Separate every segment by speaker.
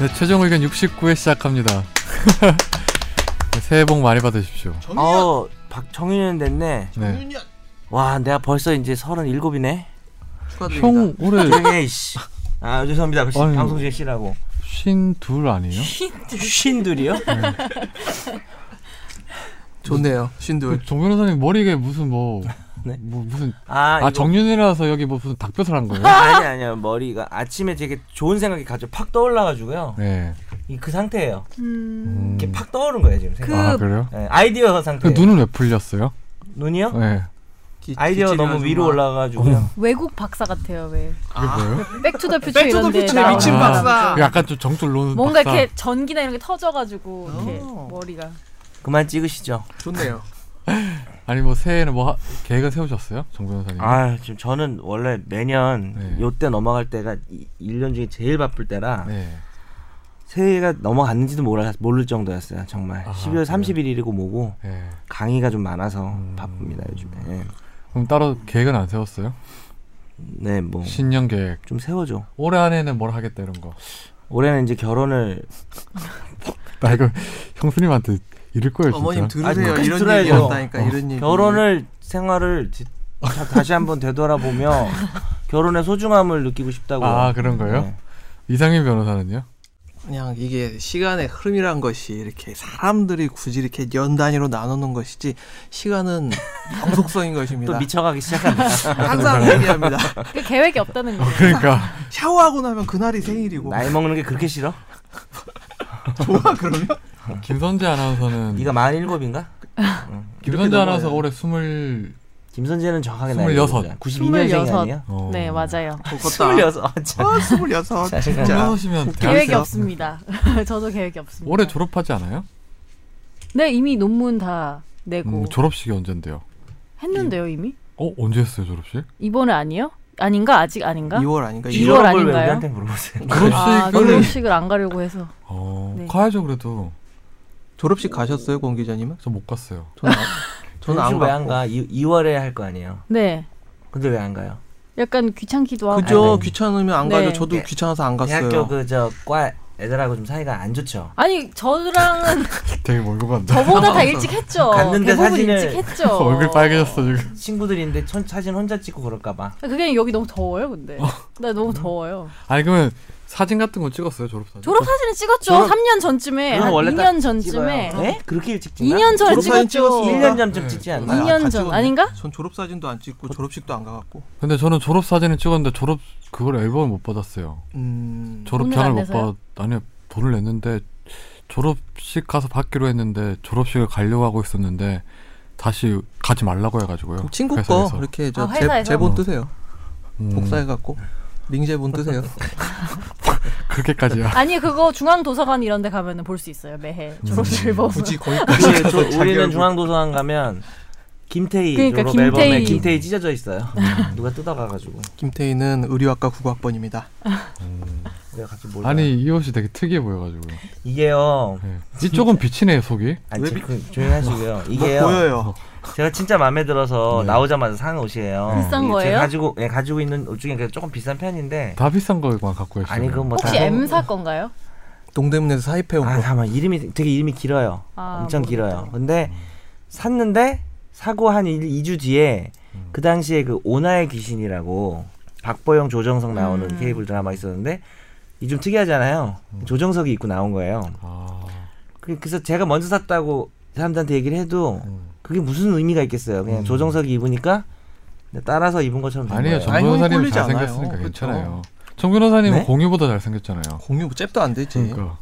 Speaker 1: 네, 최종 의견 69회 시작합니다. 네, 새해 복 많이 받으십시오.
Speaker 2: 정윤현
Speaker 3: 어, 박정윤이는 됐네.
Speaker 1: 네.
Speaker 2: 정윤현
Speaker 3: 와, 내가 벌써 이제 서른일곱이네.
Speaker 2: 축하드립니다.
Speaker 1: 형 올해
Speaker 3: 조용해, 이씨. 아, 죄송합니다. 씨,
Speaker 1: 아유.
Speaker 3: 방송 제시라고.
Speaker 1: 52 아니에요?
Speaker 3: 쉰둘이요?
Speaker 2: 좋네요. 신둘.
Speaker 1: 정 변호사님 머리에 무슨 뭐,
Speaker 3: 네?
Speaker 1: 뭐 무슨
Speaker 3: 아,
Speaker 1: 아
Speaker 3: 이거-
Speaker 1: 정윤이라서 여기 뭐 무슨 닭뼈살 한 거예요?
Speaker 3: 아니 아니요 머리가 아침에 되게 좋은 생각이 갑자기 팍 떠올라가지고요
Speaker 1: 네.
Speaker 3: 이 그 상태예요
Speaker 4: 음.
Speaker 1: 음.
Speaker 3: 이렇게 팍 떠오른 거예요 지금 생각
Speaker 1: 아 그래요?
Speaker 3: 네, 아이디어 상태
Speaker 1: 그 눈은 왜 풀렸어요?
Speaker 3: 눈이요
Speaker 1: 네.
Speaker 2: 기-
Speaker 3: 아이디어
Speaker 2: 기침이
Speaker 3: 너무
Speaker 2: 아주
Speaker 3: 위로
Speaker 2: 막-
Speaker 3: 올라가가지고요
Speaker 4: 외국 박사 같아요 왜
Speaker 1: 그게 뭐예요?
Speaker 4: 백투더 퓨처
Speaker 2: Back to the
Speaker 4: 이런데 아, 그러니까.
Speaker 2: Future의
Speaker 4: 나오는
Speaker 2: 미친
Speaker 4: 사람.
Speaker 2: 박사.
Speaker 1: 약간 좀 정줄 노는
Speaker 4: 뭔가
Speaker 1: 박사.
Speaker 4: 이렇게 전기나 이런 게 터져가지고
Speaker 2: 어.
Speaker 4: 이렇게
Speaker 2: 오.
Speaker 4: 머리가
Speaker 3: 그만 찍으시죠
Speaker 2: 좋네요.
Speaker 1: 아니 뭐 새해에는 뭐 하- 계획은 세우셨어요? 정 변호사님.
Speaker 3: 아 지금 저는 원래 매년
Speaker 1: 네.
Speaker 3: 요때 넘어갈 때가 이, 1년 중에 제일 바쁠 때라
Speaker 1: 네.
Speaker 3: 새해가 넘어갔는지도 몰라, 모를 정도였어요 정말
Speaker 1: 아,
Speaker 3: 12월 31일이고 뭐고
Speaker 1: 네.
Speaker 3: 강의가 좀 많아서
Speaker 1: 음.
Speaker 3: 바쁩니다 요즘에 네.
Speaker 1: 그럼 따로 계획은 안 세웠어요?
Speaker 3: 네, 뭐 좀
Speaker 1: 신년 계획.
Speaker 3: 세워줘
Speaker 1: 올해 안에는 뭘 하겠다 이런 거.
Speaker 3: 올해는 이제 결혼을
Speaker 1: 나 아, 이거 형수님한테 이럴 거예요 진짜.
Speaker 2: 어머님 들으세요.
Speaker 3: 아니,
Speaker 2: 이런
Speaker 3: 들어야죠.
Speaker 2: 얘기였다니까 이런 얘기.
Speaker 3: 결혼을 생활을 지- 다- 다시 한번 되돌아보며 결혼의 소중함을 느끼고 네. 싶다고.
Speaker 1: 아, 그런 거예요? 이상민 변호사는요?
Speaker 2: 그냥 이게 시간의 흐름이란 것이 이렇게 사람들이 굳이 이렇게 연 단위로 나누는 것이지 시간은 영속성인
Speaker 3: 또
Speaker 2: 것입니다.
Speaker 3: 미쳐가기 시작합니다.
Speaker 2: 항상 얘기합니다.
Speaker 4: 그 계획이 없다는 거
Speaker 1: 그러니까
Speaker 2: 샤워하고 나면 그날이 생일이고.
Speaker 3: 나이 먹는 게 그렇게 싫어?
Speaker 2: 좋아 그러면?
Speaker 3: 어,
Speaker 1: 김선재 아나운서는
Speaker 3: 네가 47인가?
Speaker 1: 김선재
Speaker 2: 이렇게
Speaker 1: 아나운서
Speaker 2: 넘어가요.
Speaker 1: 올해 스물
Speaker 3: 김선재는 정확하게 나이
Speaker 1: 스물여섯.
Speaker 3: 92년생이 아니야?
Speaker 1: 어...
Speaker 4: 네 맞아요
Speaker 2: 좋겠다.
Speaker 3: 26. 아, 참.
Speaker 2: 아, 스물여섯.
Speaker 3: 자신감.
Speaker 2: 진짜.
Speaker 1: 스물여섯이면
Speaker 4: 그 계획이
Speaker 1: 대학생
Speaker 4: 없습니다 저도 계획이 없습니다
Speaker 1: 올해 졸업하지 않아요?
Speaker 4: 네 이미 논문 다 내고
Speaker 1: 음, 졸업식이 언젠데요?
Speaker 4: 했는데요 이미
Speaker 1: 어 언제 했어요 졸업식?
Speaker 4: 이번에 아니요 아닌가 아직 아닌가
Speaker 2: 2월 아닌가?
Speaker 4: 이월
Speaker 3: 이런 걸왜
Speaker 4: 아닌가요?
Speaker 3: 우리한테 물어보세요?
Speaker 4: 아
Speaker 1: 졸업식을
Speaker 4: 졸업식을 안 가려고 해서
Speaker 1: 어,
Speaker 4: 네.
Speaker 1: 가야죠 그래도
Speaker 2: 졸업식 가셨어요, 공 기자님은?
Speaker 1: 저 못 갔어요.
Speaker 2: 저는 안- 저는
Speaker 3: 저는
Speaker 2: 안
Speaker 3: 왜안
Speaker 2: 갔고.
Speaker 3: 가? 2, 월에 할 거 아니에요.
Speaker 4: 네
Speaker 3: 근데 왜 안 가요?
Speaker 4: 약간 귀찮기도 하고
Speaker 2: 그죠
Speaker 3: 아, 네.
Speaker 2: 귀찮으면 안
Speaker 4: 네.
Speaker 2: 가죠. 저도
Speaker 3: 네.
Speaker 2: 귀찮아서 안
Speaker 3: 대학교
Speaker 2: 갔어요.
Speaker 3: 그 저 과 애들하고 좀 사이가 안 좋죠.
Speaker 4: 아니 저랑은
Speaker 1: 되게 멀고 간다.
Speaker 4: 저보다 다 일찍 했죠 네,
Speaker 3: 갔는데
Speaker 4: 대부분
Speaker 3: 사진을-
Speaker 4: 일찍 했죠
Speaker 1: 얼굴 빨개졌어 지금.
Speaker 3: 친구들인데 천- 사진 혼자 찍고 그럴까 봐.
Speaker 4: 그게 여기 너무 더워요 근데
Speaker 3: 어.
Speaker 4: 나 너무 더워요
Speaker 3: 음.
Speaker 1: 아니 그러면 사진 같은 거 찍었어요 졸업 사진?
Speaker 4: 졸업 사진을 찍었죠.
Speaker 3: 졸업-
Speaker 4: 3년 전쯤에
Speaker 3: 그건
Speaker 4: 한
Speaker 3: 원래
Speaker 4: 2년
Speaker 3: 찍어요.
Speaker 4: 전쯤에
Speaker 3: 네? 그렇게 일찍 찍나?
Speaker 4: 2년 전에
Speaker 2: 졸업사진
Speaker 4: 찍었죠.
Speaker 2: 찍었으니까.
Speaker 3: 음. 1년 전쯤 찍지
Speaker 2: 아니,
Speaker 3: 않나?
Speaker 2: 안
Speaker 4: 2년 전,
Speaker 2: 찍었네.
Speaker 4: 아닌가?
Speaker 2: 전 졸업 사진도 안 찍고 졸업식도 안 가갖고.
Speaker 1: 근데 저는 졸업 사진을 찍었는데 졸업 그걸 앨범을 못 받았어요.
Speaker 2: 음.
Speaker 4: 돈을
Speaker 1: 졸업장을
Speaker 4: 안
Speaker 1: 못
Speaker 4: 내서요?
Speaker 1: 받. 아니 돈을 냈는데 졸업식 가서 받기로 했는데 졸업식을 가려고 하고 있었는데 다시 가지 말라고 해가지고요.
Speaker 2: 그럼 친구 거
Speaker 1: 회사에서.
Speaker 2: 이렇게 저
Speaker 4: 아,
Speaker 2: 제-
Speaker 4: 회사에서?
Speaker 2: 제본 뜨세요.
Speaker 1: 음,
Speaker 2: 복사해갖고 링제본 뜨세요.
Speaker 1: 그렇게까지야.
Speaker 4: 아니 그거 중앙 도서관 이런 데 가면은 볼 수 있어요. 매해
Speaker 3: 음.
Speaker 4: 졸업실 보면.
Speaker 2: 굳이 거기까지
Speaker 3: 우리,
Speaker 2: 가서
Speaker 3: 저,
Speaker 2: 자기
Speaker 3: 우리는
Speaker 2: 얼굴-
Speaker 3: 중앙도서관 가면 김태희
Speaker 4: 그러니까
Speaker 3: 졸업
Speaker 4: 김태희. 음.
Speaker 3: 앨범에 김태희 찢어져 있어요. 누가 뜯어가가지고
Speaker 2: 김태희는 의료학과 9학번입니다.
Speaker 3: 내가 갑자기 몰라.
Speaker 1: 아니 이 옷이 되게 특이해 보여가지고.
Speaker 3: 이게요.
Speaker 4: 네.
Speaker 1: 예. 이쪽은 비치네 속이.
Speaker 3: 아니
Speaker 2: 왜
Speaker 3: 제- 그, 조용히 하시고요.
Speaker 2: 뭐
Speaker 3: 이게요.
Speaker 2: 보여요.
Speaker 3: 제가 진짜 마음에 들어서
Speaker 1: 네.
Speaker 3: 나오자마자 산 옷이에요.
Speaker 4: 비싼
Speaker 3: 이게
Speaker 4: 거예요?
Speaker 3: 제가 가지고 예, 가지고 있는 옷 중에 그래도 조금 비싼 편인데.
Speaker 1: 다 비싼 거만 갖고 계시요
Speaker 3: 아니 그건 뭐
Speaker 4: 혹시
Speaker 3: 다.
Speaker 4: M 사 건가요?
Speaker 2: 동대문에서 사입해온
Speaker 3: 아
Speaker 1: 어.
Speaker 2: 거.
Speaker 3: 잠깐만 이름이 되게 이름이 길어요.
Speaker 4: 아,
Speaker 3: 엄청
Speaker 4: 모르겠다.
Speaker 3: 길어요. 근데 샀는데 사고 한 1, 2주 뒤에
Speaker 1: 음.
Speaker 3: 그 당시에 그 오나의 귀신이라고 박보영 조정석 나오는
Speaker 4: 음.
Speaker 3: 케이블 드라마 있었는데 이 좀 특이하잖아요.
Speaker 1: 음.
Speaker 3: 조정석이 입고 나온 거예요.
Speaker 1: 아,
Speaker 3: 그- 그래서 제가 먼저 샀다고 사람들한테 얘기를 해도
Speaker 1: 음.
Speaker 3: 그게 무슨 의미가 있겠어요. 그냥
Speaker 1: 음.
Speaker 3: 조정석이 입으니까 따라서 입은 것처럼 된
Speaker 1: 아니에요.
Speaker 3: 거예요.
Speaker 1: 정
Speaker 2: 아니, 형이
Speaker 1: 변호사님
Speaker 2: 꿀리지
Speaker 1: 잘
Speaker 2: 않아요.
Speaker 1: 생겼으니까
Speaker 2: 그쵸.
Speaker 1: 괜찮아요. 정 변호사님은
Speaker 3: 네?
Speaker 1: 공유보다 잘 생겼잖아요.
Speaker 2: 공유 뭐 잽도 안 되지.
Speaker 1: 그러니까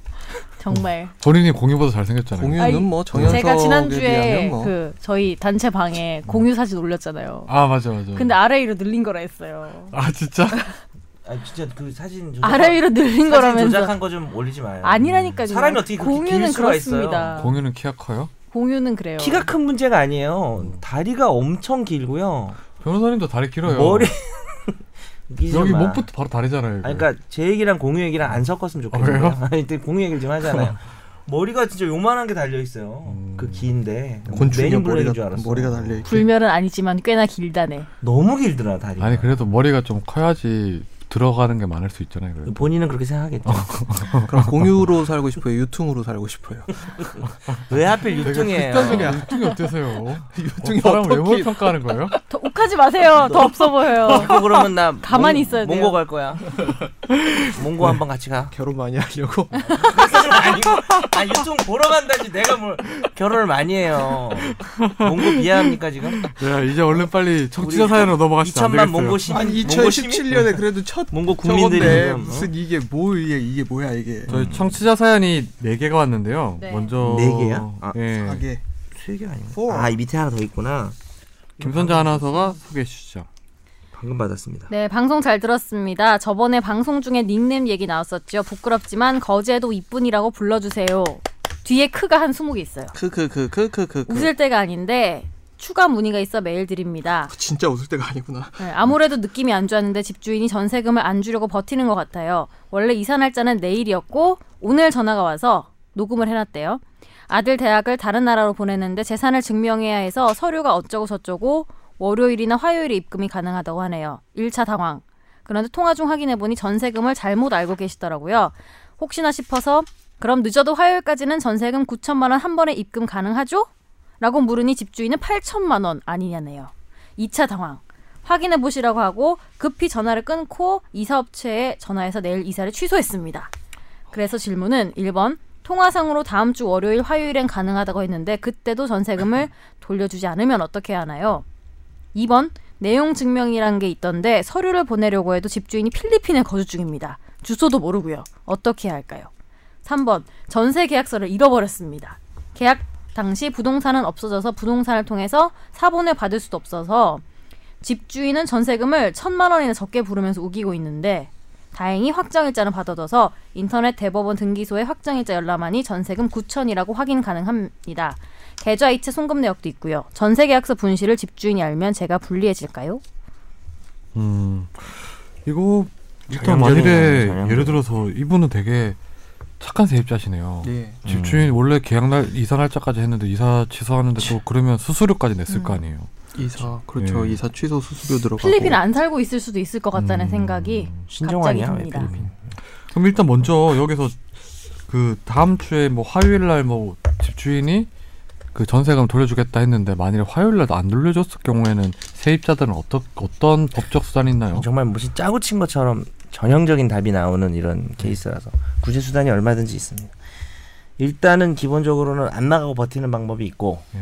Speaker 4: 정말.
Speaker 1: 본인이 공유보다 잘 생겼잖아요.
Speaker 4: 아니,
Speaker 2: 공유는 뭐
Speaker 3: 음.
Speaker 2: 정연석에
Speaker 4: 제가
Speaker 2: 비하면
Speaker 4: 지난주에
Speaker 2: 뭐.
Speaker 4: 그 저희 단체 방에 공유 사진 올렸잖아요.
Speaker 1: 아 맞아
Speaker 3: 음.
Speaker 1: 맞아.
Speaker 4: 근데 RA로 늘린 거라 했어요.
Speaker 1: 아 진짜?
Speaker 3: 아, 진짜 그 사진 조작
Speaker 4: RA로 늘린
Speaker 3: 사진
Speaker 4: 거라면서.
Speaker 3: 조작한 거 좀 올리지 마요. 음.
Speaker 4: 아니라니까요.
Speaker 3: 사람이 어떻게 그렇게
Speaker 4: 공유는
Speaker 3: 길 수가 있어요.
Speaker 4: 그렇습니다.
Speaker 1: 공유는 키가 커요?
Speaker 4: 공유는 그래요.
Speaker 3: 키가 큰 문제가 아니에요. 다리가 엄청 길고요.
Speaker 1: 변호사님도 다리 길어요.
Speaker 3: 머리 웃기지
Speaker 1: 여기
Speaker 3: 마.
Speaker 1: 목부터 바로 다리잖아요. 이거.
Speaker 3: 아니, 그러니까 제 얘기랑 공유 얘기랑 안 섞었으면 좋겠어요.
Speaker 1: 아,
Speaker 3: 아니, 근데 공유 얘기를 좀 하잖아요. 머리가 진짜 요만한 게 달려 있어요.
Speaker 1: 음.
Speaker 3: 그 긴데.
Speaker 2: 곤충이야
Speaker 3: 매닝 블랙인
Speaker 2: 머리가
Speaker 3: 줄 알았어.
Speaker 2: 머리가 달려 있고.
Speaker 4: 불멸은 아니지만 꽤나 길다네.
Speaker 3: 너무 길더라 다리가.
Speaker 1: 아니 그래도 머리가 좀 커야지 들어가는 게 많을 수 있잖아요. 그래도.
Speaker 3: 본인은 그렇게 생각하겠죠.
Speaker 2: 그럼 공유로 살고 싶어요. 유퉁으로 살고 싶어요.
Speaker 3: 왜 하필 유통이에요?
Speaker 1: 유통이 어때서요?
Speaker 2: 유통이
Speaker 1: 사람을
Speaker 2: 어떻게-
Speaker 1: 외모로 평가하는 거예요?
Speaker 4: 더 욱하지
Speaker 3: 아,
Speaker 4: 마세요. 더 없어 보여요.
Speaker 3: 이거 그러면 나
Speaker 4: 가만히
Speaker 3: 몽-
Speaker 4: 있어야 돼요.
Speaker 3: 몽고 갈 거야. 몽고 한번 같이 가.
Speaker 2: 결혼 많이 하려고.
Speaker 3: 아니, 아 유통 보러 간다지 내가 뭘 결혼을 많이 해요. 몽고 미안합니까 지금?
Speaker 1: 야 네, 이제 얼른 빨리 청취자
Speaker 3: 우리
Speaker 1: 사연으로 넘어가시면 안
Speaker 3: 2천만
Speaker 1: 되겠어요.
Speaker 3: 몽고 시민,
Speaker 2: 아니
Speaker 3: 몽고 시민,
Speaker 2: 2017년에 그래도 첫
Speaker 3: 몽고 국민들이
Speaker 2: 저건데
Speaker 3: 지금, 어?
Speaker 2: 무슨 이게 뭐 이게 이게 뭐야 이게.
Speaker 1: 저희 청취자 사연이 4개가 왔는데요.
Speaker 4: 네.
Speaker 1: 먼저
Speaker 3: 네 개야? 아,
Speaker 1: 예.
Speaker 2: 가게.
Speaker 3: 세개 아닌가?
Speaker 2: Four.
Speaker 3: 아이 밑에 하나 더 있구나.
Speaker 1: 김선재 아나운서가 소개해 주시죠.
Speaker 3: 방금 받았습니다.
Speaker 4: 네, 방송 잘 들었습니다. 저번에 방송 중에 닉네임 얘기 나왔었죠. 부끄럽지만 거제도 이쁜이라고 불러주세요. 뒤에 크가 한 20개 있어요.
Speaker 2: 그, 크크크크크크.
Speaker 4: 웃을 때가 아닌데 추가 문의가 있어 메일 드립니다.
Speaker 2: 진짜 웃을 때가 아니구나.
Speaker 4: 네, 아무래도 느낌이 안 좋았는데 집주인이 전세금을 안 주려고 버티는 것 같아요. 원래 이사 날짜는 내일이었고 오늘 전화가 와서 녹음을 해놨대요. 아들 대학을 다른 나라로 보내는데 재산을 증명해야 해서 서류가 어쩌고 저쩌고 월요일이나 화요일에 입금이 가능하다고 하네요. 1차 당황. 그런데 통화 중 확인해보니 전세금을 잘못 알고 계시더라고요. 혹시나 싶어서 그럼 늦어도 화요일까지는 전세금 9천만 원 한 번에 입금 가능하죠? 라고 물으니 집주인은 8천만 원 아니냐네요. 2차 당황. 확인해 보시라고 하고 급히 전화를 끊고 이사업체에 전화해서 내일 이사를 취소했습니다. 그래서 질문은 1번 통화상으로 다음 주 월요일 화요일엔 가능하다고 했는데 그때도 전세금을 돌려주지 않으면 어떻게 해야 하나요? 2번 내용 증명이라는 게 있던데 서류를 보내려고 해도 집주인이 필리핀에 거주 중입니다. 주소도 모르고요. 어떻게 해야 할까요? 3번 전세 계약서를 잃어버렸습니다. 계약 당시 부동산은 없어져서 부동산을 통해서 사본을 받을 수도 없어서 집주인은 전세금을 천만 원이나 적게 부르면서 우기고 있는데 다행히 확정일자는 받아둬서 인터넷 대법원 등기소에 확정일자 열람하니 전세금 9천이라고 확인 가능합니다. 계좌이체 송금 내역도 있고요. 전세계약서 분실을 집주인이 알면 제가 불리해질까요?
Speaker 1: 음. 이거 일단
Speaker 3: 전형적이네요,
Speaker 1: 만일에
Speaker 3: 전형적이네.
Speaker 1: 예를 들어서 이분은 되게 착한 세입자시네요.
Speaker 2: 예.
Speaker 1: 집주인 원래 계약 날 이사 날짜까지 했는데 이사 취소하는데 또 그러면 수수료까지 냈을
Speaker 4: 음.
Speaker 1: 거 아니에요.
Speaker 2: 이사 그렇죠.
Speaker 1: 예.
Speaker 2: 이사 취소 수수료 들어가고.
Speaker 4: 필리핀 안 살고 있을 수도 있을 것 같다는
Speaker 1: 음.
Speaker 4: 생각이
Speaker 3: 신정환이야,
Speaker 4: 갑자기 듭니다.
Speaker 3: 왜
Speaker 1: 그럼 일단 먼저 여기서 그 다음 주에 뭐 화요일 날 뭐 집주인이 그 전세금 돌려주겠다 했는데 만일에 화요일 날도 안 돌려줬을 경우에는 세입자들은 어떤 어떤 법적 수단이 있나요?
Speaker 3: 정말 무슨 짜고 친 것처럼 전형적인 답이 나오는 이런 케이스라서 구제 수단이 얼마든지 있습니다. 일단은 기본적으로는 안 나가고 버티는 방법이 있고
Speaker 1: 예.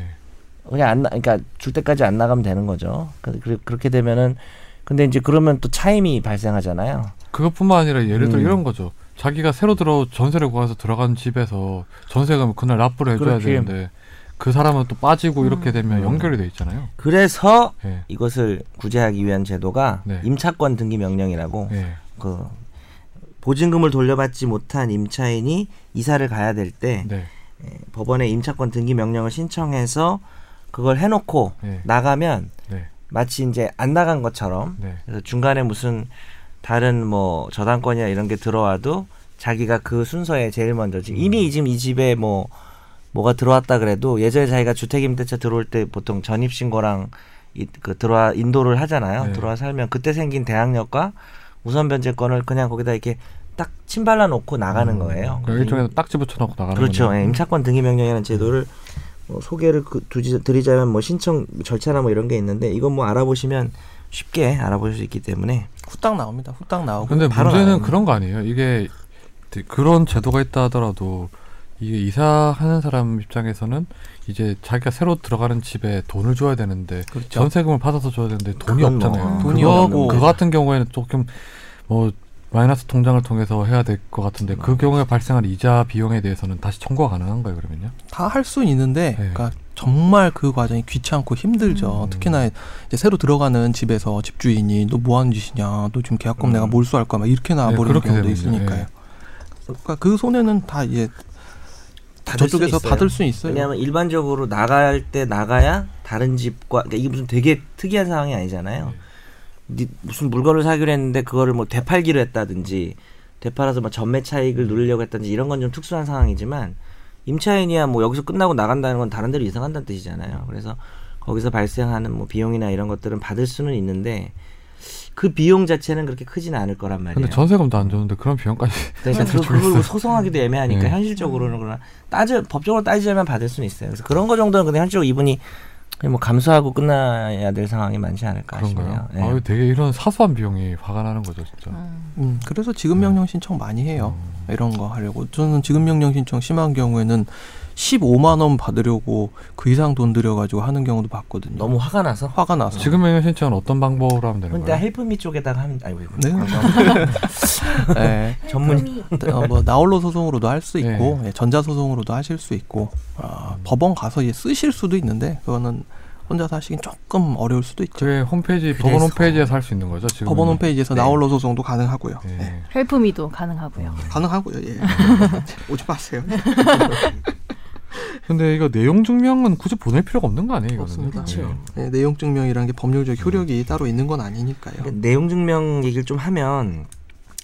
Speaker 3: 그냥 안 나, 그러니까 줄 때까지 안 나가면 되는 거죠. 그, 그, 그렇게 되면은 근데 이제 그러면 또 차임이 발생하잖아요.
Speaker 1: 그것뿐만 아니라 예를 들어
Speaker 3: 음.
Speaker 1: 이런 거죠. 자기가 새로 들어 전세를 구해서 들어간 집에서 전세금을 그날 납부를 해줘야
Speaker 3: 그렇지.
Speaker 1: 되는데 그 사람은 또 빠지고 이렇게 되면
Speaker 3: 음.
Speaker 1: 연결이 돼 있잖아요.
Speaker 3: 그래서
Speaker 1: 예.
Speaker 3: 이것을 구제하기 위한 제도가
Speaker 1: 네.
Speaker 3: 임차권 등기 명령이라고
Speaker 1: 예.
Speaker 3: 그 보증금을 돌려받지 못한 임차인이 이사를 가야 될 때
Speaker 1: 네.
Speaker 3: 법원에 임차권 등기 명령을 신청해서 그걸 해놓고
Speaker 1: 예.
Speaker 3: 나가면
Speaker 1: 네.
Speaker 3: 마치 이제 안 나간 것처럼
Speaker 1: 네.
Speaker 3: 그래서 중간에 무슨 다른 뭐 저당권이나 이런 게 들어와도 자기가 그 순서에 제일 먼저 지금
Speaker 1: 음.
Speaker 3: 이미 지금 이 집에 뭐 뭐가 들어왔다 그래도 예전에 자기가 주택임대차 들어올 때 보통 전입신고랑 이, 그 들어와 인도를 하잖아요.
Speaker 1: 네.
Speaker 3: 들어와 살면 그때 생긴 대항력과 우선 변제권을 그냥 거기다 이렇게 딱 침발라 놓고 나가는 거예요.
Speaker 1: 그러니까 일종의 딱지 붙여놓고 나가는
Speaker 3: 그렇죠. 예,
Speaker 1: 거네요.
Speaker 3: 임차권 등기명령이라는 제도를 뭐 소개를 그, 두지, 드리자면 뭐 신청 절차나 뭐 이런 게 있는데 이건 뭐 알아보시면 쉽게 알아보실 수 있기 때문에
Speaker 2: 후딱 나옵니다. 후딱 나오고.
Speaker 1: 근데 뭐
Speaker 3: 바로
Speaker 1: 문제는
Speaker 3: 나가는
Speaker 1: 그런 거 아니에요. 이게 그런 제도가 있다 하더라도 이게 이사하는 사람 입장에서는 이제 자기가 새로 들어가는 집에 돈을 줘야 되는데
Speaker 2: 그렇죠.
Speaker 1: 전세금을 받아서 줘야 되는데 돈이
Speaker 3: 그건 뭐,
Speaker 1: 없잖아요.
Speaker 2: 돈이
Speaker 1: 그거-
Speaker 2: 없고.
Speaker 1: 그 같은 경우에는 조금 뭐 마이너스 통장을 통해서 해야 될 것 같은데
Speaker 3: 음.
Speaker 1: 그 경우에 발생한 이자 비용에 대해서는 다시 청구가 가능한가요, 그러면요?
Speaker 2: 다 할 수는 있는데,
Speaker 1: 네.
Speaker 2: 그러니까 정말 그 과정이 귀찮고 힘들죠.
Speaker 1: 음.
Speaker 2: 특히나 이제 새로 들어가는 집에서 집주인이 너 뭐 하는 짓이냐, 너 지금 계약금
Speaker 3: 음.
Speaker 2: 내가 몰수할 거야, 막 이렇게 나와버리는
Speaker 1: 네, 그렇게
Speaker 2: 경우도
Speaker 1: 되면요.
Speaker 2: 있으니까요.
Speaker 1: 예.
Speaker 2: 그러니까 그 손해는 다 이제
Speaker 3: 받을 수
Speaker 2: 저쪽에서
Speaker 3: 있어요.
Speaker 2: 받을 수 있어요.
Speaker 3: 왜냐하면 일반적으로 나갈 때 나가야 다른 집과 그러니까 이게 무슨 되게 특이한 상황이 아니잖아요. 니- 무슨 물건을 사기로 했는데 그거를 뭐 되팔기로 했다든지 되팔아서 막 전매 차익을 누리려고 했다든지 이런 건 좀 특수한 상황이지만 임차인이야 뭐 여기서 끝나고 나간다는 건 다른 데로 이사 간다는 뜻이잖아요. 그래서 거기서 발생하는 뭐 비용이나 이런 것들은 받을 수는 있는데 그 비용 자체는 그렇게 크진 않을 거란 말이에요.
Speaker 1: 근데 전세금도 안 줬는데 그런 비용까지
Speaker 3: 그러니까 그,
Speaker 1: 그렇죠.
Speaker 3: 그걸 소송하기도 애매하니까
Speaker 1: 네.
Speaker 3: 현실적으로는 그러나 따져 법적으로 따지자면 받을 수는 있어요. 그래서 그런 거 정도는 근데 현실적으로 이분이 그냥 뭐 감수하고 끝나야 될 상황이 많지 않을까 싶네요. 예.
Speaker 1: 그런가요? 아유 되게 이런 사소한 비용이 화가 나는 거죠 진짜.
Speaker 2: 음, 그래서 지급명령 신청 많이 해요. 이런 거 하려고. 저는 지급명령 신청 심한 경우에는 15만 원 받으려고 그 이상 돈 들여가지고 하는 경우도 봤거든요.
Speaker 3: 너무 화가 나서.
Speaker 2: 화가 나서.
Speaker 1: 지금 명령 신청은 어떤 방법으로 하면 되는
Speaker 3: 근데
Speaker 1: 거예요?
Speaker 3: 헬프미 쪽에다가 하면 아이고 이거
Speaker 2: 네. 예.
Speaker 3: 전문
Speaker 2: 어, 뭐 나홀로 소송으로도 할 수
Speaker 1: 예.
Speaker 2: 있고 예, 전자 소송으로도 하실 수 있고 아, 법원 가서 예, 쓰실 수도 있는데 그거는 혼자서 하시긴 조금 어려울 수도 있죠.
Speaker 1: 그게 홈페이지 법원
Speaker 3: 그래서-
Speaker 1: 홈페이지에서 할 수 있는 거죠 지금?
Speaker 2: 법원 홈페이지에서
Speaker 3: 네.
Speaker 2: 나홀로 소송도 가능하고요.
Speaker 1: 예.
Speaker 2: 예.
Speaker 4: 헬프미도 가능하고요.
Speaker 2: 가능하고요. 예. 오지 마세요.
Speaker 1: 근데 이거 내용 증명은 굳이 보낼 필요가 없는 거 아니에요? 이거는?
Speaker 2: 없습니다.
Speaker 1: 예.
Speaker 2: 예, 내용 증명이란 게 법률적 효력이 따로 있는 건 아니니까요.
Speaker 3: 내용 증명 얘기를 좀 하면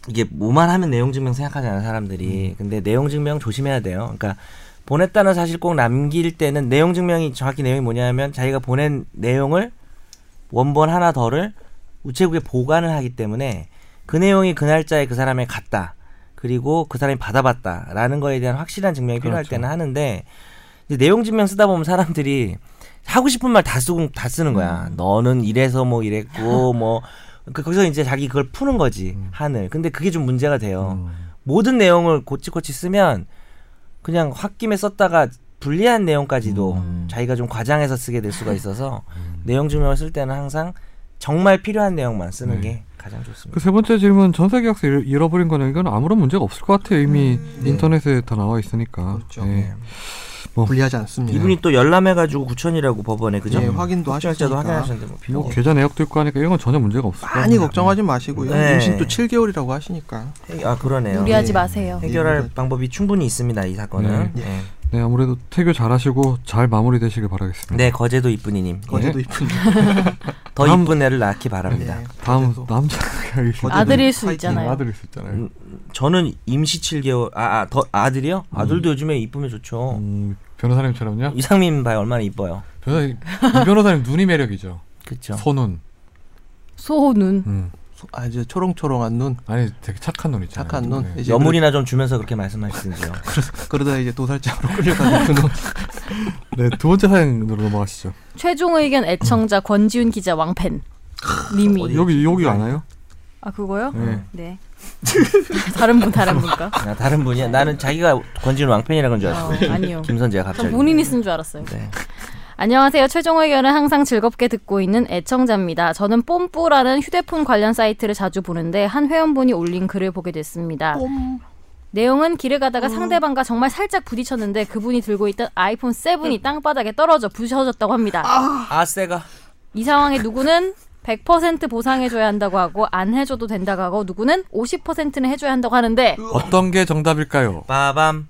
Speaker 3: 이게 뭐만 하면 내용 증명 생각하잖아요 사람들이
Speaker 1: 음.
Speaker 3: 근데 내용 증명 조심해야 돼요 그러니까 보냈다는 사실 꼭 남길 때는 내용 증명이 정확히 내용이 뭐냐면 자기가 보낸 내용을 원본 하나 더를 우체국에 보관을 하기 때문에 그 내용이 그 날짜에 그 사람의 같다 그리고 그 사람이 받아봤다라는 거에 대한 확실한 증명이 필요할
Speaker 1: 그렇죠.
Speaker 3: 때는 하는데 이제 내용 증명 쓰다 보면 사람들이 하고 싶은 말 다 쓰고 다 쓰는 거야. 너는 이래서 뭐 이랬고 뭐 그, 거기서 이제 자기 그걸 푸는 거지 한을. 근데 그게 좀 문제가 돼요.
Speaker 2: 어.
Speaker 1: 음.
Speaker 3: 모든 내용을 고치고치 쓰면 그냥 홧김에 썼다가 불리한 내용까지도
Speaker 1: 음.
Speaker 3: 자기가 좀 과장해서 쓰게 될 수가 있어서 내용 증명을 쓸 때는 항상 정말 필요한 내용만 쓰는
Speaker 1: 네.
Speaker 3: 게 가장 좋습니다.
Speaker 1: 그 세 번째 질문 전세 계약서 잃- 잃어버린 거는 이건 아무런 문제가 없을 것 같아요 이미 인터넷에 다 나와 있으니까.
Speaker 2: 음, 네. 그렇죠.
Speaker 1: 예.
Speaker 2: 불리하지 않습니다.
Speaker 3: 그 네. 이분이 또 열람해가지고 구천이라고 법원에 그죠? 음.
Speaker 2: 예, 확인도
Speaker 3: 확정일자도
Speaker 2: 하셨으니까.
Speaker 3: 네, 확인하셨는데 뭐 필요
Speaker 1: 뭐 계좌 내역도 있고 하니까 이건 전혀 문제가 없을 것 같아요.
Speaker 2: 네. 많이 걱정하지 마시고요.
Speaker 3: 네.
Speaker 2: 임신 또 7개월이라고 하시니까.
Speaker 3: 아 그러네요.
Speaker 4: 무리하지
Speaker 2: 예.
Speaker 4: 마세요.
Speaker 3: 해결할
Speaker 2: 네.
Speaker 3: 방법이 충분히 있습니다 이 사건은.
Speaker 2: 네.
Speaker 3: 예.
Speaker 1: 네 아무래도 태교 잘하시고 잘 마무리 되시길 바라겠습니다.
Speaker 3: 네 거제도 이쁜이님
Speaker 2: 거제도 이쁜.
Speaker 3: 더
Speaker 1: 다음-
Speaker 3: 이쁜 애를 낳기 바랍니다.
Speaker 2: 예,
Speaker 1: 다음
Speaker 2: 거제도.
Speaker 1: 남자
Speaker 4: 아들일 수
Speaker 2: 파이팅.
Speaker 4: 있잖아요.
Speaker 1: 아들 있을 잖아요.
Speaker 3: 음, 저는 임시 7개월 아더 아들이요? 아들도 요즘에 이쁘면 좋죠.
Speaker 1: 음, 변호사님처럼요?
Speaker 3: 이상민 봐요 얼마나 이뻐요.
Speaker 1: 변호사님, 이 변호사님 눈이 매력이죠.
Speaker 3: 그렇죠.
Speaker 1: 소눈.
Speaker 4: 소눈.
Speaker 1: 음.
Speaker 2: 아주 초롱초롱한 눈.
Speaker 1: 아니 되게 착한 눈이잖아요.
Speaker 2: 착한 눈.
Speaker 1: 네.
Speaker 2: 이제
Speaker 3: 여물이나 좀 주면서 그렇게 말씀하시는지요.
Speaker 2: 그러- 그러다 이제 도살장으로 끌려가는 그 눈.
Speaker 1: 네, 두 번째 사연으로 넘어가시죠.
Speaker 4: 최종 의견 애청자 권지훈 기자 왕팬 님이
Speaker 1: 여기 여기 안 와요?
Speaker 4: 아 그거요?
Speaker 1: 네.
Speaker 4: 네. 다른 분 다른 분가?
Speaker 3: 나 다른 분이야. 나는 자기가 권지훈 왕팬이라는 줄 알았어.
Speaker 4: 어, 아니요.
Speaker 3: 김선재가
Speaker 4: 전
Speaker 3: 갑자기.
Speaker 4: 본인이 쓴 줄 알았어요.
Speaker 3: 네.
Speaker 4: 안녕하세요. 최종 의견을 항상 즐겁게 듣고 있는 애청자입니다. 저는 뽐뿌라는 휴대폰 관련 사이트를 자주 보는데 한 회원분이 올린 글을 보게 됐습니다. 내용은 길을 가다가 상대방과 정말 살짝 부딪혔는데 그분이 들고 있던 아이폰 7이 땅바닥에 떨어져 부셔졌다고 합니다.
Speaker 3: 아세가
Speaker 4: 이 상황에 누구는 100% 보상해줘야 한다고 하고 안 해줘도 된다고 하고 누구는 50%는 해줘야 한다고 하는데
Speaker 1: 어떤 게 정답일까요?
Speaker 3: 빠밤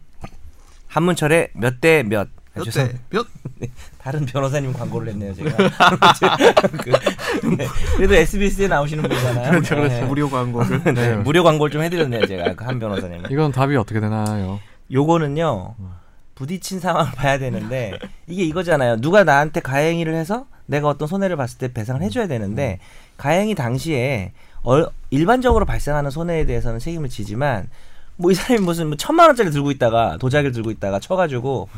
Speaker 3: 한문철의 몇 대 몇. 아,
Speaker 2: 몇
Speaker 3: 죄송합니다.
Speaker 2: 대?
Speaker 3: 네,
Speaker 2: 네, 몇?
Speaker 3: 다른 변호사님 광고를 했네요 제가. 그, 네. 그래도 SBS에 나오시는 분이잖아요.
Speaker 2: 그렇죠,
Speaker 3: 네.
Speaker 2: 무료 광고를.
Speaker 3: 네, 무료 광고를 좀 해드렸네요 음. 제가 그한 변호사님.
Speaker 1: 이건 답이 어떻게 되나요?
Speaker 3: 요거는요 부딪힌 상황을 봐야 되는데 이게 이거잖아요. 누가 나한테 가행위를 해서 내가 어떤 손해를 봤을 때 배상을 해줘야 되는데 가행위 당시에 얼- 일반적으로 발생하는 손해에 대해서는 책임을 지지만 뭐 이 사람이 무슨 뭐 천만 원짜리 들고 있다가 도자기를 들고 있다가 쳐가지고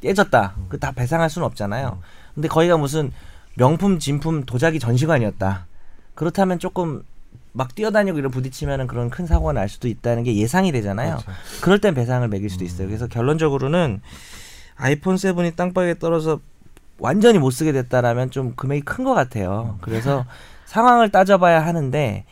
Speaker 3: 깨졌다. 그 다 배상할 수는 없잖아요. 근데 거기가 무슨 명품 진품 도자기 전시관이었다. 그렇다면 조금 막 뛰어다니고 이런 부딪히면은 그런 큰 사고가 날 수도 있다는 게 예상이 되잖아요. 그럴땐 배상을 매길 수도 있어요. 그래서 결론적으로는 아이폰 7이 땅바닥에 떨어져 완전히 못 쓰게 됐다라면 좀 금액이 큰 것 같아요. 그래서 상황을 따져봐야 하는데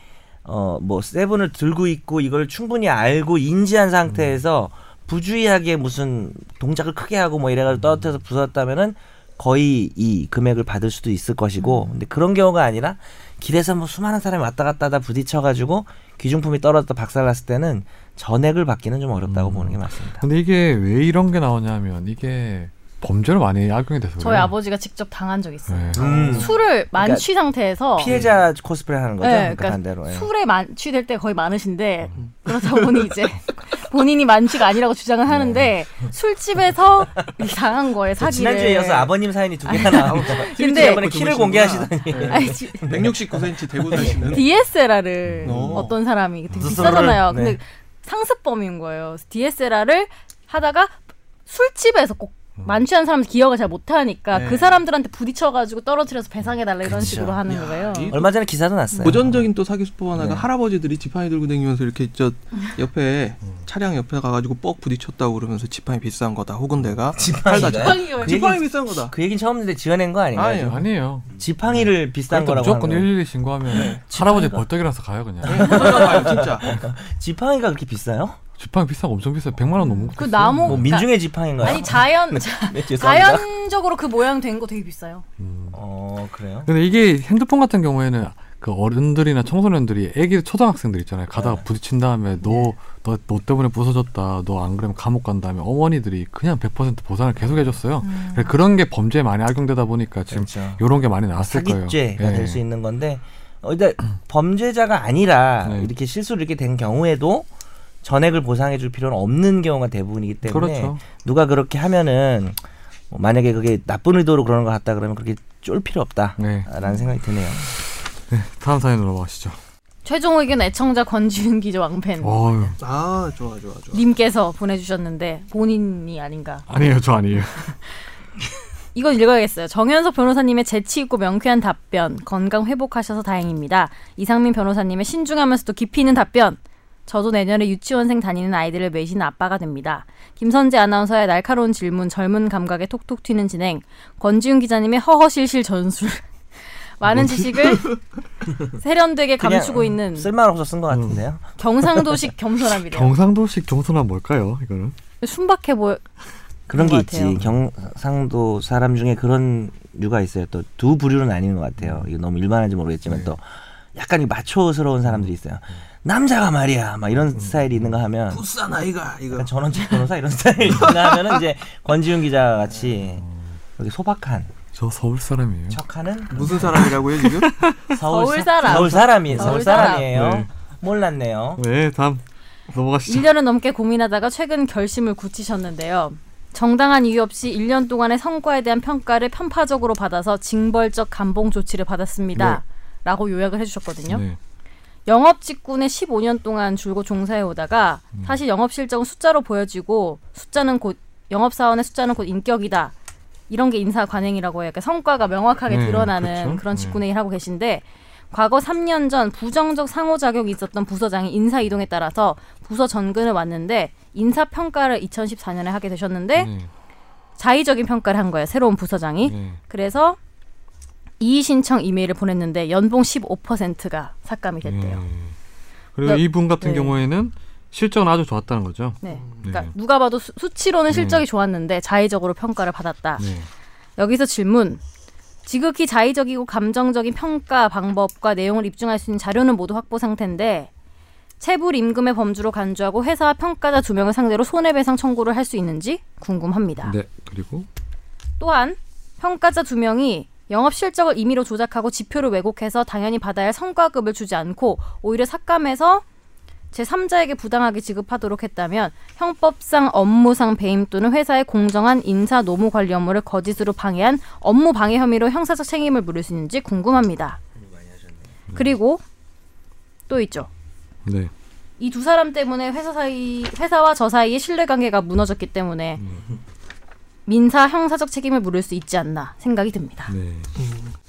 Speaker 3: 어뭐 세븐을 들고 있고 이걸 충분히 알고 인지한 상태에서 부주의하게 무슨 동작을 크게 하고 뭐 이래가지고 떨어뜨려서 부쉈다면은 거의 이 금액을 받을 수도 있을 것이고 근데 그런 경우가 아니라 길에서 뭐 수많은 사람이 왔다 갔다 하다 부딪혀가지고 귀중품이 떨어졌다 박살났을 때는 전액을 받기는 좀 어렵다고 보는 게 맞습니다.
Speaker 1: 근데 이게 왜 이런 게 나오냐면 이게 범죄를 많이 악용이 돼서
Speaker 4: 저희
Speaker 1: 그래요.
Speaker 4: 아버지가 직접 당한 적 있어요.
Speaker 1: 네.
Speaker 3: 음.
Speaker 4: 술을 만취 상태에서
Speaker 3: 피해자 코스프레 하는 거죠.
Speaker 4: 어. 네,
Speaker 3: 그러니까,
Speaker 4: 그러니까
Speaker 3: 반대로. 예. 음.
Speaker 4: 술에 만취될 때 거의 많으신데 그렇다 보니 이제 본인이 만취가 아니라고 주장을 하는데 술집에서 당한 거예요
Speaker 3: 네. 저
Speaker 4: 사기를.
Speaker 3: 지난주에 이어서 아버님 사연이 두 개가 나옵니다.
Speaker 4: 근데-
Speaker 3: 지난번에 키를 공개하시더니 네.
Speaker 4: 아니, 지-
Speaker 2: 169cm 네. 대고 다니는
Speaker 4: DSLR을
Speaker 2: 어.
Speaker 4: 어떤 사람이 되게
Speaker 3: 스스로를-
Speaker 4: 비싸잖아요. 근데
Speaker 3: 네.
Speaker 4: 상습범인 거예요. DSLR을 하다가 술집에서 꼭
Speaker 3: 음.
Speaker 4: 만취한 사람 기억을 잘 못하니까
Speaker 2: 네.
Speaker 4: 그 사람들한테 부딪혀가지고 떨어뜨려서 배상해달라 이런
Speaker 3: 그쵸.
Speaker 4: 식으로 하는
Speaker 2: 야,
Speaker 4: 거예요.
Speaker 2: 이-
Speaker 3: 얼마 전에 기사도 났어요.
Speaker 2: 고전적인 또 사기 수법 하나가
Speaker 3: 네.
Speaker 2: 할아버지들이 지팡이 들고 다니면서 이렇게 저 옆에
Speaker 3: 음.
Speaker 2: 차량 옆에 가가지고 뻑 부딪혔다고 그러면서 지팡이 비싼 거다 혹은 내가 팔다
Speaker 3: 지팡이가요?
Speaker 2: 자-
Speaker 3: 그
Speaker 2: 지팡이
Speaker 3: 얘기-
Speaker 2: 비싼 거다
Speaker 3: 그 얘긴 처음 듣는데 지어낸 거 아닌가요?
Speaker 2: 아니에요.
Speaker 1: 아니에요.
Speaker 3: 지팡이를 비싼
Speaker 1: 그러니까
Speaker 3: 거라고
Speaker 1: 무조건
Speaker 3: 하는 거예요.
Speaker 1: 112 신고하면 할아버지
Speaker 3: 지팡이가.
Speaker 1: 벌떡이라서 가요 그냥.
Speaker 2: 아, 진짜
Speaker 3: 지팡이가 그렇게 비싸요?
Speaker 1: 지팡이 비싼 거 엄청 비싸요. 100만 원 넘는 거.
Speaker 4: 그 나무
Speaker 3: 뭐
Speaker 4: 그러니까-
Speaker 3: 민중의 지팡인가요?
Speaker 4: 아니 자연 자,
Speaker 3: 네, 죄송합니다.
Speaker 4: 자연적으로 그 모양 된 거 되게 비싸요.
Speaker 3: 어 그래요?
Speaker 1: 근데 이게 핸드폰 같은 경우에는 그 어른들이나 청소년들이 애기 초등학생들 있잖아요.
Speaker 3: 네.
Speaker 1: 가다가 부딪힌 다음에 너 너 너 때문에 부서졌다. 너 안 그러면 감옥 간다며 어머니들이 그냥 100% 보상을 계속 해줬어요.
Speaker 3: 음.
Speaker 1: 그래서 그런 게 범죄에 많이 악용되다 보니까 지금
Speaker 3: 그렇죠.
Speaker 1: 요런 게 많이 나왔을 거예요.
Speaker 3: 사기죄가
Speaker 1: 예.
Speaker 3: 될 수 있는 건데 어, 일단 범죄자가 아니라
Speaker 1: 네.
Speaker 3: 이렇게 실수로 이렇게 된 경우에도 전액을 보상해줄 필요는 없는 경우가 대부분이기 때문에
Speaker 1: 그렇죠.
Speaker 3: 누가 그렇게 하면은 뭐 만약에 그게 나쁜 의도로 그러는 것 같다 그러면 그렇게 쫄 필요
Speaker 1: 네.
Speaker 3: 없다라는 생각이 드네요.
Speaker 1: 다음 사연으로 가시죠.
Speaker 4: 최종 의견 애청자 권지윤 기자
Speaker 3: 음.
Speaker 4: 왕팬
Speaker 1: 어휴.
Speaker 2: 아 좋아 좋아 좋아
Speaker 4: 님께서 보내주셨는데 본인이 아닌가.
Speaker 1: 아니에요, 저 아니에요.
Speaker 4: 이건 읽어야겠어요. 정현석 변호사님의 재치 있고 명쾌한 답변, 건강 회복하셔서 다행입니다. 이상민 변호사님의 신중하면서도 깊이 있는 답변. 저도 내년에 유치원생 다니는 아이들을 매신 아빠가 됩니다. 김선재 아나운서의 날카로운 질문, 젊은 감각에 톡톡 튀는 진행, 권지훈 기자님의 허허실실 전술. 많은 지식을 세련되게
Speaker 3: 그냥
Speaker 4: 감추고 있는
Speaker 3: 쓸만없어 쓴 것 같은데요.
Speaker 4: 경상도식
Speaker 3: 네.
Speaker 4: 겸손함이래요.
Speaker 1: 경상도식 경선은 뭘까요? 이거는
Speaker 4: 순박해 보여.
Speaker 3: 그런 게
Speaker 4: 그런 것
Speaker 3: 있지. 경상도 사람 중에 그런 류가 있어요. 또 두 부류로 나뉘는 것 같아요. 이거 너무 일반한지 모르겠지만 또 약간 이 마초스러운 사람들이 있어요. 남자가 말이야, 막 이런 스타일이 있는가 하면
Speaker 2: 부싼 아이가 이거
Speaker 3: 약간 전원직 변호사 이런 스타일이 있는가 하면은 이제 권지윤 기자 같이 이렇게 소박한
Speaker 1: 저 서울
Speaker 3: 음.
Speaker 1: 사람이에요.
Speaker 3: 척하는
Speaker 2: 무슨 사람이라고요 지금
Speaker 4: 서울 사람.
Speaker 3: 서울 사람이 네. 서울
Speaker 4: 서울
Speaker 3: 사람이에요.
Speaker 1: 사람.
Speaker 3: 몰랐네요.
Speaker 1: 네, 다음 넘어가시죠.
Speaker 4: 1년을 넘게 고민하다가 최근 결심을 굳히셨는데요. 정당한 이유 없이 1년 동안의 성과에 대한 평가를 편파적으로 받아서 징벌적 감봉 조치를 받았습니다. 라고 요약을 해주셨거든요.
Speaker 1: 네.
Speaker 4: 영업 직군에 15년 동안 줄곧 종사해 오다가
Speaker 1: 음.
Speaker 4: 사실 영업 실적은 숫자로 보여지고 숫자는 곧 영업 사원의 숫자는 곧 인격이다. 이런 게 인사 관행이라고 해요. 그러니까 성과가 명확하게
Speaker 1: 네,
Speaker 4: 드러나는
Speaker 1: 그쵸?
Speaker 4: 그런 직군에
Speaker 1: 네.
Speaker 4: 일하고 계신데 과거 3년 전 부정적 상호작용이 있었던 부서장이 인사 이동에 따라서 부서 전근을 왔는데 인사 평가를 2014년에 하게 되셨는데
Speaker 1: 네.
Speaker 4: 자의적인 평가를 한 거예요. 새로운 부서장이.
Speaker 1: 네.
Speaker 4: 그래서 이의 신청 이메일을 보냈는데 연봉 15%가 삭감이 됐대요.
Speaker 1: 네. 그리고 이분 같은
Speaker 4: 네.
Speaker 1: 경우에는 실적은 아주 좋았다는 거죠.
Speaker 4: 네. 그러니까
Speaker 1: 네.
Speaker 4: 누가 봐도 수, 수치로는
Speaker 1: 네.
Speaker 4: 실적이 좋았는데 자의적으로 평가를 받았다.
Speaker 1: 네.
Speaker 4: 여기서 질문. 지극히 자의적이고 감정적인 평가 방법과 내용을 입증할 수 있는 자료는 모두 확보 상태인데 체불 임금의 범주로 간주하고 회사와 평가자 두 명을 상대로 손해배상 청구를 할 수 있는지 궁금합니다.
Speaker 1: 네. 그리고
Speaker 4: 또한 평가자 두 명이 영업 실적을 임의로 조작하고 지표를 왜곡해서 당연히 받아야 할 성과급을 주지 않고 오히려 삭감해서 제 3자에게 부당하게 지급하도록 했다면 형법상 업무상 배임 또는 회사의 공정한 인사 노무 관리 업무를 거짓으로 방해한 업무 방해 혐의로 형사적 책임을 물을 수 있는지 궁금합니다. 그리고 또 있죠.
Speaker 1: 네.
Speaker 4: 이 두 사람 때문에 회사 사이 회사와 저 사이의 신뢰 관계가 무너졌기 때문에 민사 형사적 책임을 물을 수 있지 않나 생각이 듭니다.
Speaker 1: 네.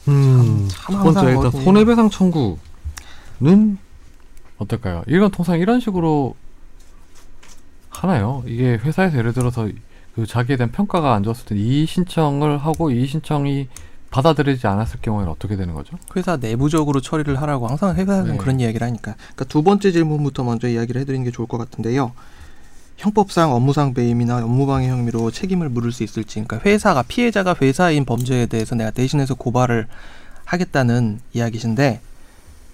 Speaker 1: 음. 첫 번째 일단 손해배상 청구는 어떨까요? 일반 통상 이런 식으로 하나요? 이게 회사에서 예를 들어서 그 자기에 대한 평가가 안 좋았을 때 이의 신청을 하고 이의 신청이 받아들이지 않았을 경우에는 어떻게 되는 거죠?
Speaker 2: 회사 내부적으로 처리를 하라고 항상 회사는
Speaker 1: 네.
Speaker 2: 그런 이야기를 하니까 그러니까 두 번째 질문부터 먼저 이야기를 해드리는 게 좋을 것 같은데요. 형법상 업무상 배임이나 업무방해 혐의로 책임을 물을 수 있을지, 그러니까 회사가 피해자가 회사인 범죄에 대해서 내가 대신해서 고발을 하겠다는 이야기신데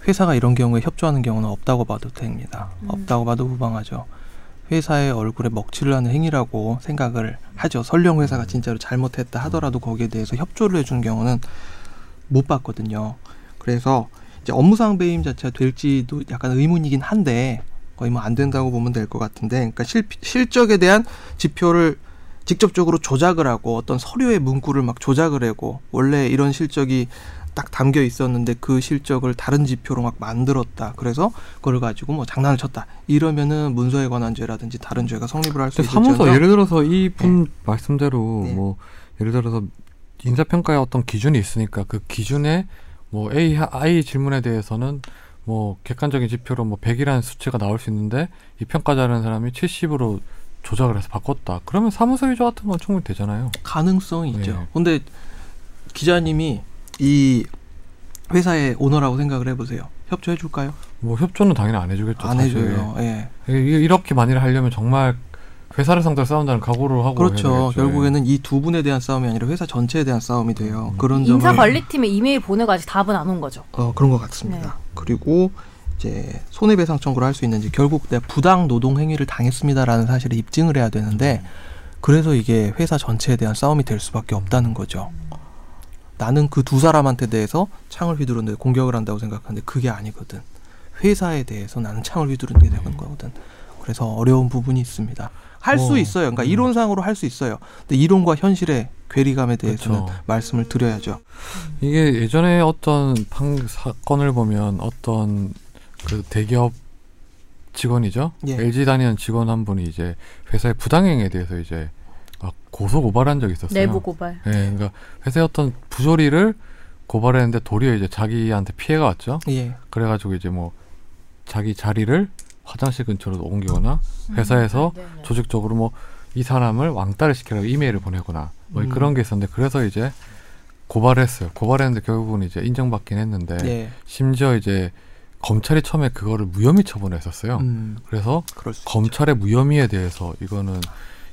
Speaker 2: 회사가 이런 경우에 협조하는 경우는 없다고 봐도 됩니다. 없다고 봐도 무방하죠. 회사의 얼굴에 먹칠을 하는 행위라고 생각을 하죠. 설령 회사가 진짜로 잘못했다 하더라도 거기에 대해서 협조를 해주는 경우는 못 봤거든요. 그래서 이제 업무상 배임 자체가 될지도 약간 의문이긴 한데 거의 뭐 안 된다고 보면 될 것 같은데, 그러니까 실, 실적에 대한 지표를 직접적으로 조작을 하고 어떤 서류의 문구를 막 조작을 하고 원래 이런 실적이 딱 담겨 있었는데 그 실적을 다른 지표로 막 만들었다. 그래서 그걸 가지고 뭐 장난을 쳤다. 이러면은 문서에 관한 죄라든지 다른 죄가 성립을 할 수
Speaker 1: 근데
Speaker 2: 있을
Speaker 1: 사무소
Speaker 2: 정도로
Speaker 1: 예를 들어서 이 분 말씀대로
Speaker 2: 네.
Speaker 1: 뭐 예를 들어서 인사평가에 어떤 기준이 있으니까 그 기준에 뭐 A, I 질문에 대해서는 뭐 객관적인 지표로 뭐 100이라는 수치가 나올 수 있는데 이 평가자라는 사람이 70으로 조작을 해서 바꿨다. 그러면 사무소 위조 같은 건 충분히 되잖아요.
Speaker 2: 가능성이 있죠.
Speaker 1: 네.
Speaker 2: 근데 기자님이 이 회사의 오너라고 생각을 해보세요. 협조해 줄까요?
Speaker 1: 뭐 협조는 당연히 안 해주겠죠.
Speaker 2: 안
Speaker 1: 사실.
Speaker 2: 해줘요. 예.
Speaker 1: 이- 이렇게 만일 하려면 정말 회사를 상대로 싸운다는 각오를 하고 해야
Speaker 2: 그렇죠.
Speaker 1: 되겠죠. 예.
Speaker 2: 결국에는 이 두 분에 대한 싸움이 아니라 회사 전체에 대한 싸움이 돼요. 그런 점을
Speaker 4: 인사 관리팀에 이메일 보내고 아직 답은 안 온 거죠.
Speaker 2: 어, 그런 것 같습니다. 그리고 이제 손해배상 청구를 할 수 있는지 결국 내가 부당 노동 행위를 당했습니다라는 사실을 입증을 해야 되는데 그래서 이게 회사 전체에 대한 싸움이 될 수밖에 없다는 거죠. 나는 그 두 사람한테 대해서 창을 휘두르는데 공격을 한다고 생각하는데 그게 아니거든. 회사에 대해서 나는 창을 휘두르는 게 되는 거거든. 그래서 어려운 부분이 있습니다. 네. 할 수
Speaker 1: 어.
Speaker 2: 있어요. 그러니까 이론상으로 할 수 있어요. 근데 이론과 현실의 괴리감에 대해서는
Speaker 1: 그렇죠.
Speaker 2: 말씀을 드려야죠.
Speaker 1: 이게 예전에 어떤 판 사건을 보면 어떤 그 대기업 직원이죠.
Speaker 2: 예.
Speaker 1: LG 다니는 직원 한 분이 이제 회사의 부당행위에 대해서 이제 막 고소 고발한 적이 있었어요.
Speaker 4: 내부 고발.
Speaker 1: 예, 그러니까 회사의 어떤 부조리를 고발했는데 도리어 이제 자기한테 피해가 왔죠.
Speaker 2: 예.
Speaker 1: 그래가지고 이제 뭐 자기 자리를 화장실 근처로 옮기거나
Speaker 4: 음, 네,
Speaker 1: 회사에서
Speaker 2: 네.
Speaker 1: 조직적으로 뭐 이 사람을 왕따를 시키라고 이메일을 보내거나 뭐
Speaker 2: 음.
Speaker 1: 그런 게 있었는데 그래서 이제 고발했어요. 고발했는데 결국은 이제 인정받긴 했는데
Speaker 2: 예.
Speaker 1: 심지어 이제 검찰이 처음에 그거를 무혐의 처분했었어요.
Speaker 2: 음,
Speaker 1: 그래서
Speaker 2: 그럴 수 있죠.
Speaker 1: 검찰의 무혐의에 대해서 이거는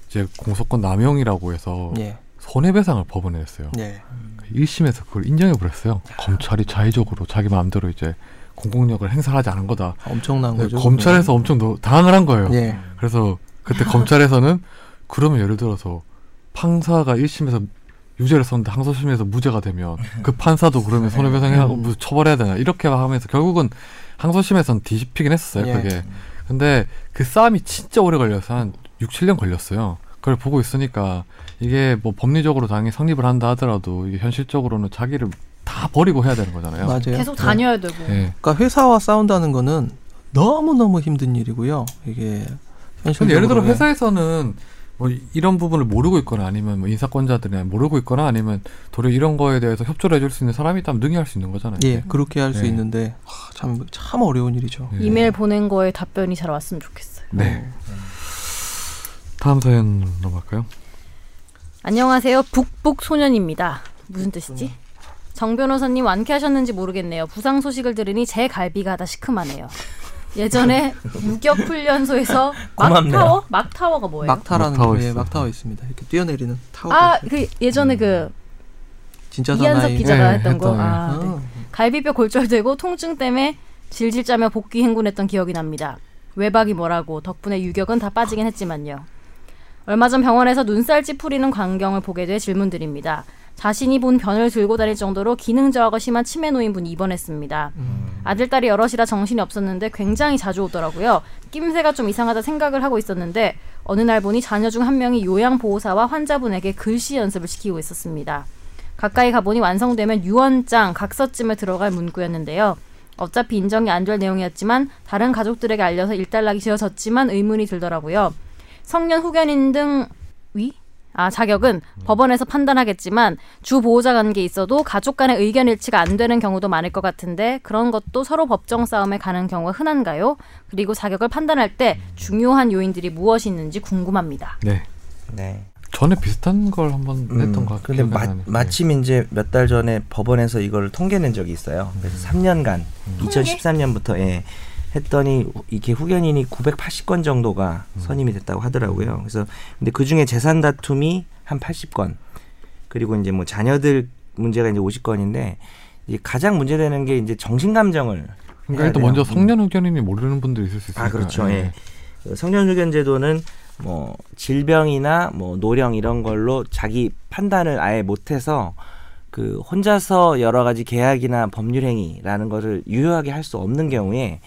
Speaker 1: 이제 공소권 남용이라고 해서
Speaker 2: 예.
Speaker 1: 손해배상을 법원에 냈어요.
Speaker 2: 예.
Speaker 1: 1심에서 그걸 인정해버렸어요. 검찰이 자의적으로 자기 마음대로 이제 공공력을 행사하지 않은 거다.
Speaker 2: 엄청난 거죠.
Speaker 1: 네, 검찰에서 엄청 노- 당황을 한 거예요.
Speaker 2: 그러면. 예.
Speaker 1: 그래서 그때 검찰에서는 그러면 예를 들어서 판사가 1심에서 유죄를 썼는데 항소심에서 무죄가 되면 그 판사도 그러면 손해배상하고
Speaker 2: 음.
Speaker 1: 뭐 처벌해야 되나 이렇게 하면서 결국은 항소심에서는 뒤집히긴 했었어요
Speaker 2: 예.
Speaker 1: 그게 근데 그 싸움이 진짜 오래 걸려서 한 6, 7년 걸렸어요 그걸 보고 있으니까 이게 뭐 법리적으로 당연히 성립을 한다 하더라도 이게 현실적으로는 자기를 다 버리고 해야 되는 거잖아요
Speaker 2: 맞아요.
Speaker 4: 계속
Speaker 2: 네.
Speaker 4: 다녀야 되고.
Speaker 1: 예.
Speaker 2: 그러니까 회사와 싸운다는 거는 너무 너무 힘든 일이고요. 이게
Speaker 1: 근데 예를 들어
Speaker 2: 현실적으로는
Speaker 1: 회사에서는 뭐 이- 이런 부분을 모르고 있거나 아니면 뭐 인사권자들이 모르고 있거나 아니면 도리어 이런 거에 대해서 협조를 해줄 수 있는 사람이 있다면 능히할 수 있는 거잖아요.
Speaker 2: 예 그렇게 할 수
Speaker 1: 네.
Speaker 2: 있는데 참 참 어려운 일이죠.
Speaker 1: 예.
Speaker 4: 이메일 보낸 거에 답변이 잘 왔으면 좋겠어요.
Speaker 1: 네. 다음 사연 넘어갈까요?
Speaker 4: 안녕하세요. 북북 소년입니다. 무슨 뜻이지? 정 변호사님 완쾌하셨는지 모르겠네요. 부상 소식을 들으니 제 갈비가 다 시큼하네요. 예전에 무격 훈련소에서
Speaker 3: 고맙네요.
Speaker 4: 막타워? 막타워가 뭐예요?
Speaker 2: 막타라는
Speaker 1: 막타워
Speaker 2: 게
Speaker 1: 있어요.
Speaker 2: 막타워 있습니다. 이렇게 뛰어내리는 타워.
Speaker 4: 아, 그 예전에 그
Speaker 2: 진짜
Speaker 4: 이한석
Speaker 2: 사나이.
Speaker 4: 기자가
Speaker 1: 네,
Speaker 4: 했던 거.
Speaker 1: 했던
Speaker 4: 아, 네.
Speaker 2: 아,
Speaker 4: 갈비뼈 골절되고 통증 때문에 질질 짜며 복귀 행군했던 기억이 납니다. 외박이 뭐라고 덕분에 유격은 다 빠지긴 했지만요. 얼마 전 병원에서 눈살 찌푸리는 광경을 보게 돼 질문드립니다. 자신이 본 변을 들고 다닐 정도로 기능 저하가 심한 치매 노인 분이 입원했습니다. 아들 딸이 여럿이라 정신이 없었는데 굉장히 자주 오더라고요. 낌새가 좀 이상하다 생각을 하고 있었는데 어느 날 보니 자녀 중 한 명이 요양 보호사와 환자분에게 글씨 연습을 시키고 있었습니다. 가까이 가보니 완성되면 유언장 각서쯤에 들어갈 문구였는데요. 어차피 인정이 안 될 내용이었지만 다른 가족들에게 알려서 일단락이 지어졌지만 의문이 들더라고요. 성년 후견인 등 위? 아 자격은 법원에서 판단하겠지만 주 보호자 관계 있어도 가족 간의 의견 일치가 안 되는 경우도 많을 것 같은데 그런 것도 서로 법정 싸움에 가는 경우가 흔한가요? 그리고 자격을 판단할 때 중요한 요인들이 무엇이 있는지 궁금합니다.
Speaker 1: 네.
Speaker 3: 네.
Speaker 1: 전에 비슷한 걸 한번 했던 음. 것 같아요.
Speaker 3: 음, 근데 마, 마침 이제 몇 달 전에 법원에서 이걸 통계낸 적이 있어요. 그래서 3년간 2013년부터 예. 했더니 후- 이게 후견인이 980건 정도가 선임이 됐다고 하더라고요. 그래서 근데 그 중에 재산 다툼이 한 80건 그리고 이제 뭐 자녀들 문제가 이제 50건인데 이게 가장 문제되는 게 이제 정신 감정을
Speaker 1: 그러니까 일단 아,
Speaker 3: 해야 돼요.
Speaker 1: 그렇죠. 네. 예. 먼저 성년 의견인이 모르는 분들이 있을 수 있으니까.
Speaker 3: 아 그렇죠. 예. 성년후견 제도는 예. 그 뭐 질병이나 뭐 노령 이런 걸로 자기 판단을 아예 못해서 그 혼자서 여러 가지 계약이나 법률 행위라는 거를 유효하게 할 수 없는 경우에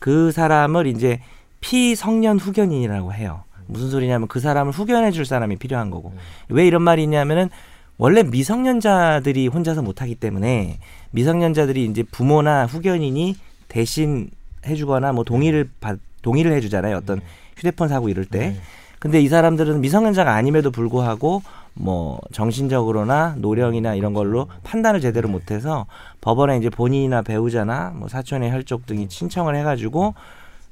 Speaker 3: 그 사람을 이제 피성년 후견인이라고 해요. 무슨 소리냐면 그 사람을 후견해 줄 사람이 필요한 거고. 왜 이런 말이 있냐면은 원래 미성년자들이 혼자서 못 하기 때문에 미성년자들이 이제 부모나 후견인이 대신 해 주거나 뭐 동의를 받 동의를 해 주잖아요. 어떤 휴대폰 사고 이럴 때. 근데 이 사람들은 미성년자가 아님에도 불구하고 뭐 정신적으로나 노령이나 이런 걸로 판단을 제대로 못해서 법원에 이제 본인이나 배우자나 뭐 사촌의 혈족 등이 신청을 해가지고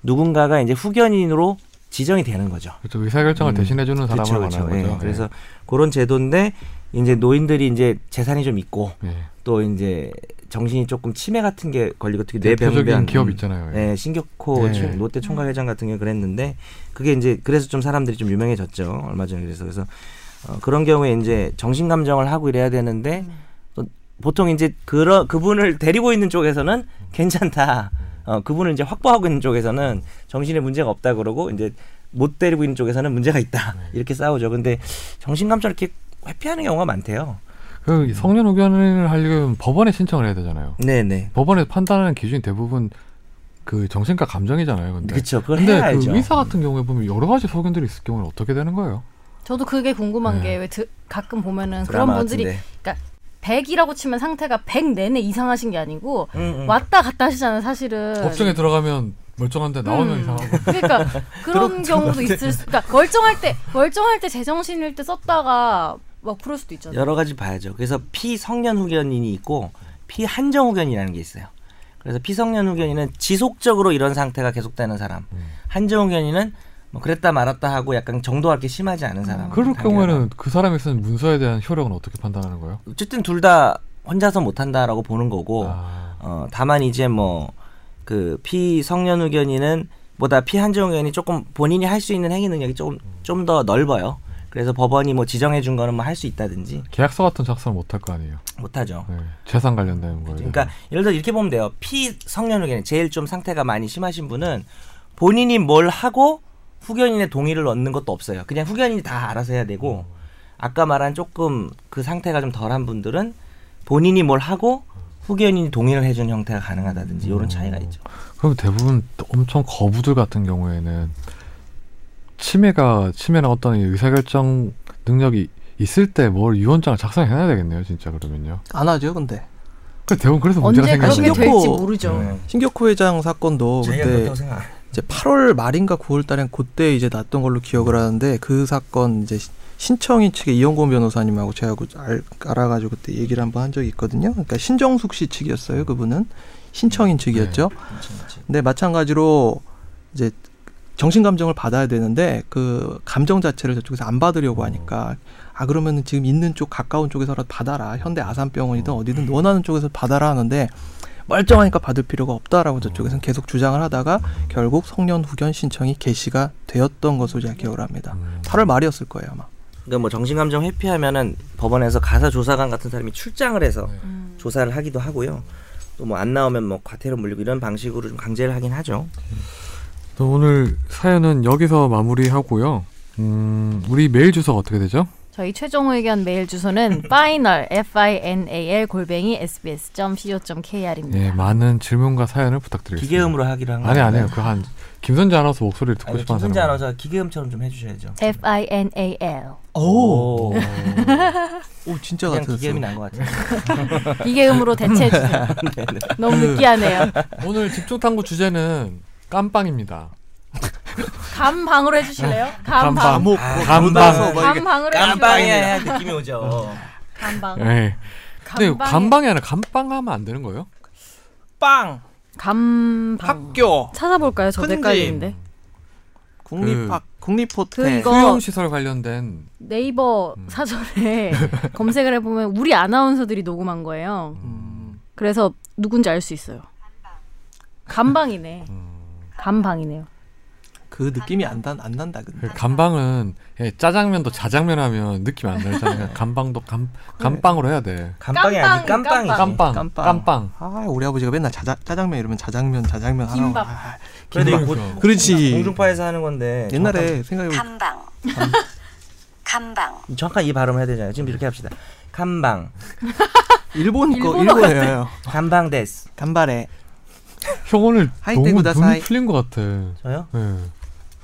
Speaker 3: 누군가가 이제 후견인으로 지정이 되는 거죠.
Speaker 1: 그렇죠. 의사결정을
Speaker 3: 음.
Speaker 1: 대신해주는 사람을
Speaker 3: 그쵸,
Speaker 1: 말하는
Speaker 3: 그쵸.
Speaker 1: 거죠.
Speaker 3: 예. 그래서 그런 제도인데 이제 노인들이 이제 재산이 좀 있고
Speaker 1: 예.
Speaker 3: 또 이제 정신이 조금 치매 같은 게 걸리고 특히
Speaker 1: 그 대표적인
Speaker 3: 뇌병변
Speaker 1: 기업
Speaker 3: 음.
Speaker 1: 있잖아요. 예.
Speaker 3: 네, 신격호
Speaker 1: 네.
Speaker 3: 총- 롯데 총괄회장 같은 경우 그랬는데 그게 이제 그래서 좀 사람들이 좀 유명해졌죠 얼마 전에 그래서 그래서 어, 그런 경우에 이제 정신 감정을 하고 이래야 되는데
Speaker 1: 네.
Speaker 3: 또 보통 이제 그러, 그분을 데리고 있는 쪽에서는 괜찮다 어, 그분을 이제 확보하고 있는 쪽에서는 정신에 문제가 없다 그러고 이제 못 데리고 있는 쪽에서는 문제가 있다 이렇게 싸우죠 근데 정신 감정을 이렇게 회피하는 경우가 많대요
Speaker 1: 그 성년 의견을 하려면 법원에 신청을 해야 되잖아요.
Speaker 3: 네네
Speaker 1: 법원에서 판단하는 기준이 대부분 그 정신과 감정이잖아요. 근데
Speaker 3: 그렇죠 그걸
Speaker 1: 근데
Speaker 3: 해야 알죠
Speaker 1: 그 의사 같은 경우에 보면 여러 가지 소견들이 있을 경우는 어떻게 되는 거예요?
Speaker 4: 저도 그게
Speaker 1: 네.
Speaker 4: 궁금한 게 왜 가끔 보면은 그런
Speaker 3: 드라마
Speaker 4: 분들이
Speaker 3: 같은데.
Speaker 4: 100이라고 치면 상태가 100 내내 이상하신 게 아니고
Speaker 3: 음, 음.
Speaker 4: 왔다 갔다 하시잖아요, 사실은.
Speaker 1: 법정에 들어가면 멀쩡한데 나오면
Speaker 4: 네. 음.
Speaker 1: 이상하고
Speaker 4: 그러니까 그런 경우도 있을 수. 그러니까 멀쩡할 때 멀쩡할 때 제정신일 때 썼다가 막 그럴 수도 있잖아요.
Speaker 3: 여러 가지 봐야죠. 그래서 피성년 후견인이 있고 피한정 후견이라는 게 있어요. 그래서 피성년 후견인은 지속적으로 이런 상태가 계속되는 사람,
Speaker 1: 음.
Speaker 3: 한정 후견인은 뭐 그랬다 말았다 하고 약간 정도가 이렇게 심하지 않은 사람.
Speaker 1: 음, 그럴
Speaker 3: 단계가.
Speaker 1: 경우에는 그 사람이 쓴 문서에 대한 효력은 어떻게 판단하는 거예요?
Speaker 3: 어쨌든 둘 다 혼자서 못한다라고 보는 거고,
Speaker 1: 아,
Speaker 3: 어, 다만 이제 뭐 그 피성년 후견인은 보다 피한정 후견이 조금 본인이 할 수 있는 행위 능력이 조금 좀 더 넓어요. 그래서 법원이 뭐 지정해 준 거는 뭐 할 수 있다든지
Speaker 1: 계약서 같은 작성을 못 할 거 아니에요.
Speaker 3: 못하죠.
Speaker 1: 네. 재산 관련된 거예요.
Speaker 3: 그러니까 예를 들어 이렇게 보면 돼요. 피성년 후견인 제일 좀 상태가 많이 심하신 분은 본인이 뭘 하고 후견인의 동의를 얻는 것도 없어요. 그냥 후견인이 다 알아서 해야 되고 아까 말한 조금 그 상태가 좀 덜한 분들은 본인이 뭘 하고 후견인이 동의를 해준 형태가 가능하다든지 이런 차이가 있죠.
Speaker 1: 그럼 대부분 엄청 거부들 같은 경우에는 치매가 치매나 어떤 이 의사결정 능력이 있을 때 뭘 유언장을 작성해놔야 되겠네요, 진짜 그러면요.
Speaker 2: 안 하죠, 근데.
Speaker 1: 그 대부분 그래서 문제가
Speaker 4: 언제
Speaker 1: 생기는
Speaker 4: 그렇게
Speaker 1: 거예요.
Speaker 2: 신경-
Speaker 4: 될지
Speaker 2: 신경코-
Speaker 4: 모르죠.
Speaker 3: 네.
Speaker 2: 신격호 회장
Speaker 3: 뭐
Speaker 2: 사건도 그때
Speaker 3: 생각.
Speaker 2: 이제 8월 말인가 9월 달엔 그때 이제 났던 걸로 기억을 하는데 그 사건 이제 시- 신청인 측에 이영곤 변호사님하고 제하고 알, 알아가지고 그때 얘기를 한번 한 적이 있거든요. 그러니까 신정숙 씨 측이었어요. 그분은 신청인 측이었죠. 근데 마찬가지로 이제 정신 감정을 받아야 되는데 그 감정 자체를 저쪽에서 안 받으려고 하니까 아 그러면은 지금 있는 쪽 가까운 쪽에서라도 받아라 현대 아산병원이든 어디든 원하는 쪽에서 받아라 하는데 멀쩡하니까 받을 필요가 없다라고 저쪽에서는 계속 주장을 하다가 결국 성년 후견 신청이 개시가 되었던 것으로 제가 기억을 합니다. 8월 말이었을 거예요 아마.
Speaker 3: 그러니까 뭐 정신감정 회피하면은 법원에서 가사 조사관 같은 사람이 출장을 해서
Speaker 4: 음.
Speaker 3: 조사를 하기도 하고요. 또 뭐 안 나오면 뭐 과태료 물리고 이런 방식으로 좀 강제를 하긴 하죠.
Speaker 1: 그럼 오늘 사연은 여기서 마무리하고요. 음, 우리 메일 주소가 어떻게 되죠?
Speaker 4: 저희 최종 의견 메일 주소는 final f i n a l 골뱅이 s b s c o k r 입니다.
Speaker 1: 예, 많은 질문과 사연을 부탁드리겠습니다.
Speaker 3: 기계음으로 하기로 한
Speaker 1: 아니
Speaker 3: 건가요?
Speaker 1: 아니요. 그 한 김선재 아나운서 목소리를 듣고
Speaker 3: 아니,
Speaker 1: 싶어 하는
Speaker 3: 김선재
Speaker 1: 사람.
Speaker 3: 아나운서 기계음처럼 좀 해주셔야죠.
Speaker 4: f i n a l
Speaker 3: 오,
Speaker 2: 오 진짜
Speaker 3: 그냥
Speaker 2: 같았어.
Speaker 3: 기계음이 난 것 같아요.
Speaker 4: 기계음으로 대체해 주세요. 너무 느끼하네요.
Speaker 1: 오늘 집중 탐구 주제는 깜빵입니다.
Speaker 4: 감방으로 해주실래요? 네. 감방. 뭐
Speaker 3: 뭐
Speaker 1: 감방. 아, 감방.
Speaker 4: 감방으로 해주실래요? 네,
Speaker 3: 깜빵이야 느낌이 오죠.
Speaker 4: 감방.
Speaker 1: 예. 근데
Speaker 4: 감방에-
Speaker 1: 감방이 아니라 감빵하면 안 되는 거예요?
Speaker 2: 빵 음.
Speaker 4: 감방.
Speaker 2: 학교
Speaker 4: 찾아볼까요? 저
Speaker 2: 큰집.
Speaker 4: 댓글인데
Speaker 2: 국립학 국립호텔
Speaker 4: 그 이거-
Speaker 1: 수용 시설 관련된
Speaker 4: 네이버 사전에 검색을 해보면 우리 아나운서들이 녹음한 거예요. 그래서 음. 누군지 알 수 있어요. 감방이네. 감방이네요.
Speaker 2: 그 느낌이 안, 난, 안 난다 근데.
Speaker 1: 감방은 예, 짜장면도 자장면 하면 느낌 안 나잖아요. 감방도 감 감빵으로 해야 돼.
Speaker 3: 감빵이 아니
Speaker 4: 깜빵,
Speaker 3: 네, 깜빵이지.
Speaker 1: 깜빵
Speaker 2: 깜빵.
Speaker 1: 깜빵.
Speaker 2: 아 우리 아버지가 맨날 자자, 짜장면 이러면 자장면 자장면 하라고.
Speaker 4: 김밥.
Speaker 2: 아,
Speaker 3: 그래도
Speaker 2: 김밥.
Speaker 3: 뭐 이거
Speaker 1: 그렇죠.
Speaker 3: 곧
Speaker 2: 그렇지.
Speaker 3: 공중파에서 하는 건데
Speaker 2: 옛날에 생각해보면
Speaker 5: 감방. 감방.
Speaker 3: 정확한, 정확한 이 발음을 해야 되잖아요. 지금 이렇게 합시다. 깜방,
Speaker 2: 일본 거
Speaker 4: 일본어
Speaker 2: 일본어예요.
Speaker 3: 깜방 데스.
Speaker 2: 간발에
Speaker 1: 형 오늘
Speaker 2: 하이테크
Speaker 1: 너무
Speaker 2: 다사이.
Speaker 1: 눈이 풀린 것 같아.
Speaker 3: 저요?
Speaker 1: 예.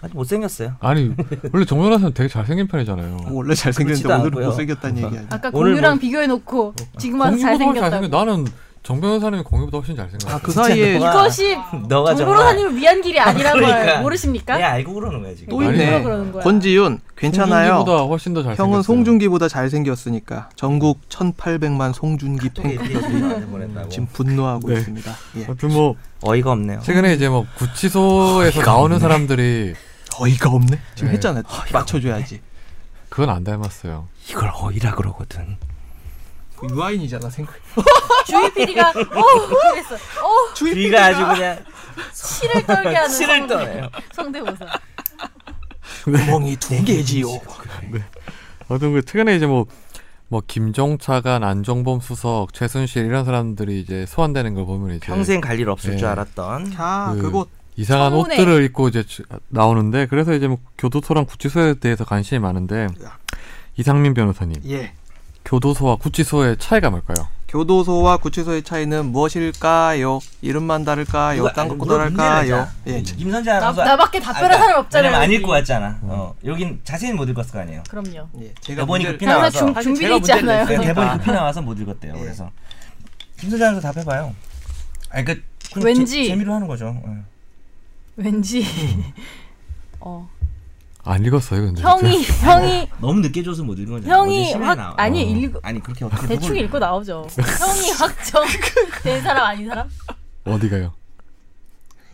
Speaker 3: 아직 못 생겼어요.
Speaker 1: 아니 원래 정연아 씨는 되게 잘생긴 편이잖아요.
Speaker 2: 어,
Speaker 4: 어,
Speaker 2: 원래
Speaker 3: 그렇지도
Speaker 2: 잘생겼는데 오늘은
Speaker 3: 않고요.
Speaker 2: 못생겼다는 얘기 아니야.
Speaker 4: 아까
Speaker 3: 오늘
Speaker 4: 공유랑
Speaker 3: 뭐-
Speaker 4: 비교해놓고 지금 와서
Speaker 1: 공유보다
Speaker 4: 어, 잘생겼다고.
Speaker 1: 잘생겨. 나는 정 변호사님이 공유보다 훨씬 잘생겼어.
Speaker 2: 아 그 사이에
Speaker 3: 진짜
Speaker 4: 이것이
Speaker 3: 너가
Speaker 4: 정
Speaker 3: 정말
Speaker 4: 변호사님을 위한 길이 아니란
Speaker 3: 그러니까.
Speaker 4: 걸 모르십니까?
Speaker 3: 얘 알고 그러는 거야 지금.
Speaker 2: 또
Speaker 1: 아니,
Speaker 2: 있네.
Speaker 4: 일부러 그러는 거야.
Speaker 2: 권지윤 괜찮아요.
Speaker 1: 보다 훨씬 더 잘생겼어.
Speaker 2: 형은 송중기보다 잘생겼으니까 전국 1,800만 송중기 아, 팬클럽이 지금 분노하고
Speaker 1: 네.
Speaker 2: 있습니다. 예.
Speaker 1: 아무튼 뭐 아,
Speaker 3: 어이가 없네요.
Speaker 1: 최근에 이제 뭐 구치소에서 나오는 사람들이
Speaker 2: 어이가 없네. 지금
Speaker 1: 네.
Speaker 2: 했잖아. 맞춰줘야지.
Speaker 1: 그건 안 닮았어요.
Speaker 3: 이걸 어이라 그러거든.
Speaker 2: 그 유아인이잖아 생각.
Speaker 4: 주희 PD가 어 그랬어. 어
Speaker 3: 귀가 아주 그냥
Speaker 4: 치를 떨게 하는
Speaker 3: 치를
Speaker 4: 성대-
Speaker 3: 떠네요.
Speaker 4: 성대모사.
Speaker 2: 네. 구멍이 두 개지요.
Speaker 1: 어떤 그 최근에 이제 뭐 뭐 김종차관, 안종범 수석, 최순실 이런 사람들이 이제 소환되는 걸 보면 이제
Speaker 3: 평생 갈 일 없을
Speaker 1: 예.
Speaker 3: 줄 알았던.
Speaker 2: 아
Speaker 1: 그-
Speaker 2: 그거
Speaker 1: 이상한
Speaker 4: 청문회.
Speaker 1: 옷들을 입고 이제 주- 나오는데 그래서 이제 뭐 교도소랑 구치소에 대해서 관심이 많은데 이상민 변호사님
Speaker 2: 예.
Speaker 1: 교도소와 구치소의 차이가 뭘까요?
Speaker 2: 교도소와 구치소의 차이는 무엇일까요? 이름만 다를까요?
Speaker 3: 이거
Speaker 2: 딴
Speaker 3: 아니,
Speaker 2: 것보다
Speaker 3: 이거 문제는
Speaker 2: 다를까요?
Speaker 3: 아니잖아.
Speaker 2: 예.
Speaker 3: 임선재
Speaker 4: 나,
Speaker 3: 아나운서
Speaker 4: 나밖에 답변할
Speaker 3: 아,
Speaker 4: 사람 없잖아요.
Speaker 3: 왜냐면 안
Speaker 4: 여기. 음.
Speaker 3: 읽고 왔잖아. 어. 여긴 자세히 못 읽었을 거 아니에요.
Speaker 4: 그럼요.
Speaker 2: 예. 제가
Speaker 3: 대본이
Speaker 2: 문제를-
Speaker 3: 급히
Speaker 4: 항상
Speaker 3: 나와서
Speaker 4: 중-
Speaker 3: 사실
Speaker 4: 준비돼
Speaker 3: 제가 문제를
Speaker 4: 있잖아요.
Speaker 3: 냈어요. 대본이
Speaker 2: 그러니까.
Speaker 3: 급히 나와서 못 읽었대요.
Speaker 2: 예.
Speaker 3: 그래서 김선재 아나운서 답해봐요. 아니 그 그냥
Speaker 4: 왠지-
Speaker 3: 재, 미로 하는 거죠. 예.
Speaker 4: 왠지
Speaker 3: 음.
Speaker 4: 어
Speaker 1: 안 읽었어요, 근데
Speaker 4: 형이 형이
Speaker 3: 너무 늦게 줘서 못 읽은 거죠.
Speaker 4: 형이
Speaker 3: 네. 어제 심야에
Speaker 4: 확-
Speaker 3: 나와.
Speaker 4: 아니,
Speaker 3: 어.
Speaker 4: 읽-
Speaker 3: 아니 그렇게 어떻게
Speaker 4: 대충
Speaker 3: 누굴-
Speaker 4: 읽고 나오죠. 형이 확정 된 사람 아닌 사람?
Speaker 1: 어디가요?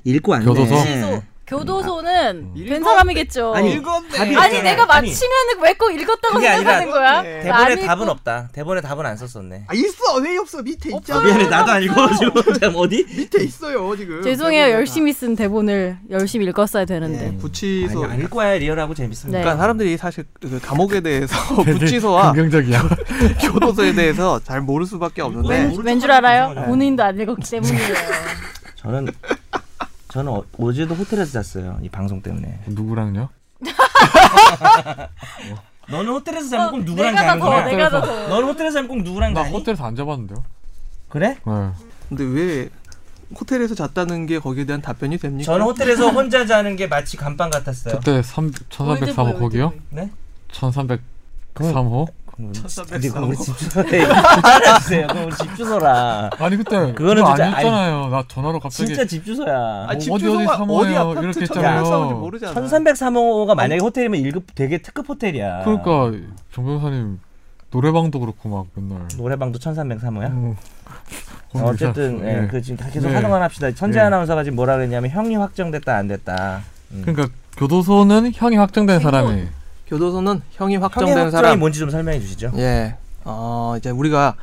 Speaker 3: 읽고 왔네. 음.
Speaker 1: 교도소?
Speaker 4: 취소. 교도소는 된
Speaker 2: 읽었네.
Speaker 4: 사람이겠죠.
Speaker 3: 아니,
Speaker 2: 읽었네.
Speaker 3: 답이-
Speaker 4: 아니
Speaker 3: 있잖아요.
Speaker 4: 내가
Speaker 3: 아니,
Speaker 4: 맞히면은 왜 꼭 읽었다고
Speaker 3: 그게 아니라
Speaker 4: 생각하는 거야?
Speaker 2: 네.
Speaker 4: 나 안
Speaker 3: 대본에
Speaker 4: 읽고-
Speaker 3: 답은 없다. 대본에 답은 안 썼었네.
Speaker 2: 아 있어 왜 없어 밑에 있잖아.
Speaker 3: 미안해 나도 안 읽어가지고 잠 어디?
Speaker 2: 밑에 있어요 지금.
Speaker 4: 죄송해요.
Speaker 2: 대본에다가.
Speaker 4: 열심히 쓴 대본을 열심히 읽었어야 되는데.
Speaker 3: 네.
Speaker 2: 예, 구치소.
Speaker 3: 아니 안 읽고 와야 리얼하고 재밌습니다.
Speaker 4: 네.
Speaker 2: 그러니까 사람들이 사실 그 감옥에 대해서
Speaker 1: 되게
Speaker 2: 구치소와
Speaker 1: 긍정적이야.
Speaker 2: 교도소에 대해서 잘 모를 수밖에 없는데
Speaker 3: 네.
Speaker 4: 왠 줄 알아요?
Speaker 3: 네.
Speaker 4: 본인도 안 읽었기 때문이에요.
Speaker 3: 저는 저는 어, 어제도 호텔에서 잤어요. 이 방송 때문에.
Speaker 1: 누구랑요?
Speaker 3: 너는 호텔에서
Speaker 4: 어,
Speaker 3: 자면 꼭 누구랑
Speaker 4: 내가
Speaker 3: 자는
Speaker 4: 더
Speaker 3: 거야?
Speaker 4: 내가 더
Speaker 3: 너는 호텔에서 자면 꼭 누구랑
Speaker 1: 나
Speaker 3: 자니?
Speaker 1: 호텔에서 안 잡았는데요.
Speaker 3: 그래?
Speaker 1: 네.
Speaker 2: 근데 왜 호텔에서 잤다는 게 거기에 대한 답변이 됩니까?
Speaker 3: 저는 호텔에서 혼자 자는 게 마치 감방 같았어요.
Speaker 1: 그때 3 1303호 거기요?
Speaker 3: 네?
Speaker 1: 1303호?
Speaker 3: 근데 그거 우리 집 주소에 알아주세요. 그럼 우리 집 주소라.
Speaker 1: 아니 그때
Speaker 3: 그거는
Speaker 1: 그거
Speaker 3: 진짜-
Speaker 1: 아니었잖아요. 나 전화로 갑자기
Speaker 3: 진짜 집 주소야.
Speaker 2: 아, 집
Speaker 1: 어디,
Speaker 2: 주소가
Speaker 1: 어디
Speaker 2: 어디
Speaker 1: 사모예요?
Speaker 2: 아파트
Speaker 1: 이렇게
Speaker 2: 천장
Speaker 1: 했잖아요.
Speaker 2: 사는지 모르잖아.
Speaker 3: 1303호가 만약에 호텔이면 1급 되게 특급 호텔이야.
Speaker 1: 그러니까 정 변호사님 노래방도 그렇고 막 맨날
Speaker 3: 노래방도 1303호야?
Speaker 1: 음.
Speaker 3: 어쨌든 예,
Speaker 1: 예.
Speaker 3: 그 지금 다 계속
Speaker 1: 네.
Speaker 3: 하던 건 합시다. 천재
Speaker 1: 예.
Speaker 3: 아나운서가 지금 뭐라 그랬냐면 형이 확정됐다 안 됐다.
Speaker 1: 그러니까 교도소는 형이 확정된
Speaker 4: 생존.
Speaker 1: 사람이
Speaker 2: 교도소는 형이
Speaker 3: 형의
Speaker 2: 확정된
Speaker 3: 확정이
Speaker 2: 사람.
Speaker 3: 뭔지 좀 설명해 주시죠.
Speaker 2: 예. 어, 이제 우리가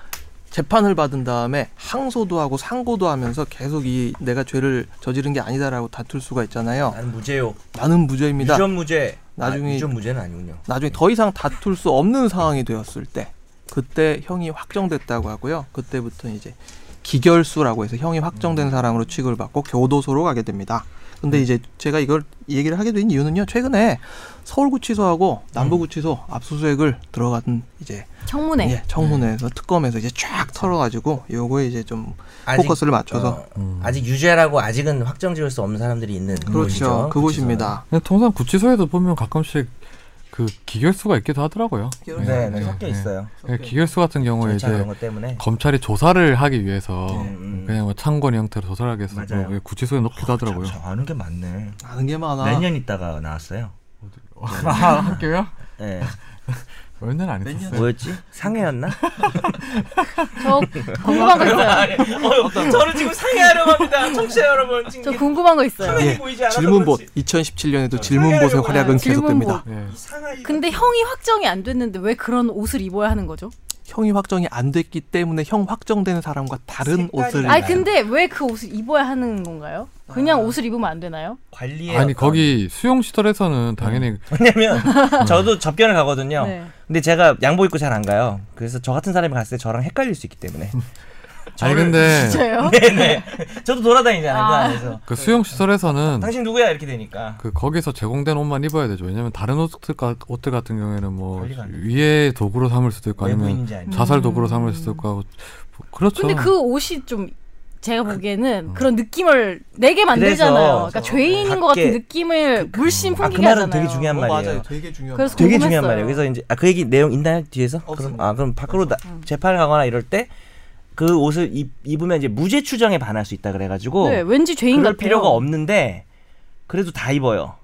Speaker 2: 재판을 받은 다음에 항소도 하고 상고도 하면서 계속 이 내가 죄를 저지른 게 아니다라고 다툴 수가 있잖아요.
Speaker 3: 나는 무죄요.
Speaker 2: 나는 무죄입니다.
Speaker 3: 유전 무죄.
Speaker 2: 나중에-
Speaker 3: 아, 유전 무죄는 아니군요.
Speaker 2: 나중에 더 이상 다툴 수 없는 상황이 되었을 때 그때 형이 확정됐다고 하고요. 그때부터 이제 기결수라고 해서 형이 확정된 사람으로 취급을 받고 교도소로 가게 됩니다. 근데 이제 제가 이걸 얘기를 하게 된 이유는요. 최근에 서울구치소하고 남부구치소 압수수색을 들어간 이제
Speaker 4: 청문회.
Speaker 2: 예, 청문회에서
Speaker 4: 음.
Speaker 2: 특검에서 이제 쫙 털어가지고 요거에 이제 좀
Speaker 3: 아직,
Speaker 2: 포커스를 맞춰서 음,
Speaker 3: 어, 아직 유죄라고 아직은 확정 지을 수 없는 사람들이 있는
Speaker 2: 그렇죠
Speaker 3: 곳이죠.
Speaker 2: 그곳입니다.
Speaker 1: 근데 통상 구치소에도 보면 가끔씩 그 기결수가 있기도 하더라고요.
Speaker 2: 기결수
Speaker 3: 네, 네,
Speaker 2: 네,
Speaker 3: 섞여
Speaker 1: 예.
Speaker 3: 있어요.
Speaker 1: 예, 기결수 같은 경우에
Speaker 3: 절차 그런
Speaker 1: 이제
Speaker 3: 것 때문에.
Speaker 1: 검찰이 조사를 하기 위해서
Speaker 3: 음, 음.
Speaker 1: 그냥 뭐 창건 형태로 조사를 하기 위해서
Speaker 3: 맞아요.
Speaker 1: 뭐 구치소에 넣기도 하더라고요.
Speaker 3: 참, 참 아는 게 많네.
Speaker 2: 아는 게 많아.
Speaker 3: 몇년 있다가 나왔어요.
Speaker 1: 아, 학교요?
Speaker 3: 예.
Speaker 1: 몇년 안 했었어요.
Speaker 3: 뭐였지? 상해였나?
Speaker 4: 저 궁금한 거 있어요.
Speaker 3: 저는 지금 상해하려고 합니다. 청취자 여러분
Speaker 4: 저 궁금한 거 있어요.
Speaker 2: 예,
Speaker 3: 보이지 않아서
Speaker 2: 질문봇 2017년에도 질문봇의 활약은
Speaker 4: 아, 질문봇. 뭐.
Speaker 2: 계속됩니다.
Speaker 1: 예.
Speaker 3: 상하이
Speaker 4: 근데 형이 확정이 안 됐는데 왜 그런 옷을 입어야 하는 거죠?
Speaker 2: 형이 확정이 안 됐기 때문에 형 확정되는 사람과 다른
Speaker 6: 색깔이
Speaker 3: 네.
Speaker 2: 옷을
Speaker 6: 달라요.
Speaker 4: 아니 근데 왜 그 옷을 입어야 하는 건가요? 그냥
Speaker 3: 아.
Speaker 4: 옷을 입으면 안 되나요?
Speaker 3: 관리에
Speaker 1: 아니
Speaker 3: 어떤- 네.
Speaker 1: 거기 수용 시설에서는 당연히
Speaker 3: 왜냐면 저도 접견을 가거든요.
Speaker 4: 네.
Speaker 3: 근데 제가 양복 입고 잘 안 가요. 그래서 저 같은 사람이 갔을 때 저랑 헷갈릴 수 있기 때문에.
Speaker 1: 아니
Speaker 3: 네.
Speaker 1: 근데
Speaker 4: 진짜요?
Speaker 3: 네네. 저도 돌아다니잖아요. 그
Speaker 4: 아.
Speaker 3: 안에서.
Speaker 1: 그 수용 시설에서는
Speaker 3: 아, 당신 누구야 이렇게 되니까.
Speaker 1: 그 거기서 제공된 옷만 입어야 되죠. 왜냐면 다른 옷들, 가- 옷들 같은 경우에는 뭐
Speaker 3: 관리가 안 돼.
Speaker 1: 위에 도구로 삼을 수도 있고 아니면
Speaker 3: 외부인인지 아니면. 음.
Speaker 1: 자살 도구로 삼을 수도 있고 하고 뭐 그렇죠.
Speaker 4: 근데 그 옷이 좀 제가 보기에는 그, 런 느낌을 내게 만들잖아요. 그러니까
Speaker 3: 어. 그래서 네,
Speaker 4: 죄인인 것
Speaker 3: 밖에
Speaker 4: 같은 느낌을 물씬
Speaker 3: 아, 그
Speaker 4: 풍기게
Speaker 3: 말은
Speaker 4: 하잖아요.
Speaker 3: 되게 중요한 말이에요.
Speaker 2: 어, 맞아요. 되게 중요한
Speaker 4: 그래서
Speaker 3: 되게
Speaker 4: 궁금했어요.
Speaker 3: 중요한 말이에요. 그래서 이제 아, 그 얘기 내용 있나요 뒤에서? 그럼
Speaker 2: 없습니다.
Speaker 3: 아 그럼 밖으로 나, 재판을 가거나 이럴 때 그 옷을 입, 입으면 이제 무죄 추정에 반할 수 있다 그래가지고
Speaker 4: 네, 왠지 죄인
Speaker 3: 그럴
Speaker 4: 같아요.
Speaker 3: 필요가 없는데 그래도 다 입어요.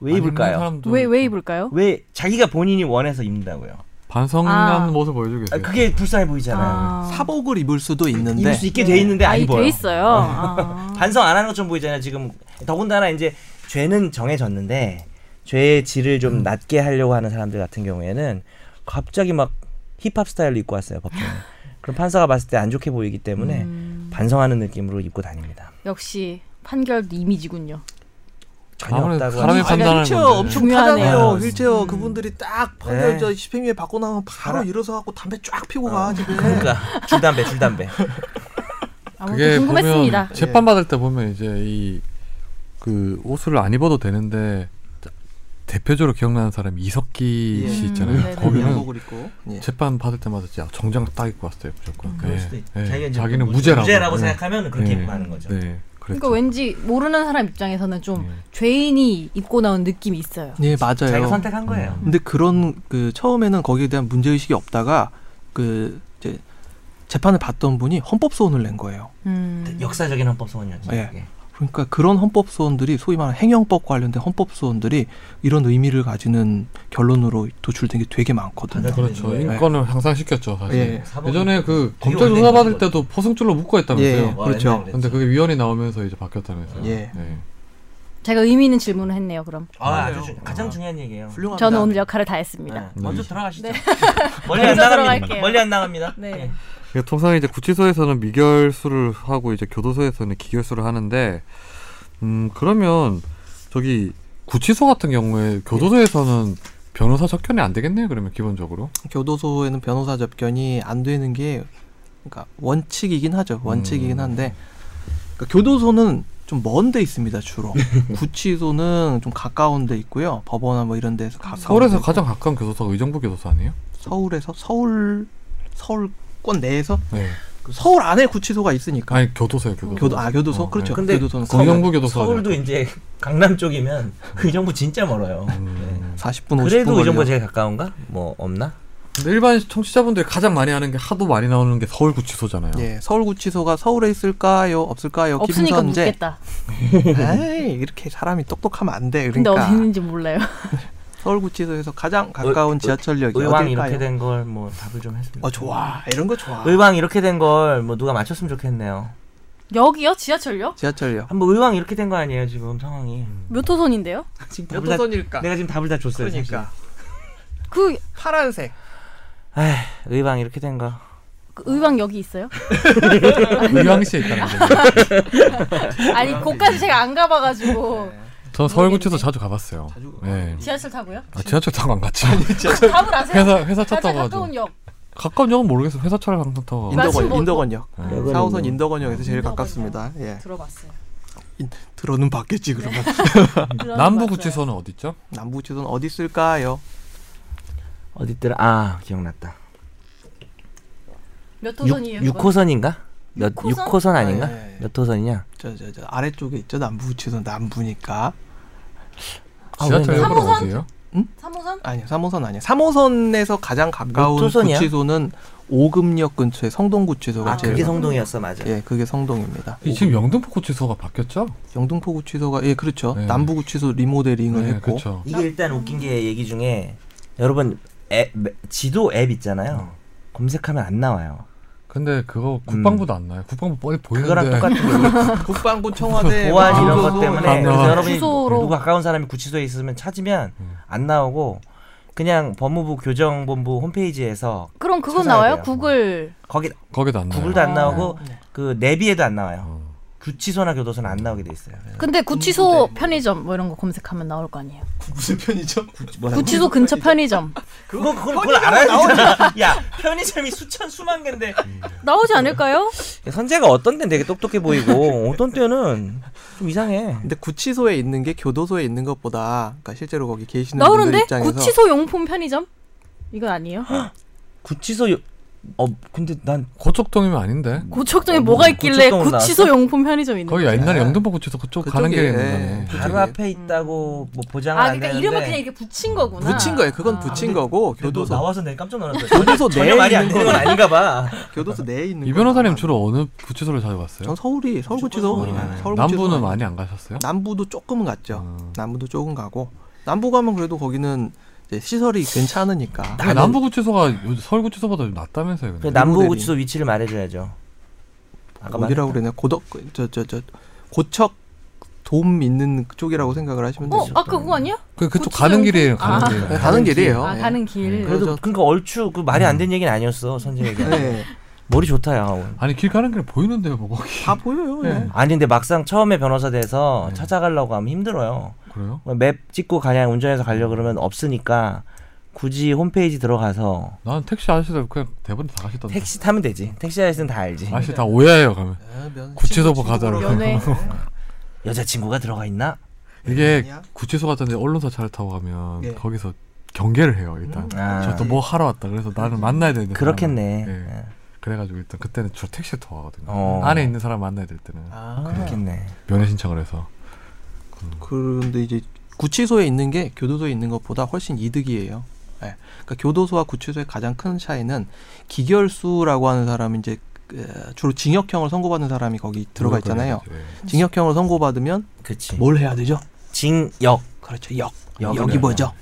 Speaker 3: 왜
Speaker 2: 뭐
Speaker 3: 입을까요?
Speaker 4: 왜, 왜 입을까요?
Speaker 3: 왜 자기가 본인이 원해서 입는다고요?
Speaker 1: 반성한
Speaker 4: 아.
Speaker 1: 모습 보여주겠
Speaker 3: 아,
Speaker 1: 어요
Speaker 3: 그게 불쌍해 보이잖아요.
Speaker 4: 아.
Speaker 2: 사복을 입을 수도 있는데
Speaker 3: 입을 수 있게 돼 있는데 안
Speaker 4: 아이,
Speaker 3: 입어요.
Speaker 4: 돼 있어요. 아.
Speaker 3: 반성 안 하는 것처럼 보이잖아요. 지금 더군다나 이제 죄는 정해졌는데 죄의 질을 좀
Speaker 1: 음.
Speaker 3: 낮게 하려고 하는 사람들 같은 경우에는 갑자기 막 힙합 스타일로 입고 왔어요 법정에. 그럼 판사가 봤을 때 안 좋게 보이기 때문에
Speaker 1: 음.
Speaker 3: 반성하는 느낌으로 입고 다닙니다.
Speaker 4: 역시 판결도 이미지군요.
Speaker 3: 전혀
Speaker 1: 아무래도
Speaker 3: 없다고
Speaker 1: 사람이
Speaker 3: 하니.
Speaker 2: 아니,
Speaker 1: 판단하는
Speaker 2: 휠체어
Speaker 1: 건데.
Speaker 2: 엄청
Speaker 4: 중요하네요.
Speaker 2: 타잖아요.
Speaker 3: 음.
Speaker 2: 휠체어 그분들이 딱
Speaker 3: 네.
Speaker 2: 판결 저 집행유예 받고 나면 바로
Speaker 3: 알아.
Speaker 2: 일어서 갖고 담배 쫙 피고 가 집에.
Speaker 1: 네.
Speaker 3: 그러니까 줄담배 줄담배.
Speaker 4: 아무튼 궁금했습니다.
Speaker 1: 보면 재판 받을 때 보면 이제 이 그 옷을 안 입어도 되는데 대표적으로 기억나는 사람이 이석기
Speaker 2: 예.
Speaker 1: 씨
Speaker 4: 음,
Speaker 1: 있잖아요.
Speaker 4: 네네.
Speaker 1: 거기는
Speaker 2: 양복을 입고. 예.
Speaker 1: 재판 받을 때마다 진짜 정장 딱 입고 왔어요 무조건.
Speaker 3: 음, 그럴 수도 있.
Speaker 1: 예.
Speaker 3: 자기가 이제 뭐
Speaker 1: 자기는 무죄라고. 예.
Speaker 3: 생각하면 그렇게
Speaker 1: 네.
Speaker 3: 입고 하는 거죠.
Speaker 1: 네. 그랬죠.
Speaker 4: 그러니까 왠지 모르는 사람 입장에서는 좀
Speaker 1: 예.
Speaker 4: 죄인이 입고 나온 느낌이 있어요.
Speaker 2: 예 맞아요.
Speaker 1: 네.
Speaker 3: 자기가 선택한 거예요.
Speaker 2: 근데 그런 그 처음에는 거기에 대한 문제 의식이 없다가 그 이제 재판을 받던 분이 헌법 소원을 낸 거예요.
Speaker 4: 음.
Speaker 3: 역사적인 헌법 소원이었죠.
Speaker 1: 네.
Speaker 2: 예.
Speaker 1: 그렇죠.
Speaker 3: 이게.
Speaker 2: 그러니까 그런 헌법 소원들이 소위 말하는 행영법 관련된 헌법 소원들이 이런 의미를 가지는 결론으로 도출된 게 되게 많거든요.
Speaker 3: 받아들여-
Speaker 1: 그렇죠. 인권을 항상 시켰죠 사실.
Speaker 2: 예.
Speaker 1: 예전에 그 검찰
Speaker 3: 되게
Speaker 1: 조사 받을
Speaker 3: 오래된
Speaker 1: 때도 포승줄로 묶어 했다면서요.
Speaker 2: 예. 그렇죠.
Speaker 1: 근데 그게 위헌이 나오면서 이제 바뀌었다면서요.
Speaker 2: 예.
Speaker 1: 네.
Speaker 4: 제가 의미 있는 질문을 했네요. 그럼
Speaker 3: 아,
Speaker 2: 맞아요.
Speaker 3: 아주 중- 가장 중요한 얘기예요.
Speaker 2: 훌륭합니다.
Speaker 4: 저는 오늘 역할을 다 했습니다.
Speaker 3: 네. 먼저
Speaker 1: 네.
Speaker 3: 돌아가시죠.
Speaker 4: 네.
Speaker 3: 멀리 안
Speaker 4: 먼저
Speaker 3: 나갑니다.
Speaker 4: 들어갈게요.
Speaker 3: 멀리 안 나갑니다.
Speaker 4: 네.
Speaker 3: 네.
Speaker 1: 그러니까 통상 이제 구치소에서는 미결수를 하고 이제 교도소에서는 기결수를 하는데 음 그러면 저기 구치소 같은 경우에 교도소에서는 변호사 접견이 안 되겠네요 그러면 기본적으로
Speaker 2: 교도소에는 변호사 접견이 안 되는 게 그러니까 원칙이긴 하죠.
Speaker 3: 음.
Speaker 2: 원칙이긴 한데 그러니까 교도소는 좀 먼 데 있습니다 주로. 구치소는 좀 가까운 데 있고요. 법원이나 뭐 이런 데서 가까운.
Speaker 1: 서울에서
Speaker 2: 데고.
Speaker 1: 가장 가까운 교도소가 의정부 교도소 아니에요?
Speaker 2: 서울에서 서울 서울권 내에서 그
Speaker 1: 네.
Speaker 2: 서울 안에 구치소가 있으니까
Speaker 1: 아니 교도소요 교도소.
Speaker 2: 교도 아 교도소
Speaker 1: 어,
Speaker 2: 그렇죠.
Speaker 3: 근데
Speaker 2: 교도소는
Speaker 1: 서울- 의정부 교도소가
Speaker 3: 서울도
Speaker 1: 될까요?
Speaker 3: 이제 강남 쪽이면 그 의정부 진짜 멀어요.
Speaker 1: 음.
Speaker 2: 40분
Speaker 3: 네.
Speaker 2: 50분
Speaker 3: 그래도 의정부
Speaker 2: 뭐 걸려요.
Speaker 3: 제일 가까운가? 뭐 없나?
Speaker 1: 근데 일반 청취자분들이 가장 많이 하는 게 하도 많이 나오는 게 서울 구치소잖아요.
Speaker 2: 예, 서울 구치소가 서울에 있을까요? 없을까요?
Speaker 4: 없으니까
Speaker 2: 김선재.
Speaker 4: 묻겠다.
Speaker 2: 에이, 이렇게 사람이 똑똑하면 안 돼.
Speaker 4: 근데
Speaker 2: 그러니까
Speaker 4: 어디 있는지 몰라요.
Speaker 2: 서울 구치소에서 가장 가까운
Speaker 3: 의-
Speaker 2: 지하철역이
Speaker 3: 의왕 이렇게
Speaker 2: 어딜까요?
Speaker 3: 된 걸 뭐 답을 좀 했습니다.
Speaker 2: 어 좋아 이런 거 좋아.
Speaker 3: 의왕 이렇게 된 걸 뭐 누가 맞췄으면 좋겠네요.
Speaker 4: 여기요? 지하철역?
Speaker 2: 지하철역.
Speaker 3: 한번 의왕 이렇게 된 거 아니에요 지금 상황이.
Speaker 4: 몇 호선인데요?
Speaker 3: 지금
Speaker 2: 몇
Speaker 3: 답을 다-
Speaker 2: 호선일까?
Speaker 3: 내가 지금 답을 다 줬어요.
Speaker 2: 그러니까
Speaker 4: 그,
Speaker 2: 파란색.
Speaker 3: 사실. 에이, 의왕 이렇게 된 거.
Speaker 4: 그 의왕역이 있어요?
Speaker 1: 의왕시에 그 있다는 거예요.
Speaker 4: 아니, 거기까지 제가 안 가봐가지고.
Speaker 1: 저는 서울 구치소 자주 가봤어요.
Speaker 2: 자주 가-
Speaker 1: 네.
Speaker 4: 지하철 타고요?
Speaker 1: 아, 지하철 타고 안 갔죠.
Speaker 4: 답을 아세요?
Speaker 1: 회사 회사 차
Speaker 4: 가장
Speaker 1: 타고
Speaker 4: 가까운
Speaker 1: 가죠.
Speaker 4: 역.
Speaker 1: 가까운 역은 모르겠어. 요 회사 차를 항상 타고. 가죠.
Speaker 4: 마침
Speaker 2: 인덕원
Speaker 4: 뭐-
Speaker 2: 인덕원역.
Speaker 3: 뭐-
Speaker 2: 4호선 인덕원역에서 제일
Speaker 4: 인덕원역.
Speaker 2: 가깝습니다. 예.
Speaker 4: 들어봤어요.
Speaker 2: 들어는 봤겠지 그러면.
Speaker 1: 남부 구치소는 어디 있죠?
Speaker 2: 남부 구치소는 어디 있을까요?
Speaker 3: 어디 있더라? 아 기억났다.
Speaker 4: 몇 호선이에요?
Speaker 3: 6, 호선인가몇
Speaker 4: 육 호선?
Speaker 3: 6호선 아닌가?
Speaker 2: 아, 예, 예.
Speaker 3: 몇 호선이냐?
Speaker 2: 저 저 저 아래쪽에 있죠. 남부 구치소 남부니까.
Speaker 3: 아,
Speaker 1: 지하철
Speaker 3: 왜냐면-
Speaker 1: 역은
Speaker 4: 삼호선?
Speaker 1: 어디예요?
Speaker 4: 3호선?
Speaker 2: 아니요, 3호선 아니에요. 3호선에서 가장 가까운
Speaker 3: 몇 호선이야?
Speaker 2: 구치소는 오금역 근처에 성동구치소가
Speaker 3: 아
Speaker 2: 제일
Speaker 3: 그게
Speaker 2: 가까워요.
Speaker 3: 성동이었어 맞아.
Speaker 2: 예, 그게 성동입니다.
Speaker 1: 이 지금 영등포 구치소가 바뀌었죠?
Speaker 2: 영등포 구치소가 예, 그렇죠.
Speaker 1: 네.
Speaker 2: 남부 구치소 리모델링을
Speaker 1: 네,
Speaker 2: 했고.
Speaker 1: 그렇죠.
Speaker 3: 이게 일단 웃긴 게 얘기 중에 여러분 앱, 매- 지도 앱 있잖아요. 검색하면 안 나와요.
Speaker 1: 근데 그거 국방부도 안 나요. 국방부 뻔히 보이는데.
Speaker 3: 그거랑 똑같은 거예요.
Speaker 2: 국방부 청와대
Speaker 3: 보안 이런
Speaker 1: 아,
Speaker 3: 것 때문에
Speaker 1: 안
Speaker 3: 그래서
Speaker 1: 나와.
Speaker 3: 여러분이
Speaker 4: 주소로.
Speaker 3: 누구 가까운 사람이 구치소에 음. 있으면 찾으면 안 나오고 그냥 법무부 교정본부 홈페이지에서
Speaker 4: 그럼 그럼 그거
Speaker 3: 찾아야
Speaker 4: 나와요?
Speaker 3: 돼요.
Speaker 4: 구글.
Speaker 3: 거기
Speaker 1: 거기도 안 나와요.
Speaker 3: 구글도 안
Speaker 4: 아.
Speaker 3: 나오고 그 내비에도 안 나와요.
Speaker 1: 어.
Speaker 3: 주치소나 교도소는 안 나오게 돼 있어요. 그래서
Speaker 4: 근데 구치소 편의점 뭐 이런 거 검색하면 나올 거 아니에요.
Speaker 7: 무슨 편이죠?
Speaker 3: 뭐라고?
Speaker 4: 구치소 근처 편의점
Speaker 3: 그거 그걸 그걸 알아야 되잖아. 야 편의점이 수천 수만 개인데
Speaker 4: 나오지 않을까요?
Speaker 3: 선재가 어떤 때는 되게 똑똑해 보이고 어떤 때는 좀 이상해.
Speaker 2: 근데 구치소에 있는 게 교도소에 있는 것보다 그러니까 실제로 거기 계시는 분들
Speaker 4: 나오는데
Speaker 2: 입장에서
Speaker 4: 구치소 용품 편의점 이건 아니에요.
Speaker 3: 구치소 요... 어 근데 난
Speaker 1: 고척동이면 아닌데.
Speaker 4: 고척동에
Speaker 3: 어,
Speaker 4: 뭐가
Speaker 3: 뭐,
Speaker 4: 있길래
Speaker 3: 고척동은
Speaker 4: 구치소
Speaker 3: 나왔어?
Speaker 4: 용품 편의점이 있는
Speaker 1: 거기
Speaker 4: 거예요?
Speaker 1: 옛날에 영등포 구치소 그쪽 가는
Speaker 2: 그쪽이-
Speaker 1: 길에 있는
Speaker 2: 예.
Speaker 1: 거네.
Speaker 3: 바로 앞에 있다고 뭐 보장은 안
Speaker 4: 아 그러니까
Speaker 3: 되는데
Speaker 4: 이름을 그냥 이렇게 붙인 거구나.
Speaker 2: 붙인 거예요. 그건
Speaker 4: 아.
Speaker 2: 붙인
Speaker 3: 근데-
Speaker 2: 거고
Speaker 3: 근데 너
Speaker 2: 교도소
Speaker 3: 나와서 내가 깜짝 놀랐어요.
Speaker 2: 교도소
Speaker 3: 전혀
Speaker 2: 내에
Speaker 3: 말이 안
Speaker 2: 있는
Speaker 3: 되는
Speaker 2: 건
Speaker 3: 그건 아닌가 봐.
Speaker 2: 교도소 내에 있는
Speaker 1: 이
Speaker 2: 건
Speaker 1: 변호사님
Speaker 2: 아마-
Speaker 1: 주로 어느 구치소를 자주 갔어요? 어.
Speaker 2: 전 서울이 서울 구치소
Speaker 3: 서울이 많아요.
Speaker 2: 서울 구치소
Speaker 1: 남부는 많이 안 가셨어요?
Speaker 2: 남부도 조금은 갔죠.
Speaker 1: 음.
Speaker 2: 남부도 조금 가고 남부 가면 그래도 거기는 이제 시설이
Speaker 3: 아,
Speaker 2: 괜찮으니까
Speaker 1: 근데 남부 구치소가 요즘 서울 구치소보다 좀 낫다면서요?
Speaker 3: 그
Speaker 1: 근데.
Speaker 3: 남부
Speaker 2: 모델이.
Speaker 3: 구치소 위치를 말해줘야죠. 아까
Speaker 2: 어디라고 그랬냐 고덕 저 저 저 고척 돔 있는 쪽이라고 생각을 하시면
Speaker 4: 어
Speaker 2: 되죠.
Speaker 4: 아까 그거 아니야?
Speaker 1: 그 그쪽
Speaker 4: 구치소
Speaker 1: 가는
Speaker 4: 용품?
Speaker 1: 길이에요. 가는
Speaker 4: 아.
Speaker 1: 길.
Speaker 2: 네, 가는 길이에요.
Speaker 4: 아
Speaker 2: 예.
Speaker 4: 가는 길.
Speaker 2: 그래서-
Speaker 3: 그래도 그러니까 얼추 그 말이 안 되는 얘기는 아니었어 선재 얘기.
Speaker 2: 네,
Speaker 3: 머리 좋다 야. 오늘.
Speaker 1: 아니 길 가는 길에 보이는데요, 뭐 거기.
Speaker 2: 다 보여요.
Speaker 1: 네.
Speaker 2: 예.
Speaker 3: 아니 근데 막상 처음에 변호사 돼서 찾아가려고 하면 힘들어요.
Speaker 1: 그래요?
Speaker 3: 맵 찍고 가냥 운전해서 가려 고 그러면 없으니까 굳이 홈페이지 들어가서
Speaker 1: 나는 택시 아저씨들 그냥 대부분 다 가시던데.
Speaker 3: 택시 타면 되지. 택시 아저씨는 다 알지.
Speaker 1: 아저씨
Speaker 2: 음.
Speaker 1: 다 오해해요 가면. 구치소 보고 가더라고.
Speaker 4: 연애.
Speaker 3: 여자친구가 들어가 있나?
Speaker 1: 이게
Speaker 2: 네, 아니야?
Speaker 1: 구치소 같은데 언론사 차를 타고 가면
Speaker 2: 네. 음.
Speaker 1: 거기서 경계를 해요 일단.
Speaker 3: 아.
Speaker 1: 저 또 뭐 하러 왔다. 그래서 나는 만나야 되는데.
Speaker 3: 그러니까. 그렇겠네.
Speaker 1: 사람을. 예. 그래가지고 일단 그때는 주로 택시에 타고 가거든요.
Speaker 3: 어.
Speaker 1: 안에 있는 사람 만나야 될 때는
Speaker 2: 아.
Speaker 3: 그렇겠네.
Speaker 1: 면회 신청을 해서.
Speaker 2: 그런데 이제 구치소에 있는 게 교도소에 있는 것보다 훨씬 이득이에요. 예. 그러니까 교도소와 구치소의 가장 큰 차이는 기결수라고 하는 사람은 이제 그, 주로 징역형을 선고받는 사람이 거기 들어가 있잖아요.
Speaker 1: 들어가야죠, 예.
Speaker 2: 징역형을 선고받으면
Speaker 3: 그치.
Speaker 2: 뭘 해야 되죠?
Speaker 3: 뭐, 징역
Speaker 2: 그렇죠. 역.
Speaker 3: 역을
Speaker 2: 역이
Speaker 3: 해요.
Speaker 2: 뭐죠?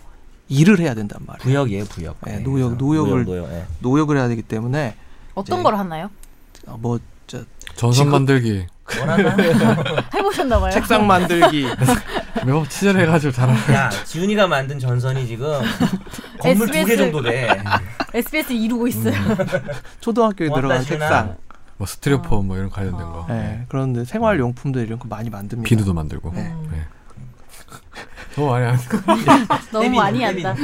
Speaker 2: 일을 해야 된단 말이에요.
Speaker 3: 부역이에요 부역.
Speaker 2: 예, 노역, 노역을-
Speaker 3: 네, 노역, 노역, 예.
Speaker 2: 노역을 해야 되기 때문에
Speaker 4: 어떤
Speaker 2: 이제-
Speaker 4: 걸 하나요?
Speaker 2: 어, 뭐 저,
Speaker 1: 전선
Speaker 2: 지금-
Speaker 1: 만들기
Speaker 4: 해보셨나봐요.
Speaker 2: 책상 만들기
Speaker 1: 매번 치전해가지고 잘하는.
Speaker 3: 야 지훈이가 만든 전선이 지금 건물 두 개
Speaker 4: SBS.
Speaker 3: 정도 돼.
Speaker 4: SBS 이루고 있어요.
Speaker 2: 초등학교에
Speaker 3: 고맙다,
Speaker 2: 들어간
Speaker 3: 지훈아.
Speaker 2: 책상
Speaker 1: 뭐
Speaker 2: 아.
Speaker 1: 스티로폼 뭐 이런 관련된 거.
Speaker 2: 예, 그런데 생활용품들 이런 거 많이 만듭니다.
Speaker 1: 비누도 만들고.
Speaker 2: 네.
Speaker 1: 예. 너무 많이 안
Speaker 4: 너무
Speaker 3: 때리는
Speaker 4: 많이
Speaker 3: 거,
Speaker 4: 한다.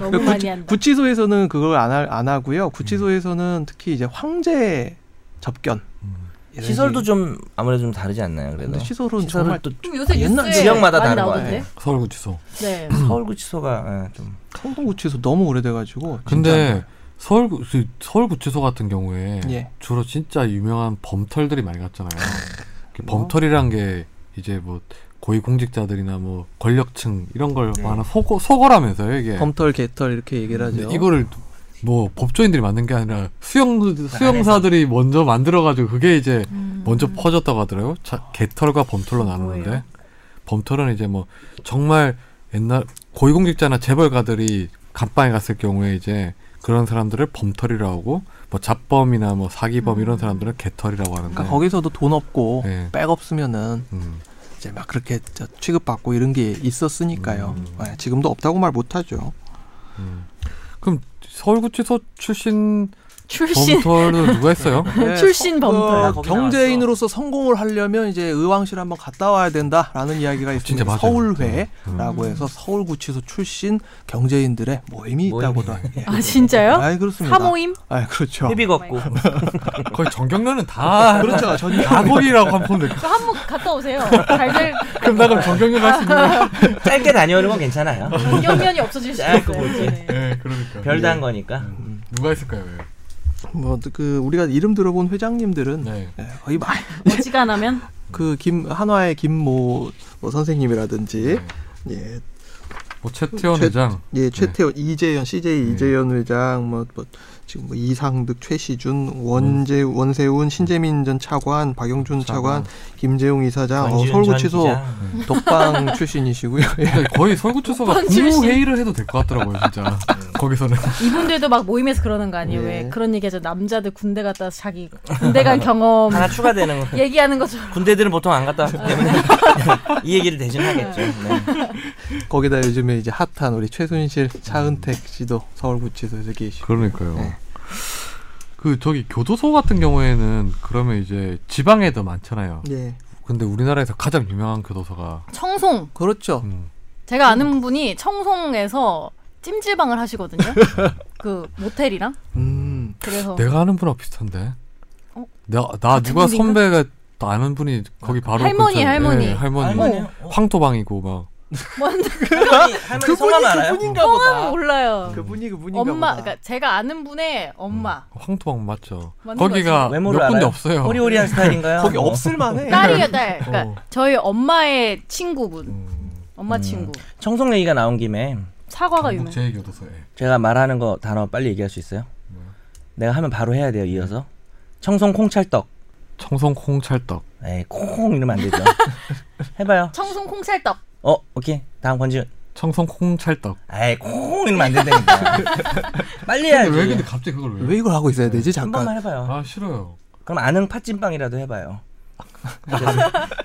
Speaker 4: 너무
Speaker 2: 구치-
Speaker 4: 많이 한다.
Speaker 2: 구치소에서는 그걸 안, 할- 안
Speaker 1: 음.
Speaker 2: 하고요. 구치소에서는 특히 이제 황제 접견
Speaker 1: 음.
Speaker 2: 이런
Speaker 3: 시설도
Speaker 2: 게-
Speaker 3: 좀 아무래도 좀 다르지 않나요? 그래도
Speaker 2: 근데 시설은
Speaker 3: 시설을
Speaker 2: 정말
Speaker 3: 또
Speaker 4: 좀 요새
Speaker 3: 옛날
Speaker 4: 뉴스에
Speaker 3: 지역마다
Speaker 4: 많이
Speaker 3: 다른 거
Speaker 4: 나오던데.
Speaker 1: 서울구치소.
Speaker 4: 네.
Speaker 3: 서울구치소가 예, 좀
Speaker 2: 청동구치소 너무 오래돼가지고
Speaker 1: 근데 서울 구- 그 서울 구치소 같은 경우에
Speaker 2: 예.
Speaker 1: 주로 진짜 유명한 범털들이 많이 갔잖아요. 그 범털이란 게 이제 뭐 고위 공직자들이나 뭐 권력층 이런 걸 많아 속어 속어라면서요 이게.
Speaker 2: 네. 범털 뭐 개털 이렇게 얘기를
Speaker 1: 근데
Speaker 2: 하죠.
Speaker 1: 이거를 뭐 법조인들이 만든 게 아니라 수영
Speaker 2: 그
Speaker 1: 수영사들이 먼저 만들어가지고 그게 이제 먼저 퍼졌다고 하더라고요. 자,
Speaker 4: 아,
Speaker 1: 개털과 범털로 나누는데
Speaker 4: 뭐예요?
Speaker 1: 범털은 이제 뭐 정말 옛날 고위공직자나 재벌가들이 감방에 갔을 경우에 이제 그런 사람들을 범털이라고 하고 뭐 잡범이나 뭐 사기범
Speaker 4: 음.
Speaker 1: 이런 사람들은 개털이라고 하는데
Speaker 2: 그러니까 거기서도 돈 없고
Speaker 1: 예.
Speaker 2: 백 없으면은
Speaker 1: 음,
Speaker 2: 이제 막 그렇게 저 취급받고 이런 게 있었으니까요. 예, 지금도 없다고 말 못하죠.
Speaker 1: 음. 그럼 서울구치소 출신
Speaker 4: 출신
Speaker 1: 범털도 누가 했어요?
Speaker 2: 예,
Speaker 4: 출신
Speaker 2: 성-
Speaker 4: 범털.
Speaker 2: 어, 경제인으로서 성공을 하려면 이제 의왕실 한번 갔다 와야 된다라는 이야기가
Speaker 1: 진짜
Speaker 2: 있습니다.
Speaker 1: 맞아요. 음.
Speaker 2: 서울회라고 해서 서울구치소 출신 경제인들의 모임이 있다고 다. 예.
Speaker 4: 아 진짜요?
Speaker 2: 아, 그렇습니다.
Speaker 4: 사모임?
Speaker 2: 아, 그렇죠.
Speaker 1: 네,
Speaker 3: 회비 걷고
Speaker 1: 거의 전경련은 다
Speaker 2: 그렇죠. 전
Speaker 1: 아, 다 거기라고 한번 보면 될까?
Speaker 4: 그 한번 갔다 오세요. 잘될
Speaker 1: 그럼 나 그럼 전경련 할수 있는 거야?
Speaker 3: 짧게 다녀오는 건 괜찮아요.
Speaker 4: 경련이 없어질 수
Speaker 3: 아,
Speaker 4: 있어요.
Speaker 3: 그거 뭐지?
Speaker 4: 네.
Speaker 1: 네, 그러니까
Speaker 3: 별다한 거니까.
Speaker 1: 누가 했을까요? 예. 왜?
Speaker 2: 뭐그 우리가 이름 들어본 회장님들은
Speaker 1: 네.
Speaker 2: 예, 거의 마-
Speaker 4: 어지간하면
Speaker 2: 그 김, 한화의 김모 뭐 선생님이라든지 예,
Speaker 1: 네. 뭐 최태원
Speaker 2: 최-
Speaker 1: 회장
Speaker 2: 예, 최태원, 이재현, CJ 이재현 회장, 뭐, 뭐 지금 뭐 이상득, 최시준, 원재, 원세훈, 신재민 전 차관, 박영준 차관, 김재용 이사장, 어,
Speaker 3: 전지훈
Speaker 2: 서울구치소
Speaker 3: 전 기자.
Speaker 2: 독방 출신이시고요. 예.
Speaker 1: 그러니까 거의 서울구치소가
Speaker 4: 국방 출신.
Speaker 1: 국무회의를 해도 될 것 같더라고요 진짜 거기서는
Speaker 4: 이분들도 막 모임에서 그러는 거 아니에요?
Speaker 2: 네.
Speaker 4: 왜 그런 얘기하죠? 남자들 군대 갔다 와서 자기 군대 간 경험
Speaker 3: 하나 추가되는
Speaker 2: 예.
Speaker 3: 거.
Speaker 4: 얘기하는 것처럼
Speaker 3: 군대들은 보통 안 갔다 왔기 때문에
Speaker 2: 어.
Speaker 3: 이 얘기를 대신하겠죠. 네.
Speaker 2: 거기다 요즘에 이제 핫한 우리 최순실, 차은택 씨도 서울구치소에서 계시고.
Speaker 1: 그러니까요
Speaker 2: 네.
Speaker 1: 그 저기 교도소 같은 경우에는 그러면 이제 지방에 더 많잖아요.
Speaker 4: 네.
Speaker 2: 예.
Speaker 1: 근데 우리나라에서 가장 유명한 교도소가
Speaker 4: 청송.
Speaker 2: 그렇죠.
Speaker 1: 음,
Speaker 4: 제가 아는 분이 청송에서 찜질방을 하시거든요. 그 모텔이랑.
Speaker 2: 음.
Speaker 4: 그래서
Speaker 1: 내가 아는 분하고 비슷한데.
Speaker 4: 어?
Speaker 1: 나, 나
Speaker 4: 같은
Speaker 1: 누가
Speaker 4: 분인가?
Speaker 1: 선배가 아는 분이 거기 바로
Speaker 4: 할머니,
Speaker 1: 근처에-
Speaker 4: 할머니.
Speaker 1: 예, 할머니
Speaker 8: 할머니요?
Speaker 1: 황토방이고 막
Speaker 4: 뭔지
Speaker 8: 할머니, 할머니 성함 알아요?
Speaker 2: 그분인가 보다.
Speaker 4: 뭐 몰라요.
Speaker 2: 그분이 그분인가
Speaker 4: 엄마,
Speaker 2: 보다.
Speaker 4: 그러니까 제가 아는 분의 엄마.
Speaker 1: 황토방 맞죠?
Speaker 4: 맞는
Speaker 1: 거기가 몇
Speaker 8: 외모를
Speaker 1: 군데
Speaker 8: 알아요?
Speaker 1: 없어요.
Speaker 8: 호리호리한 스타일인가요?
Speaker 2: 거기
Speaker 8: 뭐.
Speaker 2: 없을 만해.
Speaker 4: 딸이에요, 딸. 그러니까
Speaker 1: 어.
Speaker 4: 저희 엄마의 친구분.
Speaker 1: 음,
Speaker 4: 엄마
Speaker 8: 음.
Speaker 4: 친구.
Speaker 8: 청송 얘기가 나온 김에
Speaker 2: 음,
Speaker 4: 사과가
Speaker 1: 경북
Speaker 4: 유명해.
Speaker 1: 제2교도소에
Speaker 8: 제가 말하는 거 단어 빨리 얘기할 수 있어요? 내가 하면 바로 해야 돼요. 이어서 청송 콩찰떡.
Speaker 1: 청송 콩찰떡
Speaker 8: 에이 콩 이러면 안 되죠. 해봐요.
Speaker 4: 청송 콩찰떡.
Speaker 8: 어 오케이 다음 권지훈.
Speaker 1: 청송 콩찰떡
Speaker 8: 에이 콩 이러면 안 된다니까. 빨리 해야지.
Speaker 1: 왜 근데 갑자기 그걸 왜?
Speaker 2: 왜 이걸 하고 있어야 되지?
Speaker 8: 한
Speaker 2: 잠깐.
Speaker 8: 번만 해봐요.
Speaker 1: 아 싫어요.
Speaker 8: 그럼 아는 팥찜빵이라도 해봐요. 죄송-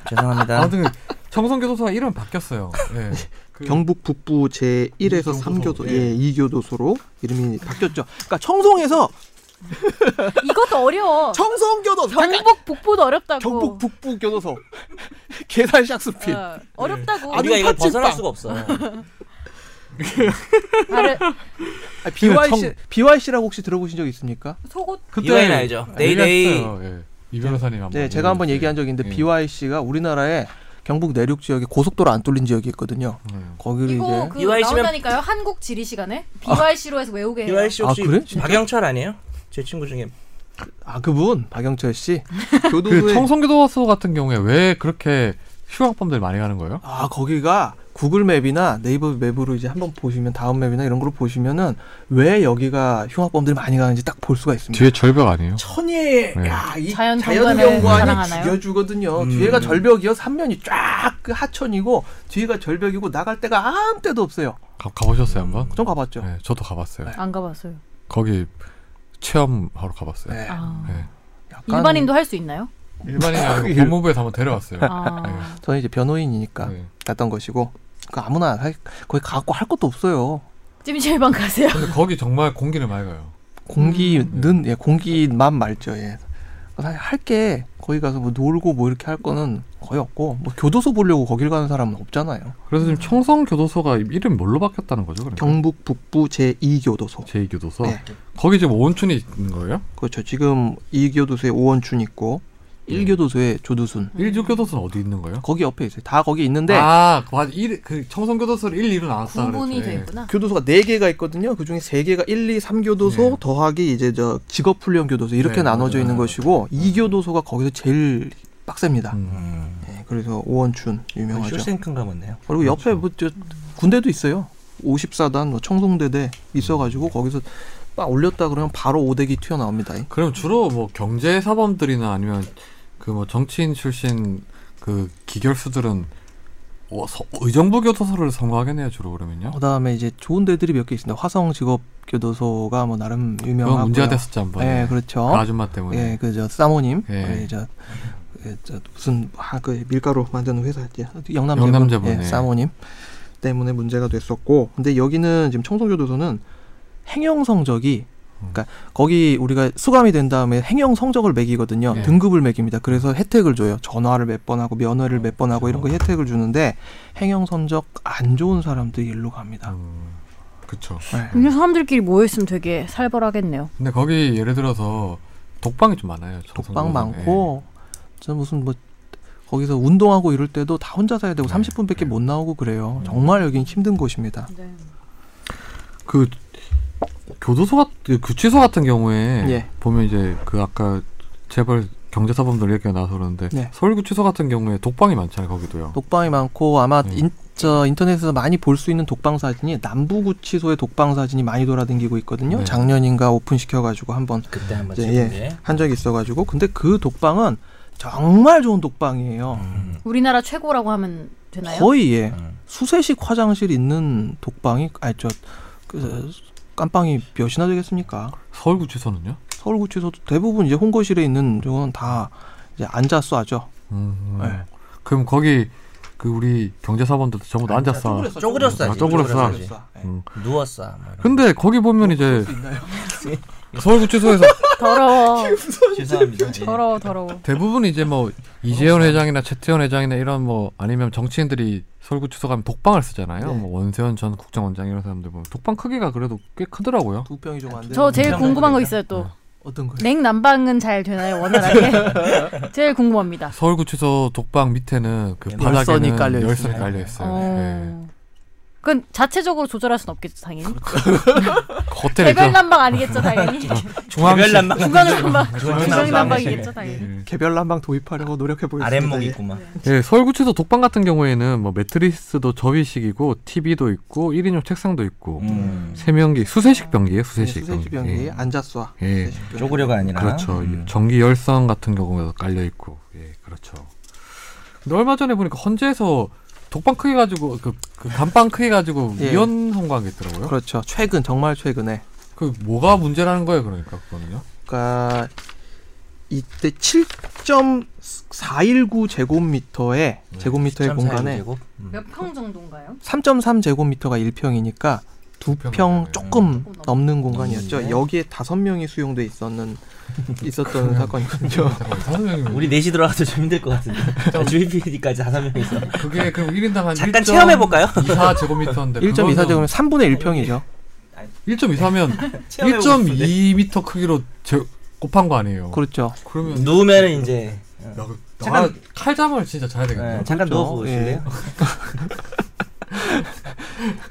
Speaker 8: 죄송합니다.
Speaker 1: 아, 아무튼 청송 교도소가 이름 바뀌었어요. 예. 그-
Speaker 2: 경북 북부 제 1에서
Speaker 1: 이교도소.
Speaker 2: 3교도
Speaker 1: 예.
Speaker 2: 예, 2교도소로 이름이 바뀌었죠. 그러니까 청송에서
Speaker 4: 이것도 어려워.
Speaker 2: 청송교도
Speaker 4: 경북 북부도 어렵다고.
Speaker 2: 경북 북부 교도소. 계산 샥스필.
Speaker 4: 어, 어렵다고.
Speaker 2: 아니,
Speaker 8: 우리가 그러니까 이걸
Speaker 2: 팥찜빵.
Speaker 8: 벗어날 수가 없어.
Speaker 1: 아,
Speaker 4: 다른
Speaker 2: 아, BYC BYC라고 혹시 들어보신 적 있습니까?
Speaker 4: 속옷
Speaker 8: 이거는 알죠.
Speaker 1: 아,
Speaker 8: 네이 네이.
Speaker 1: 얘기했어요. 예. 이 변호사님 한번.
Speaker 2: 네, 제가 한번 얘기한 적이 있는데
Speaker 1: 예.
Speaker 2: BYC가 우리나라에 경북 내륙 지역에 고속도로 안 뚫린 지역이 있거든요.
Speaker 1: 음.
Speaker 2: 거기를
Speaker 4: 이거
Speaker 2: 이제
Speaker 4: 그
Speaker 8: BYC 면-
Speaker 4: 나온다니까요. 한국 지리 시간에 BYC로 해서 외우게 해요.
Speaker 8: 이화일 씨
Speaker 2: 아,
Speaker 8: 혹시
Speaker 2: 그래? 진짜?
Speaker 8: 박영철 아니에요? 제 친구 중에
Speaker 2: 아 그분 박영철 씨
Speaker 1: 그
Speaker 2: 교도소에
Speaker 1: 청송교도소 같은 경우에 왜 그렇게 휴학범들이 많이 가는 거예요?
Speaker 2: 아 거기가 구글 맵이나 네이버 맵으로 이제 한번 보시면 다음 맵이나 이런 걸로 보시면은 왜 여기가 흉악범들이 많이 가는지 딱 볼 수가 있습니다.
Speaker 1: 뒤에 절벽 아니에요?
Speaker 2: 천혜의
Speaker 1: 네.
Speaker 2: 야이
Speaker 4: 자연 경관을
Speaker 2: 자연경관이
Speaker 4: 사랑하나요?
Speaker 2: 죽여주거든요.
Speaker 8: 음.
Speaker 2: 뒤에가 절벽이요, 삼면이 쫙 그 하천이고 뒤에가 절벽이고 나갈 데가 아무 데도 없어요.
Speaker 1: 가, 가보셨어요 한번?
Speaker 2: 음, 좀 가봤죠.
Speaker 1: 네, 저도 가봤어요.
Speaker 4: 안 가봤어요.
Speaker 1: 거기 체험하러 가봤어요.
Speaker 2: 네,
Speaker 4: 아.
Speaker 1: 네.
Speaker 2: 약간
Speaker 4: 일반인도 할 수 있나요?
Speaker 1: 일반인이 아니고 법무부에서 한번 데려왔어요.
Speaker 4: 아.
Speaker 2: 저는 이제 변호인이니까
Speaker 1: 네.
Speaker 2: 갔던 것이고 그 아무나 할- 거기 가고 할 것도 없어요.
Speaker 4: 찜질방 가세요.
Speaker 1: 근데 거기 정말 공기를 많이 가요. 음.
Speaker 2: 공기는 예, 공기만 말죠. 예. 사실 할게 거기 가서 뭐 놀고 뭐 이렇게 할 거는 거의 없고 뭐 교도소 보려고 거길 가는 사람은 없잖아요.
Speaker 1: 그래서 지금 청송교도소가 이름 뭘로 바뀌었다는 거죠? 그러니까?
Speaker 2: 경북 북부 제2 교도소.
Speaker 1: 제2교도소?
Speaker 2: 네.
Speaker 1: 거기 지금 오원춘이 있는 거예요?
Speaker 2: 그렇죠. 지금 2교도소에 오원춘 있고
Speaker 1: 네.
Speaker 2: 1교도소에 조두순.
Speaker 1: 일 1교도소는 어디 있는 거예요?
Speaker 2: 거기 옆에 있어요. 다 거기 있는데
Speaker 1: 아, 그 맞아. 일, 그 청송교도소를 1, 2로 나눴다
Speaker 4: 네. 구분이
Speaker 2: 네.
Speaker 1: 그랬죠.
Speaker 4: 돼
Speaker 1: 예.
Speaker 4: 있구나.
Speaker 2: 교도소가 4개가 있거든요. 그중에 3개가 1, 2, 3교도소
Speaker 1: 네.
Speaker 2: 더하기 이제 저 직업 훈련 교도소 이렇게
Speaker 1: 네,
Speaker 2: 나눠져
Speaker 1: 맞아요.
Speaker 2: 있는 것이고 2교도소가 거기서 제일 빡셉니다.
Speaker 1: 음. 아,
Speaker 2: 예, 그래서 오원춘 유명하죠.
Speaker 8: 쇼생크인가 본데요.
Speaker 2: 그리고 옆에
Speaker 1: 그렇죠.
Speaker 2: 뭐 저 군대도 있어요. 54단 뭐 청송대대 있어가지고 거기서 빡 올렸다 그러면 바로 오대기 튀어나옵니다.
Speaker 1: 그럼 주로 뭐 경제 사범들이나 아니면 그 뭐 정치인 출신 그 기결수들은 어, 서- 의정부 교도소를 선호하겠네요 주로 그러면요.
Speaker 2: 그다음에 이제 좋은 데들이 몇 개 있습니다. 화성 직업 교도소가 뭐 나름
Speaker 1: 그건
Speaker 2: 유명하고요.
Speaker 1: 문제가 됐었지 한번.
Speaker 2: 예,
Speaker 1: 그
Speaker 2: 그렇죠.
Speaker 1: 아줌마 때문에.
Speaker 2: 예, 그저 사모님,
Speaker 1: 예.
Speaker 2: 예, 저, 예, 저 무슨 아, 그 밀가루 만드는 회사지 영남제분,
Speaker 1: 영남제분, 예.
Speaker 2: 예, 사모님 때문에 문제가 됐었고, 근데 여기는 지금 청송교도소는 행영 성적이 그러니까 거기 우리가 수감이 된 다음에 행영 성적을 매기거든요.
Speaker 1: 예. 음.
Speaker 2: 등급을 매깁니다. 그래서 혜택을 줘요. 전화를 몇 번 하고 면회를 몇 번
Speaker 1: 어,
Speaker 2: 하고 이런 거 혜택을 주는데 행영 성적 안 좋은 사람들이 일로 갑니다.
Speaker 1: 음, 그쵸.
Speaker 2: 네.
Speaker 4: 그냥 사람들끼리 모여있으면 되게 살벌하겠네요.
Speaker 1: 근데 거기 예를 들어서 독방이 좀 많아요. 예.
Speaker 2: 독방 많고 저 무슨 뭐 거기서 운동하고 이럴 때도 다 혼자서 해야 되고
Speaker 1: 네,
Speaker 2: 30분밖에
Speaker 1: 네.
Speaker 2: 못 나오고 그래요. 정말 여긴 힘든 곳입니다.
Speaker 1: 예. 그 교도소 같, 그 구치소 같은 경우에
Speaker 2: 예.
Speaker 1: 보면 이제 그 아까 재벌 경제 사범들 얘기가 나서 그러는데
Speaker 2: 네.
Speaker 1: 서울 구치소 같은 경우에 독방이 많잖아요 거기도요.
Speaker 2: 독방이 많고 아마
Speaker 1: 네.
Speaker 2: 인, 저 인터넷에서 많이 볼 수 있는 독방 사진이 남부구치소의 독방 사진이 많이 돌아다니고 있거든요.
Speaker 1: 네.
Speaker 2: 작년인가 오픈 시켜가지고 한번
Speaker 8: 그때 한번
Speaker 2: 예,
Speaker 8: 찍은
Speaker 2: 예.
Speaker 8: 게.
Speaker 2: 한 적이 있어가지고 근데 그 독방은 정말 좋은 독방이에요.
Speaker 8: 음.
Speaker 4: 우리나라 최고라고 하면 되나요?
Speaker 2: 거의 예
Speaker 1: 네.
Speaker 8: 음.
Speaker 2: 수세식 화장실 있는 독방이 아니 저 그,
Speaker 1: 어.
Speaker 2: 깜빵이 몇이나 되겠습니까?
Speaker 1: 서울 구치소는요?
Speaker 2: 서울구치소도 대부분 이제 홍거실에 있는 저건 다 이제 앉아서 하죠.
Speaker 1: 음.
Speaker 2: 네.
Speaker 1: 그럼 거기 그 우리 경제사범들도 전부 다 앉았어.
Speaker 8: 쪼그렸어.
Speaker 1: 쪼그렸어.
Speaker 2: 예.
Speaker 1: 음.
Speaker 8: 누웠어. 뭐 이런.
Speaker 1: 근데 거기 보면 이제
Speaker 2: 있나요?
Speaker 1: 서울구치소에서
Speaker 4: 더러워.
Speaker 3: 죄송합니다. 예.
Speaker 4: 더러워 더러워.
Speaker 1: 대부분 이제 뭐 이재현 회장이나 최태원 회장이나 이런 뭐 아니면 정치인들이 서울구치소 가면 독방을 쓰잖아요.
Speaker 2: 네.
Speaker 1: 뭐 원세현 전 국정원장 이런 사람들 보면 독방 크기가 그래도 꽤 크더라고요.
Speaker 2: 두 평이 네, 좀 안 되는.
Speaker 4: 저 제일
Speaker 2: 거죠?
Speaker 4: 궁금한 거 있어요 또.
Speaker 2: 어떤 거예요?
Speaker 4: 냉난방은 잘 되나요 원활하게? 제일 궁금합니다.
Speaker 1: 네. 서울구치소 독방 밑에는 그
Speaker 8: 네,
Speaker 1: 바닥에는
Speaker 2: 열선이 깔려
Speaker 1: 열선이
Speaker 2: 있어요.
Speaker 1: 깔려 있어요. 예.
Speaker 4: 어. 그건 자체적으로 조절할 순 없겠죠 당연히.
Speaker 1: 호텔이죠.
Speaker 4: 개별 난방 아니겠죠 당연히.
Speaker 1: 중앙식
Speaker 8: 개별난방
Speaker 4: 중간
Speaker 1: 네.
Speaker 4: 난방.
Speaker 8: 중간
Speaker 4: 중간 난방이겠죠
Speaker 8: 예.
Speaker 4: 당연히.
Speaker 2: 개별 난방 도입하려고 노력해 보겠습니다.
Speaker 8: 아랫목
Speaker 2: 예.
Speaker 8: 있구만.
Speaker 1: 예, 서울구치소 독방 같은 경우에는 뭐 매트리스도 접이식이고 TV도 있고 1인용 책상도 있고
Speaker 8: 음.
Speaker 1: 세면기 수세식 변기예요
Speaker 2: 예,
Speaker 1: 수세식, 변기.
Speaker 2: 수세식 변기
Speaker 1: 예.
Speaker 2: 앉았어. 네,
Speaker 1: 예.
Speaker 8: 쪼그려가 아니라.
Speaker 1: 그렇죠.
Speaker 8: 음.
Speaker 1: 전기 열선 같은 경우에도 깔려 있고, 예, 그렇죠. 근데 얼마 전에 보니까 헌재에서 독방 크기 가지고 그, 그 간방 크기 가지고
Speaker 2: 예.
Speaker 1: 위헌 선고한 게 있더라고요.
Speaker 2: 그렇죠. 최근 정말 최근에
Speaker 1: 그 뭐가 문제라는 거예요, 그러니까 그거는요.
Speaker 2: 그러니까 이때 7.419 제곱미터의 제곱미터의
Speaker 8: 10.4
Speaker 2: 공간에
Speaker 8: 제곱? 음.
Speaker 4: 몇 평 정도인가요?
Speaker 2: 3.3 제곱미터가 1평이니까 두 평
Speaker 1: 평이네요.
Speaker 2: 조금
Speaker 4: 조금
Speaker 2: 넘는 공간이었죠.
Speaker 8: 넘는데.
Speaker 2: 여기에 다섯 명이 수용돼 있었는 있었던 사건이거든요.
Speaker 8: 우리 넷이 들어가도 좀 힘들 것 같은데. 주희 PD까지 다섯 명이서.
Speaker 1: 그게 그럼 1인당 한
Speaker 8: 잠깐 체험해볼까요?
Speaker 1: 2사 제곱미터인데
Speaker 2: 1.24 제곱미터 3분의 1평이죠.
Speaker 1: 1.24면
Speaker 8: 체험해보고 싶은데.
Speaker 1: 1.2미터 크기로 제, 곱한 거 아니에요.
Speaker 2: 그렇죠.
Speaker 1: 그러면
Speaker 8: 누우면은 이제
Speaker 1: 야, 그-
Speaker 8: 잠깐-
Speaker 1: 아, 칼잠을 진짜 자야 되겠네요.
Speaker 8: 예, 잠깐
Speaker 2: 그렇죠.
Speaker 8: 누워 보실래요?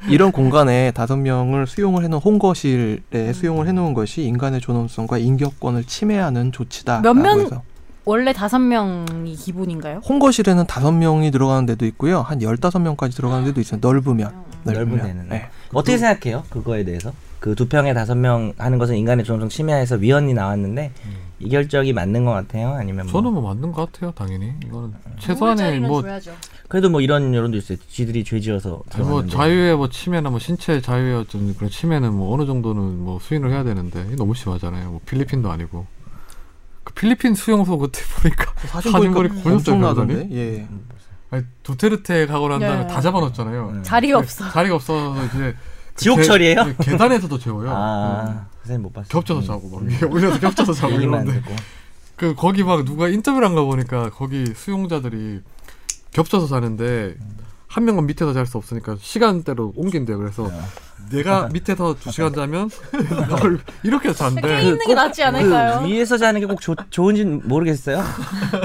Speaker 2: 이런 공간에 다섯 명을 수용을 해놓은 홍거실에 수용을 해놓은 것이 인간의 존엄성과 인격권을 침해하는 조치다.
Speaker 4: 몇 명?
Speaker 2: 해서.
Speaker 4: 원래 다섯 명이 기본인가요?
Speaker 2: 홍거실에는 다섯 명이 들어가는 데도 있고요. 한 열다섯 명까지 들어가는 데도 있어요. 넓으면.
Speaker 8: 넓은
Speaker 2: 넓으면.
Speaker 8: 데는.
Speaker 2: 네.
Speaker 8: 어떻게 생각해요? 그거에 대해서? 그 두 평에 다섯 명 하는 것은 인간의 존엄성 침해해서 위헌이 나왔는데 이 결정이 맞는 것 같아요? 아니면 뭐
Speaker 1: 음. 저는 뭐 맞는 것 같아요, 당연히. 이거는
Speaker 8: 음.
Speaker 1: 최소한의 뭐
Speaker 4: 줘야죠.
Speaker 8: 그래도 뭐 이런 여론도 있어요. 지들이 죄지어서
Speaker 1: 아니,
Speaker 2: 네,
Speaker 1: 뭐
Speaker 8: 들어갔는데.
Speaker 1: 자유의 뭐 침해나 뭐 신체 자유의 어떤 그런 침해는 뭐 어느 정도는 뭐 수인을 해야 되는데 이게 너무 심하잖아요. 뭐 필리핀도 아니고 그 필리핀 수용소 그때 보니까
Speaker 2: 사진
Speaker 1: 사진 보니까
Speaker 2: 보니까
Speaker 1: 보셨어요,
Speaker 2: 엄청나던데.
Speaker 1: 변호사님?
Speaker 2: 예.
Speaker 1: 아니, 두테르테 가고 난 다음에
Speaker 4: 네.
Speaker 1: 다 잡아놨잖아요.
Speaker 8: 네.
Speaker 4: 자리가 없어.
Speaker 1: 자리가 없어서 이제 그
Speaker 8: 지옥철이에요?
Speaker 1: 계- 계단에서도 재워요.
Speaker 8: 아, 선생님 못 봤어요. 네,
Speaker 1: 음. 겹쳐서 자고 막 위에 올려서 겹쳐서 자고
Speaker 8: 얘기만 안
Speaker 1: 이러는데
Speaker 8: 듣고.
Speaker 1: 그 거기 막 누가 인터뷰를 한 거 보니까 거기 수용자들이 겹쳐서 자는데 한 명은 밑에서 잘 수 없으니까 시간대로 옮긴대요. 그래서
Speaker 8: 아.
Speaker 1: 내가 밑에서 두 시간 자면 널 이렇게
Speaker 4: 깨
Speaker 1: 잔대.
Speaker 4: 있는 게 낫지 않을까요?
Speaker 8: 그 위에서 자는 게 꼭 좋은지는 모르겠어요.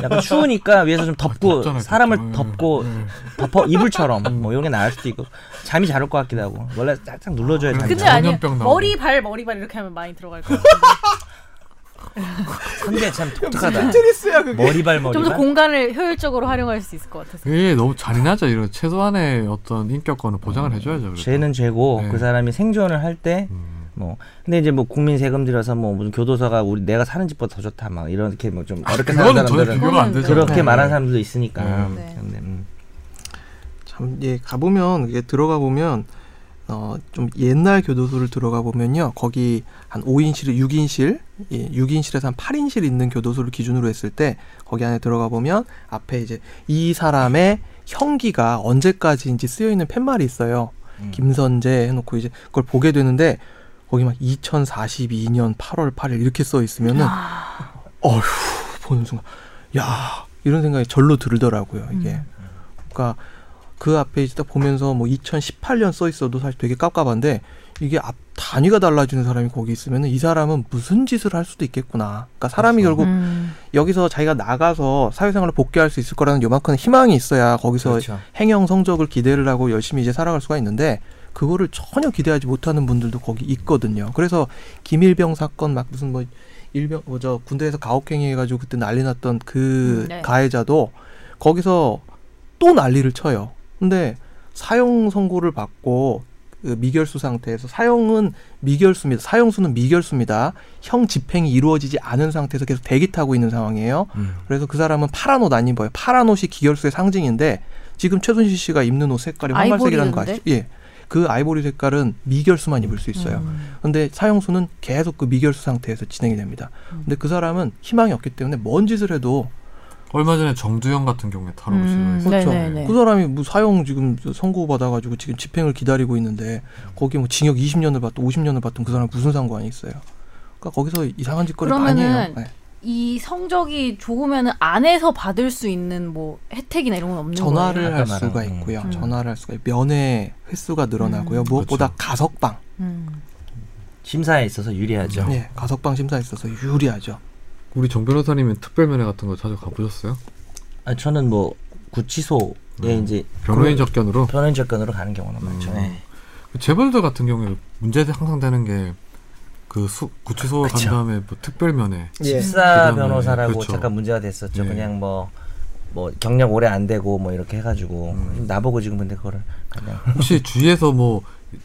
Speaker 8: 약간 추우니까 위에서 좀 덥고
Speaker 1: 덥잖아요,
Speaker 8: 사람을
Speaker 1: 덥죠.
Speaker 8: 덮고
Speaker 1: 예, 예.
Speaker 8: 덮어 이불처럼 뭐 이런 게 나을 수도 있고 잠이 잘 올 것 같기도 하고 원래 짝짝 눌러줘야
Speaker 1: 그래.
Speaker 4: 근데
Speaker 8: 된다.
Speaker 4: 아니
Speaker 1: 전염병 나오고.
Speaker 4: 머리 발 머리 발 이렇게 하면 많이 들어갈 것 같은데
Speaker 8: 근데 참 독특하다. 머리발
Speaker 4: 좀 더
Speaker 8: 머리발.
Speaker 4: 공간을 효율적으로 활용할 수 있을 것 같아서
Speaker 1: 그게 너무 잔인하죠. 이런 최소한의 어떤 인격권을 보장을 해줘야죠. 그래도.
Speaker 8: 죄는 죄고
Speaker 1: 네.
Speaker 8: 그 사람이 생존을 할 때
Speaker 1: 음.
Speaker 8: 뭐 근데 이제 뭐 국민 세금 들여서 뭐 무슨 교도소가 우리 내가 사는 집보다 더 좋다 막 이렇게 뭐 좀 어렵게 사는
Speaker 1: 그거는 전혀
Speaker 8: 사람들은
Speaker 1: 비교가 안 되죠.
Speaker 8: 그렇게
Speaker 1: 네.
Speaker 8: 말하는 사람들도 있으니까.
Speaker 1: 네.
Speaker 4: 네.
Speaker 8: 근데 음.
Speaker 2: 참, 예, 가보면, 이게 들어가 보면, 어, 좀 옛날 교도소를 들어가 보면요. 거기 한 5인실, 6인실, 예, 6인실에서 한 8인실 있는 교도소를 기준으로 했을 때, 거기 안에 들어가 보면, 앞에 이제 이 사람의 형기가 언제까지인지 쓰여있는 팻말이 있어요. 김선재 해놓고 이제 그걸 보게 되는데, 거기 막 2042년 8월 8일 이렇게 써 있으면은, 어휴, 보는 순간, 야 이런 생각이 절로 들더라고요, 이게.
Speaker 4: 음.
Speaker 2: 그러니까 그 앞에 이제 딱 보면서 뭐 2018년 써 있어도 사실 되게 깝깝한데 이게 앞 단위가 달라지는 사람이 거기 있으면 이 사람은 무슨 짓을 할 수도 있겠구나. 그러니까 사람이 결국
Speaker 4: 음.
Speaker 2: 여기서 자기가 나가서 사회생활로 복귀할 수 있을 거라는 요만큼의 희망이 있어야 거기서
Speaker 8: 그렇죠.
Speaker 2: 행영 성적을 기대를 하고 열심히 이제 살아갈 수가 있는데 그거를 전혀 기대하지 못하는 분들도 거기 있거든요. 그래서 김일병 사건 막 무슨 뭐 일병 뭐저 군대에서 가혹행위 해가지고 그때 난리 났던 그
Speaker 4: 음, 네.
Speaker 2: 가해자도 거기서 또 난리를 쳐요. 근데 사형 선고를 받고 그 미결수 상태에서 사형은 미결수입니다. 사형수는 미결수입니다. 형 집행이 이루어지지 않은 상태에서 계속 대기 타고 있는 상황이에요. 그래서 그 사람은 파란 옷 안 입어요. 파란 옷이 기결수의 상징인데 지금 최순실 씨가 입는 옷 색깔이 황갈색이라는 거 아시죠? 예. 그 아이보리 색깔은 미결수만 입을 수 있어요.
Speaker 4: 음.
Speaker 2: 근데 사형수는 계속 그 미결수 상태에서 진행이 됩니다. 근데 그 사람은 희망이 없기 때문에 뭔 짓을 해도
Speaker 1: 얼마 전에 정두영 같은 경우에 탈옥을 시도했어요.
Speaker 4: 음, 네,
Speaker 2: 그렇죠.
Speaker 4: 네, 네.
Speaker 2: 그 사람이 뭐 사형 지금 선고 받아가지고 지금 집행을 기다리고 있는데 거기 뭐 징역 20년을 받든 50년을 받든 그 사람 무슨 상관이 있어요? 그러니까 거기서 이상한 짓거리 많이
Speaker 4: 그러면은 뭐
Speaker 2: 해요. 네.
Speaker 4: 이 성적이 좋으면 안에서 받을 수 있는 뭐 혜택이나 이런 건 없는
Speaker 2: 전화를
Speaker 4: 거예요.
Speaker 2: 할
Speaker 3: 아까
Speaker 2: 수가
Speaker 3: 말한,
Speaker 2: 있고요.
Speaker 4: 음.
Speaker 2: 전화를 할 수가 있 면회 횟수가 늘어나고요.
Speaker 4: 음.
Speaker 2: 무엇보다 가석방.
Speaker 4: 음.
Speaker 3: 심사에 있어서 유리하죠.
Speaker 2: 예, 가석방 심사에 있어서 유리하죠.
Speaker 1: 우리 정 변호사님은 특별면회 같은 거 자주 가보셨어요?
Speaker 3: 아, 저는 뭐 구치소에
Speaker 1: 음.
Speaker 3: 이제 그
Speaker 1: 변호인 접견으로
Speaker 3: 변호인 접근으로 가는 경우는 많죠.
Speaker 1: 음.
Speaker 3: 예.
Speaker 1: 재벌들 같은 경우에 문제 항상 되는 게 그 구치소 간
Speaker 3: 그쵸. 예.
Speaker 1: 다음에 뭐 특별면회
Speaker 3: 집사
Speaker 1: 그다음에,
Speaker 3: 변호사라고
Speaker 1: 그렇죠.
Speaker 3: 잠깐 문제가 됐었죠.
Speaker 1: 예.
Speaker 3: 그냥 뭐. 뭐 경력 오래 안 되고 뭐 이렇게 해가지고
Speaker 1: 음.
Speaker 3: 나보고 지금 근데 그거를 그냥
Speaker 1: 혹시 주위에서 뭐 이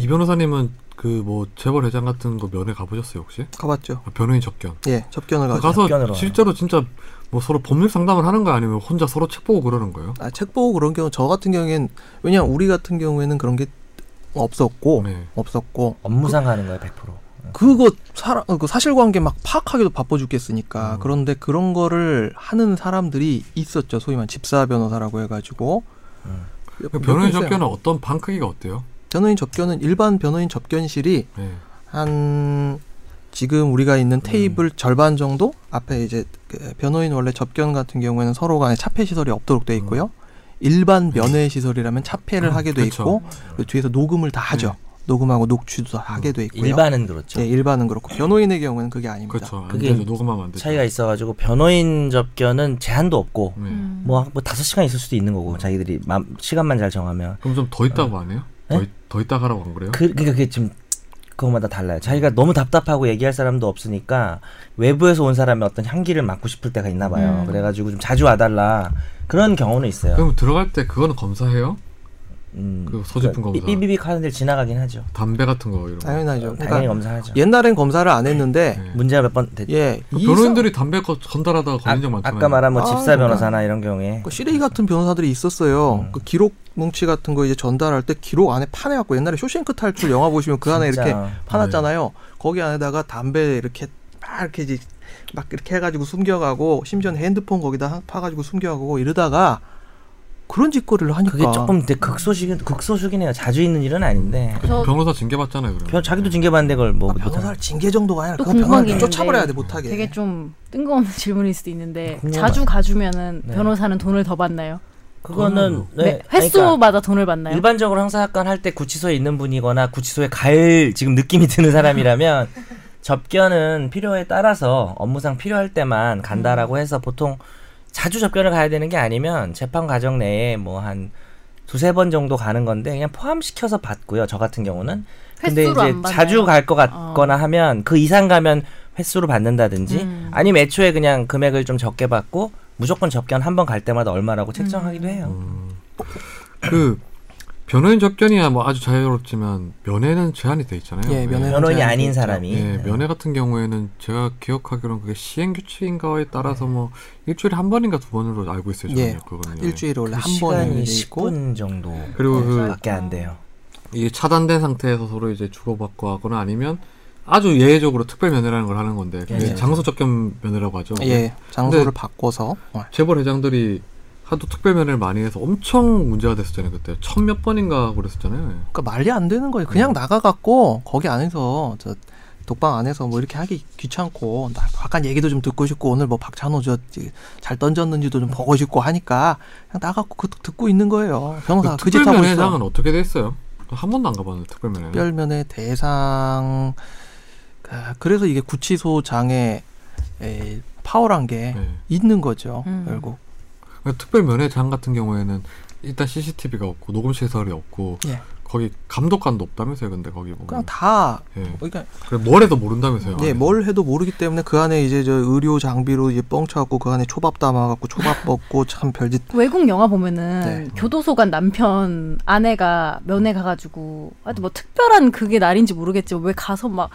Speaker 1: 변호사님은 그 뭐 재벌 회장 같은 거 면회 가보셨어요 혹시?
Speaker 2: 가봤죠.
Speaker 1: 아, 변호인 접견 그
Speaker 2: 예, 접견을 가죠.
Speaker 1: 가서
Speaker 3: 접견으로
Speaker 1: 실제로 진짜 뭐 서로 법률 상담을 하는 거 아니면 혼자 서로 책 보고 그러는 거예요?
Speaker 2: 아, 책 보고 그런 경우 저 같은 경우엔 왜냐 우리 같은 경우에는 그런 게 없었고
Speaker 1: 네.
Speaker 2: 없었고
Speaker 3: 업무상 하는 거예요 100%.
Speaker 2: 그거 사람 그 사실관계 막 파악하기도 바빠 죽겠으니까
Speaker 1: 음.
Speaker 2: 그런데 그런 거를 하는 사람들이 있었죠. 소위 말 집사 변호사라고 해가지고
Speaker 3: 음.
Speaker 1: 그 변호인
Speaker 2: 있어요.
Speaker 1: 접견은 어떤 방 크기가 어때요?
Speaker 2: 변호인 접견은 일반 변호인 접견실이
Speaker 1: 네.
Speaker 2: 한 지금 우리가 있는
Speaker 1: 음.
Speaker 2: 테이블 절반 정도 앞에 이제 그 변호인 원래 접견 같은 경우에는 서로 간에 차폐 시설이 없도록 돼 있고요. 일반 면회 시설이라면
Speaker 1: 음,
Speaker 2: 차폐를
Speaker 1: 네.
Speaker 2: 하게 돼
Speaker 1: 그쵸.
Speaker 2: 있고 그 뒤에서 녹음을 다 하죠. 녹음하고 녹취도 하게 돼 있고요.
Speaker 3: 일반은 그렇죠.
Speaker 2: 예, 일반은 그렇고 변호인의 경우에는 그게 아닙니다.
Speaker 1: 그렇죠. 안
Speaker 3: 그게
Speaker 1: 되죠. 녹음하면 안 되죠. 예.
Speaker 3: 차이가 있어가지고 변호인 접견은 제한도 없고
Speaker 1: 네.
Speaker 4: 음.
Speaker 3: 뭐 한- 뭐 다섯 시간 있을 수도 있는
Speaker 1: 음.
Speaker 3: 거고 자기들이 맘- 시간만 잘 정하면
Speaker 1: 그럼 좀 더 있다고 안 해요? 더,
Speaker 3: 네?
Speaker 1: 있- 더 있다고 하라고 안 그래요?
Speaker 3: 그, 그러니까 그게 지금 그거마다 달라요. 자기가 너무 답답하고 얘기할 사람도 없으니까 외부에서 온 사람의 어떤 향기를 맡고 싶을 때가 있나 봐요.
Speaker 4: 음.
Speaker 3: 그래가지고 좀 자주 와달라 그런 경우는 있어요.
Speaker 1: 그럼 들어갈 때 그거는 검사해요?
Speaker 3: 음,
Speaker 1: 그 소지품
Speaker 3: 그
Speaker 1: 검사.
Speaker 3: 삐비빅 하는 데 지나가긴 하죠.
Speaker 1: 담배 같은 거 이런 거.
Speaker 2: 당연하죠.
Speaker 3: 당연히
Speaker 2: 그러니까
Speaker 3: 검사하죠.
Speaker 2: 옛날엔 검사를 안 했는데
Speaker 1: 네.
Speaker 3: 문제가 몇 번 됐죠.
Speaker 2: 예,
Speaker 1: 그
Speaker 2: 이
Speaker 1: 변호인들이 담배 거- 전달하다가
Speaker 3: 아,
Speaker 1: 걸린 적 많잖아요.
Speaker 3: 아까 말한 뭐
Speaker 2: 아,
Speaker 3: 집사
Speaker 2: 그러니까.
Speaker 3: 변호사나 이런 경우에
Speaker 2: 그 쓰레기 같은 변호사들이 있었어요.
Speaker 3: 음.
Speaker 2: 그 기록 뭉치 같은 거 이제 전달할 때 기록 안에 파내갖고 옛날에 쇼생크 탈출 영화 보시면 그 안에
Speaker 3: 진짜
Speaker 2: 이렇게 파놨잖아요.
Speaker 1: 네.
Speaker 2: 거기 안에다가 담배 이렇게 막 이렇게 이제 막 이렇게 해가지고 숨겨가고 심지어는 핸드폰 거기다 하- 파가지고 숨겨가고 이러다가 그런 짓거리를 하니까 아,
Speaker 3: 그게 조금 근데 극소수긴 극소수긴 해요. 자주 있는 일은 아닌데
Speaker 4: 저-
Speaker 1: 그 변호사 징계 받잖아요. 그러면.
Speaker 3: 변- 자기도 징계받는데 그걸 뭐
Speaker 2: 음. 아, 변호사를 징계 정도가 아니라
Speaker 4: 또
Speaker 2: 그건
Speaker 4: 궁금한 게
Speaker 2: 변호사를
Speaker 4: 있는데
Speaker 2: 쫓아버려야 돼 못하게.
Speaker 4: 되게 좀 뜬금없는 질문일 수도 있는데
Speaker 3: 궁금해요.
Speaker 4: 자주 가주면은
Speaker 3: 네.
Speaker 4: 변호사는 돈을 더 받나요?
Speaker 3: 그거는
Speaker 4: 매-
Speaker 3: 네, 그러니까
Speaker 4: 횟수마다 돈을 받나요?
Speaker 3: 일반적으로 형사 사건 할 때 구치소에 있는 분이거나 구치소에 갈 지금 느낌이 드는 사람이라면 접견은 필요에 따라서 업무상 필요할 때만
Speaker 4: 음.
Speaker 3: 간다라고 해서 보통 자주 접견을 가야 되는 게 아니면 재판 과정 내에 뭐 한 두세 번 정도 가는 건데 그냥 포함시켜서 받고요. 저 같은 경우는 근데 이제
Speaker 4: 횟수로 안 받나요? 어.
Speaker 3: 자주 갈 것 같거나 하면 그 이상 가면 횟수로 받는다든지
Speaker 4: 음.
Speaker 3: 아니면 애초에 그냥 금액을 좀 적게 받고 무조건 접견 한 번 갈 때마다 얼마라고
Speaker 4: 음.
Speaker 3: 책정하기도 해요.
Speaker 2: 음.
Speaker 1: 그 변호인 접견이야 뭐 아주 자유롭지만 면회는 제한이 돼 있잖아요.
Speaker 2: 예, 면회.
Speaker 3: 변호인이
Speaker 2: 현재
Speaker 3: 아닌
Speaker 2: 있죠. 네,
Speaker 3: 사람이
Speaker 1: 예, 면회 같은 경우에는 제가 기억하기로는 그게 시행 규칙인가에 따라서 뭐 일주일에 한 번인가 두 번으로 알고 있어요. 저는
Speaker 2: 예.
Speaker 1: 그거는
Speaker 2: 일주일에 원래 한 번이
Speaker 3: 음. 시간이
Speaker 2: 있고
Speaker 3: 10분 정도
Speaker 1: 그리고 그-
Speaker 3: 밖에 안 돼요.
Speaker 1: 이게 차단된 상태에서 서로 이제 주고받고 하거나 아니면 아주 예외적으로 특별 면회라는 걸 하는 건데 그게
Speaker 3: 예.
Speaker 1: 장소 접견 면회라고 하죠.
Speaker 2: 예 장소를
Speaker 1: 근데-
Speaker 2: 바꿔서 어.
Speaker 1: 재벌 회장들이 하도 특별 면회를 많이 해서 엄청 문제가 됐었잖아요 그때 천 몇 번인가 그랬었잖아요.
Speaker 2: 그러니까 말이 안 되는 거예요. 그냥 나가갖고 거기 안에서 저 독방 안에서 뭐 이렇게 하기 귀찮고 나 약간 얘기도 좀 듣고 싶고 오늘 뭐 박찬호 저 잘 던졌는지도 좀 보고 싶고 하니까 그냥 나가고 그 듣고 있는 거예요. 변호사
Speaker 1: 그
Speaker 2: 그짓
Speaker 1: 특별
Speaker 2: 하고 있어.
Speaker 1: 면회장은 어떻게 돼 있어요? 한 번도 안 가봤는데 특별 면회. 는
Speaker 2: 특별면의 대상 아, 그래서 이게 구치소장의 에, 파워란 게
Speaker 1: 네.
Speaker 2: 있는 거죠.
Speaker 4: 음.
Speaker 2: 결국
Speaker 1: 그러니까 특별 면회장 같은 경우에는 일단 CCTV가 없고 녹음 시설이 없고
Speaker 2: 예.
Speaker 1: 거기 감독관도 없다면서요. 근데 거기 보면
Speaker 2: 그냥 다
Speaker 1: 예.
Speaker 2: 그러니까
Speaker 1: 그래 뭘 해도 모른다면서요.
Speaker 2: 예,
Speaker 1: 안에서.
Speaker 2: 뭘 해도 모르기 때문에 그 안에 이제 저 의료 장비로 이제 뻥쳐갖고 그 안에 초밥 담아갖고 초밥 먹고 참 별짓.
Speaker 4: 외국 영화 보면은
Speaker 2: 네.
Speaker 4: 교도소 간 남편 아내가 면회 가가지고 하여튼 뭐 특별한 그게 날인지 모르겠지만 왜 가서 막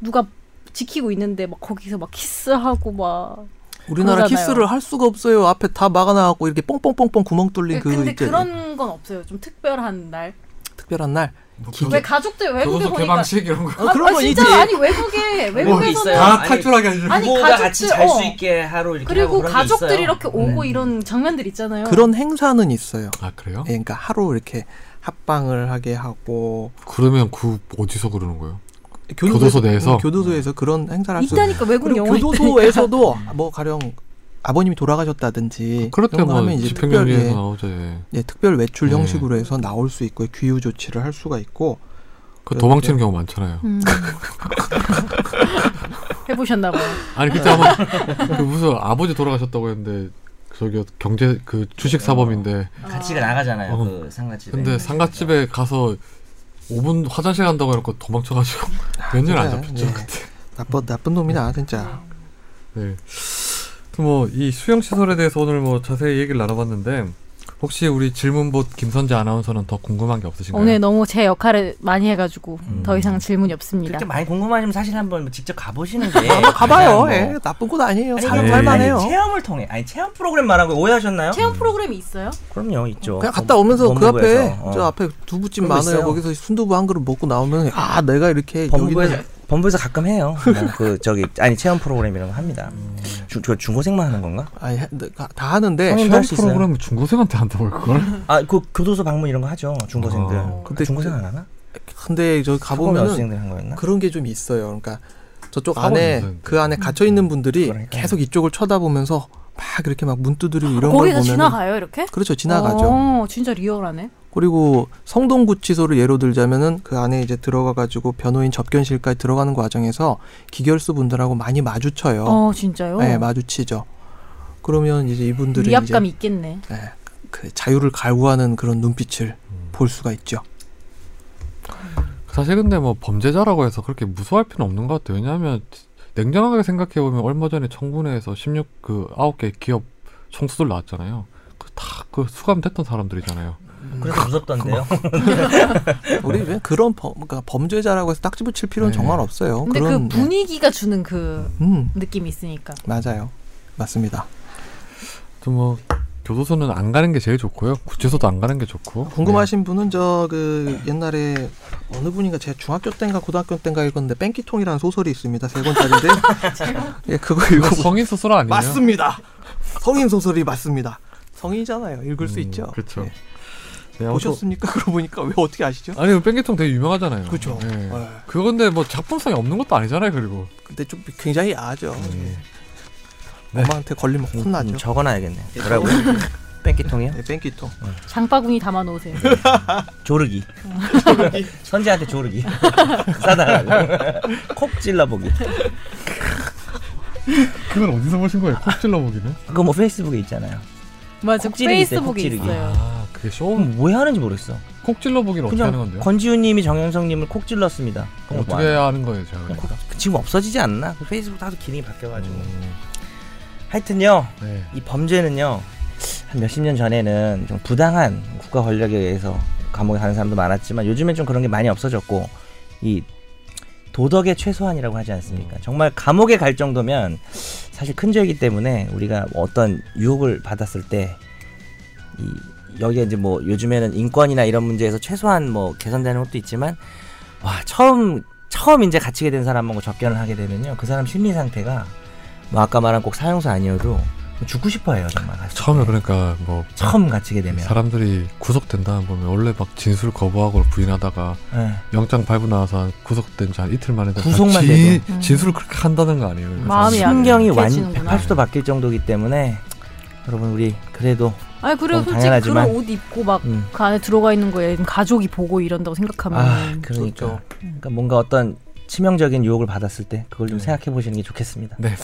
Speaker 4: 누가 지키고 있는데 막 거기서 막 키스하고 막
Speaker 2: 우리나라
Speaker 4: 그러잖아요.
Speaker 2: 키스를 할 수가 없어요. 앞에 다 막아놔갖고 이렇게 뽕뽕뽕뽕 구멍
Speaker 1: 네,
Speaker 2: 뚫린 그
Speaker 4: 네, 근데
Speaker 2: 이제
Speaker 4: 그런 건 없어요 좀 특별한 날 왜
Speaker 2: 특별한 날.
Speaker 1: 뭐
Speaker 2: 기계.
Speaker 1: 교도소-
Speaker 4: 가족들 외국에
Speaker 1: 교도소
Speaker 4: 보니까
Speaker 1: 개방식 이런 거.
Speaker 2: 어,
Speaker 4: 아,
Speaker 2: 그런
Speaker 4: 아,
Speaker 2: 건
Speaker 4: 진짜
Speaker 2: 있지.
Speaker 4: 아니 외국에 외국에서는
Speaker 3: 있어요.
Speaker 1: 다
Speaker 3: 아니,
Speaker 1: 탈출하게 해주는
Speaker 4: 아니,
Speaker 3: 부모가
Speaker 4: 가족들,
Speaker 3: 같이 잘 수
Speaker 4: 어.
Speaker 3: 있게 하루 이렇게 하고
Speaker 4: 그리고
Speaker 3: 그런 게
Speaker 4: 가족들이
Speaker 3: 있어요.
Speaker 4: 이렇게 오고
Speaker 3: 네.
Speaker 4: 이런 장면들 있잖아요
Speaker 1: 어.
Speaker 2: 그런 행사는 있어요.
Speaker 1: 아 그래요?
Speaker 2: 예, 그러니까 하루 이렇게 합방을 하게 하고
Speaker 1: 그러면 그 어디서 그러는 거예요? 교도소 내에서? 어.
Speaker 2: 음, 교도소에서 그런 행사를 할수
Speaker 4: 있다니까 외국
Speaker 2: 그리고
Speaker 4: 영화
Speaker 2: 교도소에서도 뭐 가령 아버님이 돌아가셨다든지
Speaker 1: 그렇대
Speaker 2: 이런 예. 거
Speaker 1: 뭐
Speaker 2: 하면 이제
Speaker 1: 집행정지에서
Speaker 2: 특별히
Speaker 1: 나오죠. 예.
Speaker 2: 예, 특별 외출
Speaker 1: 네.
Speaker 2: 형식으로 해서 나올 수 있고 귀유 조치를 할 수가 있고
Speaker 1: 그 도망치는 경우 많잖아요.
Speaker 4: 음. 해보셨나 봐요.
Speaker 1: 아니 그때 아마 그 무슨 아버지 돌아가셨다고 했는데 저기 경제 그 주식 사범인데
Speaker 9: 같이 나가잖아요.
Speaker 1: 어.
Speaker 9: 그 상가집에.
Speaker 3: 네.
Speaker 1: 근데 상가집에 가서 5분 화장실 간다고 해놓고 도망쳐가지고 몇 년 안
Speaker 2: 그래,
Speaker 1: 잡혔죠
Speaker 3: 네.
Speaker 2: 예.
Speaker 1: 그때.
Speaker 2: 나쁜 나쁜 놈이다 진짜.
Speaker 1: 네. 뭐이 수영 시설에 대해서 오늘 뭐 자세히 얘기를 나눠봤는데 혹시 우리 질문봇 김선재 아나운서는 더 궁금한 게 없으신가요?
Speaker 4: 오늘 너무 제 역할을 많이 해가지고 더 이상 질문이 없습니다.
Speaker 9: 그렇게 많이 궁금하시면 사실 한번 직접 가보시는 게
Speaker 2: 가봐요.
Speaker 9: 그냥
Speaker 2: 예,
Speaker 9: 뭐-
Speaker 2: 나쁜 곳 아니에요.
Speaker 9: 아니,
Speaker 2: 사람
Speaker 9: 그냥
Speaker 2: 살만해요.
Speaker 9: 아니, 체험을 통해 아니 체험 프로그램 말한 거 오해하셨나요?
Speaker 4: 체험 프로그램이 있어요?
Speaker 3: 그럼요, 있죠.
Speaker 2: 그냥 갔다 오면서 그 앞에
Speaker 3: 법무부에서, 어.
Speaker 2: 저 앞에 두부집
Speaker 3: 그런 거
Speaker 2: 많아요.
Speaker 3: 있어요.
Speaker 2: 거기서 순두부 한 그릇 먹고 나오면 아 내가 이렇게
Speaker 3: 법무부에서
Speaker 2: 여기는
Speaker 3: 법무부에서 가끔 해요. 그냥 그 저기 아니 체험 프로그램 이런 거 합니다. 주, 저 중고생만 하는 건가?
Speaker 2: 아니, 다- 다 하는데
Speaker 3: 성인-
Speaker 1: 시험
Speaker 3: 네, 할수 있어요.
Speaker 1: 프로그램 중고생한테 한다고 그걸?
Speaker 3: 아 그 교도소 방문 이런 거 하죠 중고생들.
Speaker 1: 어.
Speaker 3: 근데 중고생 안 하나?
Speaker 2: 근데 저
Speaker 3: 가보면
Speaker 2: 가보면은
Speaker 3: 여학생들 한 거였나?
Speaker 2: 그런 게 좀 있어요. 그러니까 저쪽
Speaker 1: 사고는
Speaker 2: 안에
Speaker 1: 있어요.
Speaker 2: 그 안에 갇혀 있는 분들이
Speaker 3: 그러니까.
Speaker 2: 계속 이쪽을 쳐다보면서 막 이렇게 막 문 두드리고 이런 걸
Speaker 4: 거기서
Speaker 2: 보면
Speaker 4: 지나가요 이렇게?
Speaker 2: 그렇죠 지나가죠.
Speaker 4: 오, 진짜 리얼하네.
Speaker 2: 그리고 성동구치소를 예로 들자면은 그 안에 이제 들어가 가지고 변호인 접견실까지 들어가는 과정에서 기결수 분들하고 많이 마주쳐요.
Speaker 4: 어, 진짜요?
Speaker 2: 네, 마주치죠. 그러면 이제 이분들은
Speaker 4: 위압감 이 있겠네.
Speaker 2: 이제 네, 그 자유를 갈구하는 그런 눈빛을 볼 수가 있죠.
Speaker 1: 사실 근데 뭐 범죄자라고 해서 그렇게 무서워할 필요는 없는 것 같아요. 왜냐하면 냉정하게 생각해 보면 얼마 전에 청문회에서 16 그 9개 기업 총수들 나왔잖아요. 그 다 그 수감됐던 사람들이잖아요.
Speaker 3: 그래서 무섭던데요.
Speaker 4: 네.
Speaker 2: 우리 왜 그런 범, 그러니까 범죄자라고 해서 딱지 붙일 필요는
Speaker 1: 네.
Speaker 2: 정말 없어요.
Speaker 4: 근데
Speaker 2: 그런
Speaker 4: 그 분위기가 주는 그
Speaker 2: 음
Speaker 4: 느낌이 있으니까.
Speaker 2: 맞아요. 맞습니다.
Speaker 1: 좀 뭐 교도소는 안 가는 게 제일 좋고요. 구치소도 안 가는 게 좋고. 네.
Speaker 2: 궁금하신 분은 저 그 옛날에 어느 분인가 제가 중학교 때인가 고등학교 때인가 읽었는데 뺑기통이라는 소설이 있습니다. 세 권짜리인데 예 그거
Speaker 1: 네. 이거
Speaker 2: 읽어보
Speaker 1: 성인 수술 아니에요?
Speaker 2: 맞습니다. 성인 소설이 맞습니다. 성인이잖아요. 읽을 수
Speaker 1: 음,
Speaker 2: 있죠.
Speaker 1: 그렇죠.
Speaker 2: 예.
Speaker 1: 네, 아무튼-
Speaker 2: 보셨습니까? 그러고 보니까 왜 어떻게 아시죠?
Speaker 1: 아니 그 뺑기통 되게 유명하잖아요.
Speaker 2: 그렇죠.
Speaker 1: 예.
Speaker 2: 예.
Speaker 1: 그건데 뭐 작품성이 없는 것도 아니잖아요. 그리고
Speaker 2: 근데 좀 굉장히 야하죠.
Speaker 1: 음, 네.
Speaker 2: 엄마한테 걸리면 혼나죠.
Speaker 3: 음, 적어놔야겠네. 뭐라고? 뺑기통이요?
Speaker 2: 네, 뺑기통.
Speaker 4: 장바구니 담아 놓으세요.
Speaker 3: 조르기. 선재한테 조르기. 사달라고. 콕 찔러보기.
Speaker 1: 그걸 어디서 보신 거예요? 콕 찔러 보기는?
Speaker 3: 그거 뭐 페이스북에 있잖아요.
Speaker 4: 맞아.
Speaker 3: 콕 찌르기 있어요,
Speaker 4: 페이스북에
Speaker 3: 콕 찌르기.
Speaker 4: 있어요.
Speaker 1: 아 그게 쇼.
Speaker 3: 그럼 왜 하는지 모르겠어.
Speaker 1: 콕 찔러 보기를 어떻게 하는
Speaker 3: 그냥
Speaker 1: 건데요?
Speaker 3: 권지훈님이 정영석님을 콕 찔렀습니다. 그럼
Speaker 1: 어떻게
Speaker 3: 뭐 안-
Speaker 1: 하는 거예요, 제가?
Speaker 3: 그냥
Speaker 1: 그러니까?
Speaker 3: 콕- 지금 없어지지 않나? 그 페이스북 하도 기능이 바뀌어가지고.
Speaker 1: 음,
Speaker 3: 하여튼요,
Speaker 1: 네.
Speaker 3: 이 범죄는요 한 몇십 년 전에는 좀 부당한 국가 권력에 의해서 감옥에 가는 사람도 많았지만 요즘엔 좀 그런 게 많이 없어졌고 이 도덕의 최소한이라고 하지 않습니까? 정말 감옥에 갈 정도면 사실 큰 죄이기 때문에 우리가 어떤 유혹을 받았을 때 이 여기에 이제 뭐 요즘에는 인권이나 이런 문제에서 최소한 뭐 개선되는 것도 있지만 와 처음 처음 이제 갇히게 된 사람하고 뭐 접견을 하게 되면요 그 사람 심리 상태가 뭐 아까 말한 꼭 사형수 아니어도 뭐 죽고 싶어해요 정말 갇혔을
Speaker 1: 처음에
Speaker 3: 때.
Speaker 1: 그러니까 뭐
Speaker 3: 처음 갇히게 되면
Speaker 1: 사람들이 구속된 다음 보면 원래 막 진술 거부하고 부인하다가
Speaker 3: 예.
Speaker 1: 영장 발부 나와서 한 구속된 지 한 이틀 만에 다
Speaker 3: 구속만
Speaker 1: 지,
Speaker 4: 되고.
Speaker 1: 진술을 그렇게 한다는 거 아니에요? 그러니까 그래서
Speaker 4: 음. 마음이 안
Speaker 3: 신경이 완
Speaker 4: 깨지는구나.
Speaker 3: 180도 바뀔 정도이기 때문에 여러분 우리 그래도
Speaker 4: 아니 그리고
Speaker 3: 음,
Speaker 4: 솔직히
Speaker 3: 당연하지만.
Speaker 4: 그런 옷 입고 막 그
Speaker 3: 음.
Speaker 4: 안에 들어가 있는 거에 가족이 보고 이런다고 생각하면
Speaker 3: 아
Speaker 4: 은
Speaker 3: 그러니까 그러니까 뭔가 어떤 치명적인 유혹을 받았을 때 그걸 좀
Speaker 1: 네.
Speaker 3: 생각해 보시는 게 좋겠습니다.
Speaker 1: 네.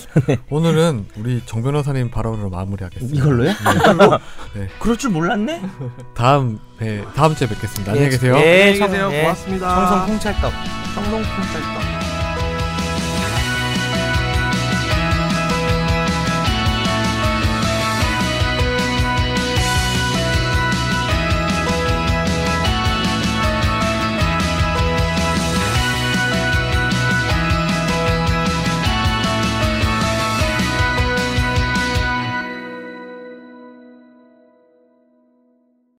Speaker 1: 오늘은 우리 정 변호사님 발언으로 마무리하겠습니다.
Speaker 3: 음. 이걸로요?
Speaker 1: 네.
Speaker 3: 그럴 줄 몰랐네.
Speaker 1: 다음 네, 다음 주에 뵙겠습니다. 안녕히 계세요.
Speaker 3: 예,
Speaker 2: 안녕히
Speaker 3: 청-
Speaker 2: 계세요.
Speaker 3: 예.
Speaker 2: 고맙습니다.
Speaker 3: 청성 통찰떡.
Speaker 2: 청동 콩쌀떡.